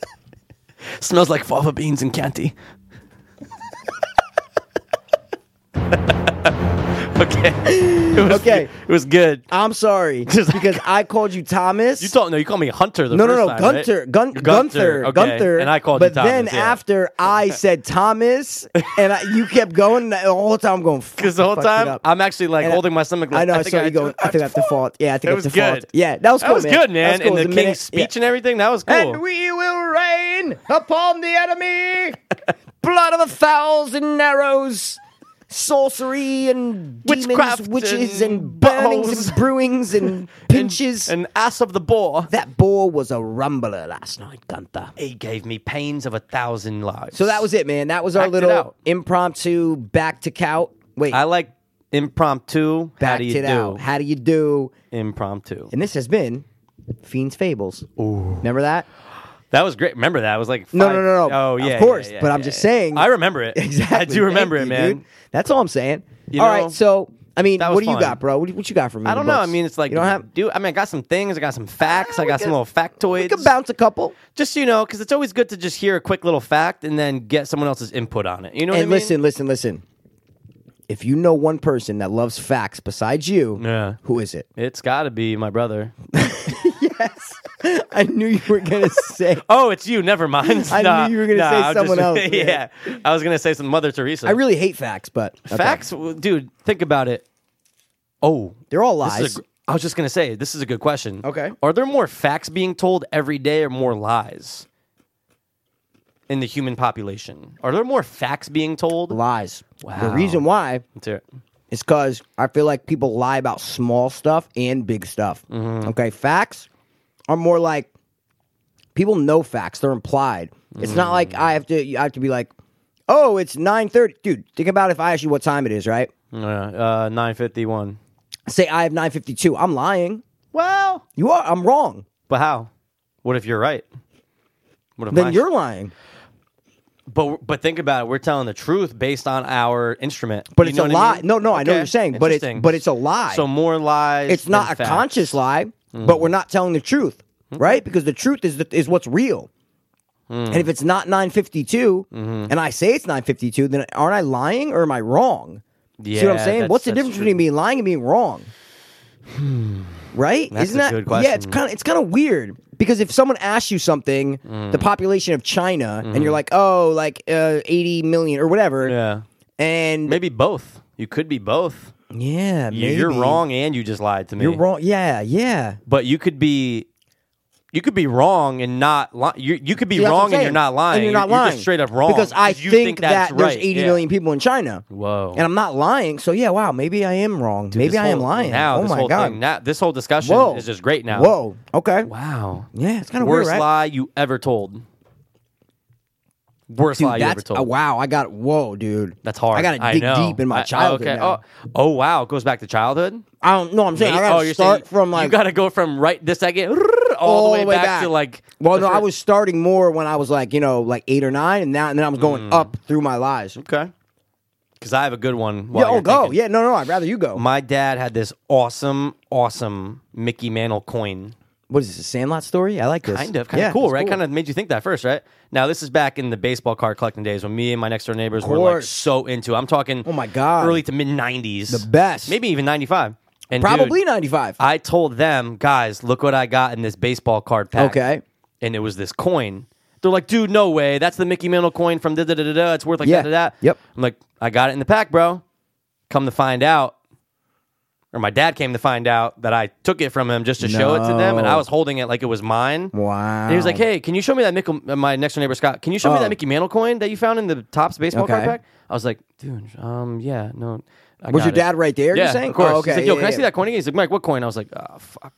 S2: Smells like fava beans and candy. okay. It was,
S1: Okay.
S2: It was good.
S1: I'm sorry because I called you Thomas.
S2: You told no. You called me Hunter the
S1: no, no, no,
S2: first time. right?
S1: Gunther, Gun- Gunther, Gunther,
S2: okay. And I called
S1: but
S2: you Thomas.
S1: then
S2: yeah.
S1: after I said Thomas, and I, you kept going and the whole time. I'm going
S2: Because the whole time I'm actually like
S1: And I-
S2: holding my stomach. Like,
S1: I know. I,
S2: think
S1: saw you going. I think I have to fault. Yeah, I think
S2: It
S1: I have
S2: was
S1: to fault.
S2: good.
S1: Yeah, that was
S2: That
S1: cool,
S2: was
S1: man.
S2: good,
S1: That was
S2: man.
S1: cool.
S2: And
S1: It
S2: the
S1: was
S2: king's
S1: a minute- yeah.
S2: speech and everything. That was cool.
S1: And we will rain upon the enemy blood of a thousand arrows, sorcery and demons,
S2: Witchcraft
S1: witches and,
S2: and
S1: burnings
S2: buttholes.
S1: and brewings and pinches.
S2: an ass of the boar.
S1: that boar was a rumbler last night, Gunther.
S2: He gave me pains of a thousand lives.
S1: So that was it, man. That was our
S2: Act it
S1: little
S2: out.
S1: impromptu back to cout. Wait,
S2: I like impromptu. How
S1: back
S2: do you
S1: to
S2: do?
S1: out. How do you do?
S2: Impromptu.
S1: And this has been Fiends Fables. Remember that?
S2: That was great. Remember that? It was like
S1: No,
S2: five-
S1: no, no, no.
S2: Oh
S1: Of
S2: yeah, yeah,
S1: course,
S2: yeah,
S1: but I'm
S2: yeah,
S1: just
S2: yeah.
S1: saying-
S2: I remember it
S1: Exactly.
S2: I do remember
S1: Thank
S2: it,
S1: you,
S2: man.
S1: dude. That's all I'm saying.
S2: You
S1: all
S2: know,
S1: right, so I mean,
S2: that was
S1: what do you
S2: fun.
S1: got, bro? What, do- what you got for me?
S2: I
S1: in
S2: don't
S1: the
S2: know. I
S1: books?
S2: mean, it's like
S1: you don't have.
S2: dude. I mean, I got some things. I got some facts. I
S1: we
S2: got some
S1: could-
S2: little factoids.
S1: We could bounce a couple.
S2: just you know, because it's always good to just hear a quick little fact and then get someone else's input on it. You know what I
S1: And
S2: mean?
S1: listen, listen, listen. If you know one person that loves facts besides you,
S2: Yeah.
S1: who is it?
S2: It's got to be my brother.
S1: yes. I knew you were gonna say.
S2: Oh, it's you. Never mind.
S1: I
S2: Nah,
S1: knew you were gonna
S2: nah,
S1: say
S2: I'm just-
S1: someone else, man.
S2: yeah. I was gonna say some Mother Teresa.
S1: I really hate facts, but okay.
S2: facts, w- dude. Think about it. Oh,
S1: They're all
S2: this is a
S1: lies.
S2: gr- I was just gonna say this is a good question.
S1: Okay.
S2: Are there more facts being told every day or more lies in the human population? Are there more facts being told?
S1: lies. The
S2: Wow.
S1: reason why
S2: Let's hear it.
S1: is because I feel like people lie about small stuff and big stuff.
S2: Mm-hmm.
S1: Okay, facts are more like people know facts; they're implied. It's not
S2: Mm.
S1: like I have to. I have to be like, oh, it's nine thirty, dude. Think about if I ask you what time it is, right?
S2: Uh, nine fifty one.
S1: Say I have nine fifty two. I'm lying.
S2: Well,
S1: You are. I'm wrong.
S2: but how? What if you're right? What if
S1: Then
S2: my-
S1: you're lying.
S2: But but think about it. We're telling the truth based on our instrument.
S1: But
S2: You
S1: it's
S2: know
S1: a
S2: what I
S1: lie.
S2: mean?
S1: No, no, I know what
S2: Okay.
S1: you're saying, but it's
S2: Interesting.
S1: but it's a lie.
S2: So more lies.
S1: it's not
S2: than
S1: a
S2: facts. Mm-hmm.
S1: conscious lie, but we're not telling the truth, right? Because the truth is the, is what's real.
S2: Mm.
S1: And if it's not 952
S2: Mm-hmm.
S1: and I say it's 952, then aren't I lying or am I wrong?
S2: Yeah,
S1: See what I'm saying?
S2: that's-
S1: What's the
S2: that's
S1: difference
S2: true. Hmm.
S1: between being lying and being wrong? Right?
S2: That's
S1: Isn't
S2: a
S1: that
S2: good
S1: Yeah, it's
S2: question.
S1: kind of it's kind of weird because if someone asks you something, the
S2: Mm.
S1: population of China, and you're like, oh, like uh, 80 million or whatever,
S2: Mm-hmm. Yeah.
S1: and
S2: Maybe both. You could be both.
S1: yeah,
S2: You-
S1: maybe.
S2: You're wrong, and you just lied to me.
S1: You're wrong. Yeah, yeah.
S2: But you could be. You could be wrong and not li- you. You could be
S1: See, that's what I'm
S2: wrong and you're
S1: saying.
S2: not lying.
S1: And you're not lying.
S2: just straight up wrong
S1: Because I
S2: you
S1: think, that
S2: that's
S1: there's
S2: right.
S1: 80
S2: Yeah.
S1: million people in China.
S2: Whoa.
S1: And I'm not lying. So yeah, wow, maybe I am wrong. maybe
S2: This
S1: I am
S2: whole-
S1: lying.
S2: Now
S1: oh
S2: this
S1: my
S2: whole
S1: god.
S2: thing. Now this whole discussion
S1: Whoa.
S2: is just great now.
S1: Whoa. Okay.
S2: Wow.
S1: Yeah, it's kind of weird,
S2: Worst
S1: right?
S2: lie you ever told. Worst
S1: Dude,
S2: lie you ever
S1: that's
S2: told.
S1: oh, wow. I got whoa, dude.
S2: That's hard.
S1: I got to dig
S2: know.
S1: deep in my
S2: I-
S1: childhood.
S2: okay.
S1: now.
S2: Oh, oh, wow, it goes back to childhood.
S1: I don't know. I'm saying I
S2: Maybe-
S1: got
S2: oh,
S1: to
S2: you're
S1: start
S2: saying
S1: from like
S2: you got to go from right this second all, the way, back, to like.
S1: Well,
S2: the
S1: no, I
S2: fir-
S1: was starting more when I was like you know like eight or nine, and now and then I was going
S2: Mm.
S1: up through my lies.
S2: okay. Because I have a good one.
S1: Yeah,
S2: while
S1: oh,
S2: you're
S1: go.
S2: thinking.
S1: Yeah, no, no, I'd rather you go.
S2: My dad had this awesome, awesome Mickey Mantle coin.
S1: What is this? A Sandlot story? I like this.
S2: Kind of, kind
S1: Yeah,
S2: of cool,
S1: it's
S2: right? Kind of made you think that first, right? Now, this is back in the baseball card collecting days when me and my next door neighbors were like
S1: course.
S2: so into. I'm talking,
S1: Oh my God.
S2: early to mid '90s,
S1: The best.
S2: maybe even '95, and
S1: probably
S2: dude,
S1: 95.
S2: I told them, guys, look what I got in this baseball card pack.
S1: Okay.
S2: and it was this coin. They're like, dude, no way, that's the Mickey Mantle coin from da da da da. da. It's worth like
S1: Yeah.
S2: that, that.
S1: Yep.
S2: I'm like, I got it in the pack, bro. Come to find out, or my dad came to find out that I took it from him just to show it to them, and I
S1: No.
S2: was holding it like it was mine.
S1: wow.
S2: And he was like, "Hey, can you show me that Mickle, uh, my next door neighbor Scott? Can you show me
S1: Um, Oh.
S2: that Mickey Mantle coin that you found in the Topps baseball card
S1: Okay.
S2: pack?" I was like, "Dude, um, yeah, no." I
S1: Was
S2: got
S1: your
S2: it."
S1: dad right there?
S2: Yeah,
S1: you're saying?
S2: of course.
S1: Oh, okay.
S2: He's like, "Yo,
S1: yeah,
S2: can I
S1: yeah.
S2: see that coin again?" He's like, "Mike, what coin?" I was like, "Oh, fuck,"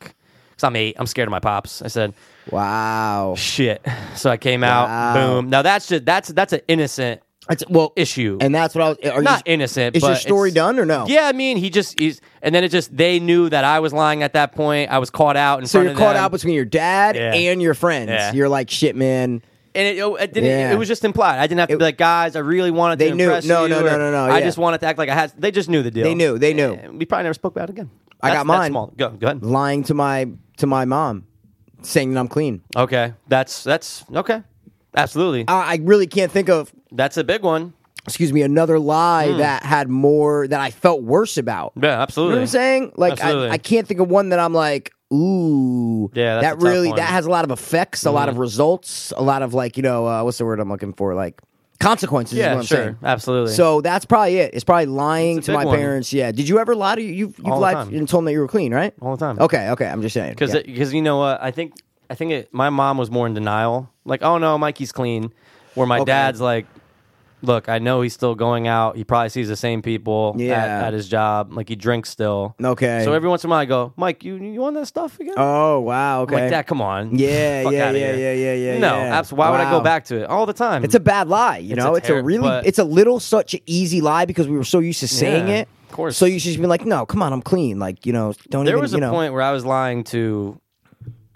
S2: because I'm eight. I'm scared of my pops. I said,
S1: Wow.
S2: "Shit!" So I came out.
S1: Wow.
S2: Boom. Now that's just, that's that's an innocent
S1: That's, well,
S2: issue.
S1: and that's what I was. Are
S2: not
S1: you,
S2: innocent.
S1: Is your
S2: but
S1: story
S2: it's-
S1: done or no?
S2: Yeah, I mean, he just he's, and then it just they knew that I was lying at that point. I was caught out in
S1: So
S2: front
S1: you're
S2: of
S1: caught
S2: them.
S1: out between your dad
S2: Yeah.
S1: and your friends.
S2: Yeah.
S1: You're like, shit, man.
S2: and it, oh, it didn't.
S1: Yeah.
S2: It was just implied. I didn't have to be like, guys, I really wanted
S1: They
S2: to
S1: knew.
S2: impress
S1: No,
S2: you.
S1: no,
S2: or
S1: no, no, no,
S2: I
S1: yeah.
S2: just wanted to act like I had. They just knew the deal.
S1: They knew, they knew.
S2: And we probably never spoke about it again.
S1: I
S2: That's-
S1: got
S2: that's
S1: mine.
S2: small. Go, go ahead.
S1: Lying to my to my mom, saying that I'm clean.
S2: Okay, that's that's okay. Absolutely,
S1: I, I really can't think of,
S2: that's a big one.
S1: excuse me, another lie
S2: Hmm.
S1: that had more that I felt worse about.
S2: Yeah,
S1: You know
S2: absolutely.
S1: what I'm saying? Like, I,
S2: Absolutely.
S1: I can't think of one that I'm like, ooh,
S2: Yeah, that's a
S1: that
S2: tough
S1: really
S2: one. Mm-hmm.
S1: that has a lot of effects, a lot of results, a lot of like, you know, uh, what's the word I'm looking for? Like consequences. is
S2: Yeah,
S1: what I'm
S2: sure,
S1: saying.
S2: absolutely.
S1: So that's probably it. It's probably lying
S2: It's a
S1: to my
S2: big one.
S1: parents. Yeah. Did you ever lie to you? You've, you've
S2: All the
S1: lied
S2: time.
S1: and told them that you were clean, right?
S2: all the time.
S1: Okay. Okay. I'm just saying.
S2: because
S1: Yeah.
S2: because you know what I think I think it, my mom was more in denial like oh no Mikey's clean where my dad's like look I know he's still going out he probably sees the same people at,
S1: Yeah.
S2: at his job like he drinks still
S1: Okay.
S2: so every once in a while I go Mike you you on that stuff again
S1: oh wow.
S2: I'm
S1: Okay.
S2: like that come on
S1: Yeah,
S2: Fuck
S1: yeah,
S2: outta
S1: yeah,
S2: here."
S1: yeah, yeah, yeah,
S2: no
S1: yeah.
S2: abs- why would I go
S1: Wow.
S2: back to it all the time
S1: It's a bad lie, you
S2: It's
S1: know.
S2: a
S1: it's a
S2: terri-
S1: really,
S2: but-
S1: it's a little such an easy lie because we were so used to saying
S2: Yeah,
S1: it.
S2: of course.
S1: So you should just be like, no, come on, I'm clean. Like you know, don't
S2: there
S1: even.
S2: was
S1: you
S2: a
S1: know.
S2: point where I was lying to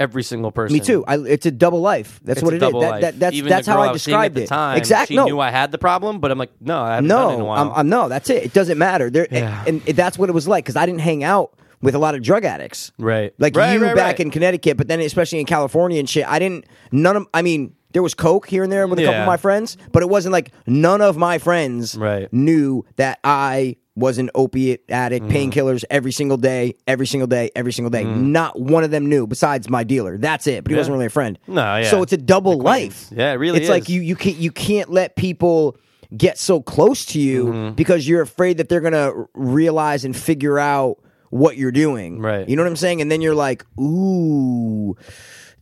S2: every single person
S1: Me too. I, it's a double life. That's
S2: It's
S1: what
S2: a
S1: it is.
S2: double
S1: That,
S2: life.
S1: that, that's
S2: Even
S1: that's
S2: the
S1: how
S2: girl
S1: I
S2: was seeing at
S1: described
S2: the
S1: it.
S2: time,
S1: exactly.
S2: She
S1: No,
S2: knew I had the problem, but I'm like, no, I haven't done it in a
S1: no,
S2: while.
S1: I'm, I'm no. That's it. It doesn't matter. There, and it- that's what it was like because I didn't hang out with a lot of drug addicts.
S2: Right.
S1: Like
S2: Right,
S1: you
S2: right,
S1: back
S2: right.
S1: in Connecticut, but then especially in California and shit, I didn't. None of. I mean, There was coke here and there with a couple
S2: Yeah.
S1: of my friends, but it wasn't like none of my friends
S2: Right.
S1: knew that I was an opiate addict,
S2: Mm-hmm.
S1: painkillers every single day, every single day, every single day. Not one of them knew besides my dealer. That's it. But he wasn't really a friend.
S2: No, yeah.
S1: So it's a double life.
S2: Yeah, it really
S1: It's like
S2: is.
S1: you you can't you can't let people get so close to you
S2: Mm-hmm.
S1: because you're afraid that they're gonna r- realize and figure out what you're doing.
S2: Right.
S1: You know what I'm saying? And then you're like, ooh,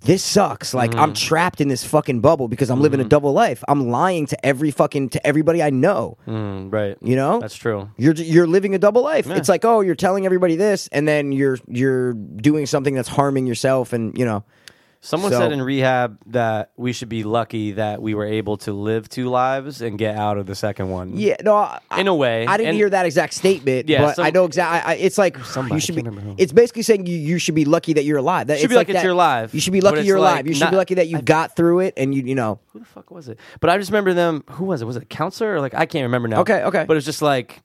S1: this sucks. Like I'm
S2: Mm.
S1: trapped in this fucking bubble because I'm
S2: Mm-hmm.
S1: living a double life. I'm lying to every fucking to everybody I know.
S2: Mm, right.
S1: You know?
S2: That's true.
S1: You're you're living a double life. It's like, oh, you're telling everybody this, and then you're you're doing something that's harming yourself, and you know,
S2: Someone
S1: So-
S2: said in rehab that we should be lucky that we were able to live two lives and get out of the second one.
S1: yeah, no. I,
S2: In a way.
S1: I didn't
S2: And-
S1: hear that exact statement,
S2: Yeah,
S1: but
S2: some-
S1: I know exactly. I, it's like you should be.
S2: can't remember who.
S1: It's basically saying you, you should be lucky that you're alive. That,
S2: Should
S1: it's
S2: be like it's
S1: that-
S2: your life,
S1: You should be
S2: but
S1: lucky
S2: it's
S1: you're
S2: like
S1: alive. You should
S2: not-
S1: be lucky that you
S2: I-
S1: got through it, and you you know,
S2: Who the fuck was it? But I just remember them. Who was it? Was it a counselor or like I can't remember now.
S1: Okay, okay.
S2: But it's just like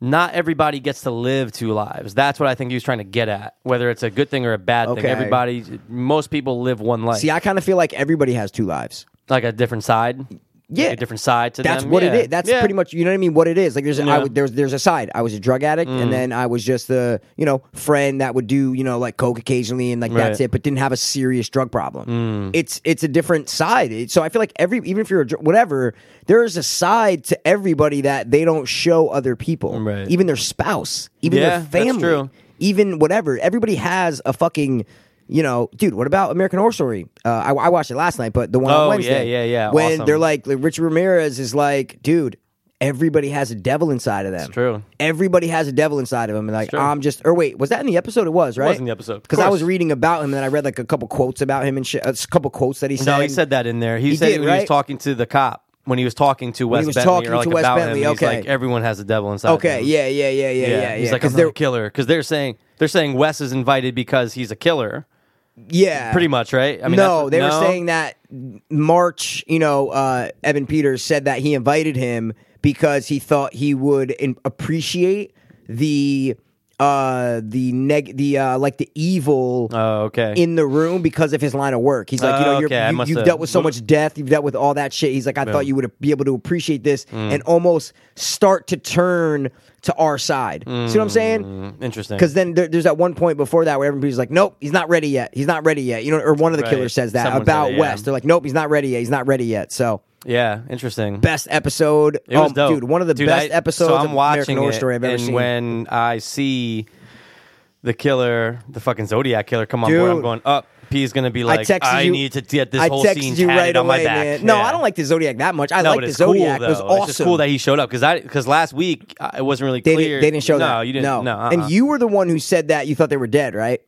S2: not everybody gets to live two lives. That's what I think he was trying to get at. Whether it's a good thing or a bad thing,
S1: Okay.
S2: everybody, most people live one life,
S1: see, I kind of feel like everybody has two lives.
S2: like a different side.
S1: Yeah.
S2: like a different side to
S1: That's
S2: them.
S1: what
S2: Yeah.
S1: it is. That's
S2: Yeah.
S1: pretty much you know what I mean. What it is like there's I
S2: Yeah. Mm.
S1: would- there's there's a side. I was a drug addict, and then I was just the you know friend that would do you know like coke occasionally, and like that's
S2: Right. Mm.
S1: it, but didn't have a serious drug problem. It's it's a different side. It- so I feel like every even if you're a, dr- whatever, there is a side to everybody that they don't show other people,
S2: Right.
S1: even their spouse, even
S2: Yeah,
S1: their
S2: that's
S1: family,
S2: true.
S1: even whatever. Everybody has a fucking. You know, dude. What about American Horror Story? Uh, I, I watched it last night, but the one on
S2: Oh, yeah,
S1: Wednesday.
S2: yeah, yeah.
S1: When
S2: Awesome.
S1: they're like like, like Richard Ramirez is like, dude, everybody has a devil inside of them. It's
S2: true.
S1: Everybody has a devil inside of them, and like I'm just. Or wait, was that in the episode? It was right.
S2: in the episode. Of
S1: because I
S2: course.
S1: was reading about him, and I read like a couple quotes about him and shit. A couple quotes that he said.
S2: No, he said that in there. He,
S1: He
S2: said
S1: did,
S2: when he
S1: right?
S2: was talking to the cop. When he was talking to Wes
S1: he was
S2: Bentley,
S1: talking
S2: or like
S1: to Wes
S2: about
S1: Bentley,
S2: him, he's
S1: okay.
S2: like, everyone has a devil inside.
S1: Okay,
S2: them.
S1: yeah, yeah, yeah, yeah, yeah.
S2: He's
S1: yeah,
S2: like, I'm not
S1: they're
S2: a killer because they're saying they're saying Wes is invited because he's a killer,
S1: yeah,
S2: pretty much, right? I mean, that's
S1: no,
S2: what-
S1: they were saying that March, you know, uh, Evan Peters said that he invited him because he thought he would in- appreciate the uh the neg the uh like the evil
S2: Oh, okay.
S1: in the room because of his line of work. He's like, you
S2: Oh,
S1: know, you're,
S2: okay, I
S1: you,
S2: must
S1: you've
S2: have-
S1: dealt with so much death, you've dealt with all that shit. He's like, I thought you would be able to appreciate this
S2: Mm.
S1: and almost start to turn to our side. See what I'm saying?
S2: Interesting.
S1: Because then there, there's that one point before that where everybody's like, nope, he's not ready yet. He's not ready yet. You know, or one of the
S2: Right.
S1: killers says that
S2: Someone said
S1: about
S2: it, yeah.
S1: West. They're like, nope, he's not ready yet. He's not ready yet. So.
S2: yeah, interesting.
S1: Best episode,
S2: It was
S1: Um,
S2: dope.
S1: dude. One of the
S2: Dude,
S1: best
S2: I-
S1: episodes
S2: So
S1: of
S2: I'm
S1: American
S2: watching
S1: Horror
S2: it,
S1: Story I've ever
S2: and
S1: seen.
S2: when I see the killer, the fucking Zodiac killer, come on board, I'm
S1: Dude.
S2: going up. P is gonna be like,
S1: texted
S2: I
S1: you-
S2: need to get this
S1: I
S2: whole
S1: texted
S2: scene
S1: you
S2: tatted
S1: right
S2: on my
S1: away,
S2: back.
S1: man. No,
S2: Yeah.
S1: I don't like the Zodiac that much. I
S2: No,
S1: like
S2: but
S1: the
S2: it's
S1: Zodiac.
S2: cool
S1: it
S2: though.
S1: was awesome.
S2: It's just cool that he showed up because I because last week I- it wasn't really
S1: They,
S2: clear.
S1: didn't, they didn't show
S2: no,
S1: that.
S2: No, you didn't.
S1: No,
S2: no. uh-uh.
S1: And you were the one who said that you thought they were dead, right?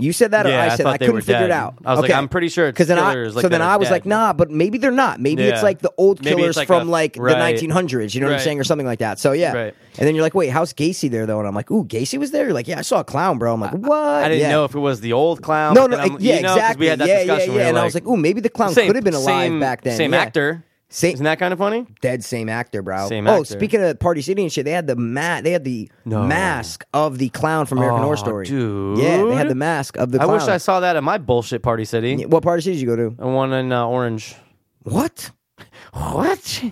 S1: You said that, or
S2: Yeah,
S1: I
S2: I
S1: said
S2: thought
S1: I
S2: they
S1: couldn't
S2: were
S1: figure it
S2: dead.
S1: out.
S2: I was like,
S1: Okay.
S2: I'm pretty sure it's
S1: then I,
S2: killers, like,
S1: so then
S2: that
S1: I
S2: are
S1: was like,
S2: dead.
S1: nah, but maybe they're not. Maybe it's
S2: Yeah.
S1: like the old
S2: Maybe it's
S1: killers
S2: like
S1: from
S2: a-
S1: like
S2: right.
S1: the 1900s. You know what I'm
S2: Right.
S1: saying, or something like that. So yeah.
S2: Right.
S1: And then you're like, wait, how's Gacy there though? And I'm like, ooh, Gacy was there. You're like, yeah, I saw a clown, bro. I'm like, what?
S2: I didn't
S1: yeah.
S2: know if it was the old clown.
S1: No,
S2: but
S1: no,
S2: then I'm-
S1: yeah,
S2: you know, 'cause
S1: exactly.
S2: We had that
S1: yeah, yeah,
S2: discussion. we
S1: yeah.
S2: were
S1: And I was like, ooh, maybe the clown could have been alive
S2: same-
S1: back then.
S2: Same
S1: Yeah.
S2: actor.
S1: Same-
S2: Isn't that kind of funny?
S1: Dead same actor, bro.
S2: Same
S1: oh,
S2: actor.
S1: speaking of Party City and shit, they had the ma- they had the
S2: No.
S1: mask of the clown from American Horror
S2: Oh,
S1: Story. Yeah, they had
S2: dude.
S1: the mask of the
S2: I
S1: clown.
S2: wish I saw that at my bullshit party city.
S1: What Party City did you go to?
S2: The one in uh, Orange.
S1: What?
S2: What?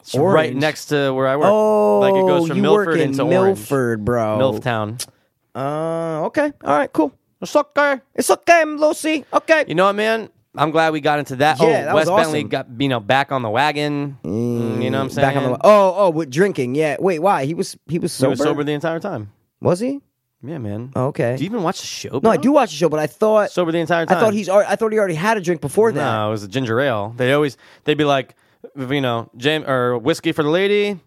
S2: It's right
S1: Orange?
S2: next to where I work.
S1: Oh,
S2: like it goes from
S1: you
S2: Milford
S1: work in
S2: into
S1: Milford,
S2: Orange.
S1: bro.
S2: Milftown.
S1: Uh, okay. All right. Cool.
S2: Sucker.
S1: It's okay, Lucy. Okay.
S2: You know what, man? I'm glad we got into that.
S1: Yeah,
S2: oh,
S1: that
S2: Wes
S1: was
S2: Bentley
S1: awesome.
S2: got you know back on the wagon. Mm, you know what I'm saying?
S1: Back on the oh oh with drinking. Yeah. Wait. Why? He was he was
S2: he
S1: sober.
S2: was sober the entire time.
S1: Was he?
S2: Yeah, man.
S1: Oh, okay.
S2: Do you even watch the show?
S1: no, I
S2: bro?
S1: do watch the show, but I thought
S2: Sober the entire
S1: I
S2: time.
S1: thought he's al- I thought he already had a drink before that.
S2: No, it was a ginger ale. They always they'd be like, you know, jam or whiskey for the lady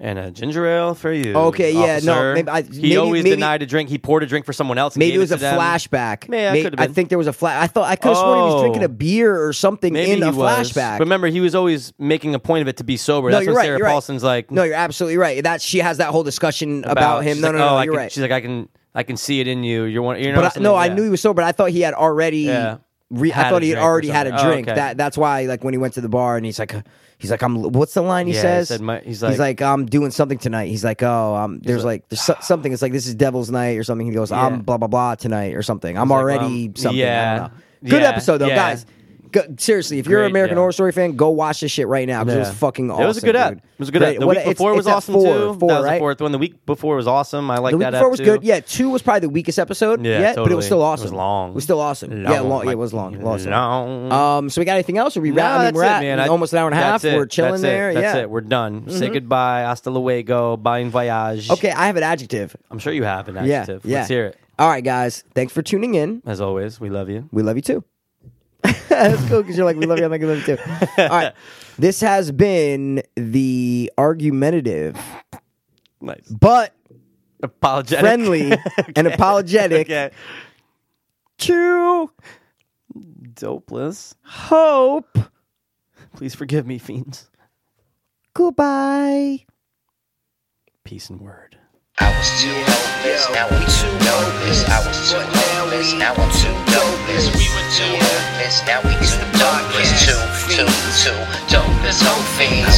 S2: and a ginger ale for you.
S1: Okay, yeah, no,
S2: officer."
S1: maybe I-
S2: he
S1: maybe-
S2: always
S1: maybe-
S2: denied a drink. He poured a drink for someone else. And
S1: Maybe
S2: gave
S1: it was
S2: to
S1: a
S2: them.
S1: flashback.
S2: Yeah, it
S1: May-
S2: could've
S1: I
S2: been.
S1: think there was a flash. I thought I could have sworn he was
S2: Oh.
S1: drinking a beer or something
S2: Maybe
S1: in
S2: he
S1: a
S2: was.
S1: flashback.
S2: Remember, he was always making a point of it to be sober.
S1: No,
S2: That's
S1: you're
S2: when
S1: right,
S2: Sarah
S1: you're right.
S2: Paulson's like,
S1: no, you're absolutely right. That she has that whole discussion about, him.
S2: she's
S1: No,
S2: like,
S1: no, no,
S2: oh,
S1: no,
S2: I
S1: you're
S2: can,
S1: right.
S2: She's like, I can, I can see it in you. You're one. You know,
S1: but I, no, I knew he was sober. But I thought he had already.
S2: Yeah.
S1: Re-
S2: Had
S1: I
S2: a
S1: thought he had
S2: drink or
S1: already had a
S2: something. Oh,
S1: drink.
S2: okay.
S1: That that's why, like when he went to the bar and he's like, uh, he's like, I'm. What's the line he
S2: Yeah, he
S1: says?
S2: said, my- he's
S1: he's
S2: like-
S1: like, I'm doing something tonight. He's like, oh, um, there's like, there's
S2: "Ah."
S1: so- something. It's like this is Devil's Night or something. He goes, I'm blah blah blah tonight or something. I'm
S2: like,
S1: already
S2: um,
S1: something. I
S2: yeah.
S1: don't know. Good
S2: Yeah,
S1: episode though,
S2: yeah.
S1: guys. Go, seriously, if you're an
S2: Great,
S1: American
S2: yeah.
S1: Horror Story fan, go watch this shit right now because
S2: Yeah.
S1: it was fucking awesome.
S2: It was a good
S1: dude.
S2: ad. It was a good
S1: Great.
S2: ad. The
S1: What-
S2: week
S1: it's-
S2: before
S1: it's
S2: was
S1: at
S2: awesome
S1: four,
S2: too.
S1: Four,
S2: that was
S1: right?
S2: the fourth one. The week before was awesome. I like
S1: The week
S2: that.
S1: before
S2: ad,
S1: was
S2: too.
S1: good. Yeah, two was probably the weakest episode.
S2: Yeah,
S1: Yeah, but it was
S2: totally.
S1: still
S2: It
S1: awesome.
S2: was long.
S1: It was still awesome. yeah, long, yeah,
S2: like-
S1: it was long. Awesome.
S2: Long.
S1: Um, so we got anything else? Are we
S2: No,
S1: wrapping?
S2: that's
S1: we're
S2: it,
S1: at
S2: man. I-
S1: almost an hour and a half.
S2: that's it.
S1: We're chilling
S2: That's it.
S1: there.
S2: That's
S1: yeah. Mm-hmm.
S2: it. We're done. Say goodbye. Hasta luego. Bye and voyage.
S1: Okay, I have an adjective.
S2: I'm sure you have an
S1: Yeah,
S2: adjective.
S1: yeah.
S2: Let's hear it.
S1: All right, guys. Thanks for tuning in.
S2: As always, we love you.
S1: We love you too. That's cool because you're like, we love you. I'm like, we love you too. All right. This has been the argumentative,
S2: Nice.
S1: but
S2: Apologetic.
S1: friendly and apologetic.
S2: okay.
S1: True
S2: Dopeless.
S1: hope.
S2: Please forgive me, fiends.
S1: Goodbye.
S2: Peace and word.
S3: I was too hopeless, now we too hopeless. I was too hopeless, now I'm too hopeless. We were too hopeless, now we too darkness. Too, too, too dopeless, whole fiend.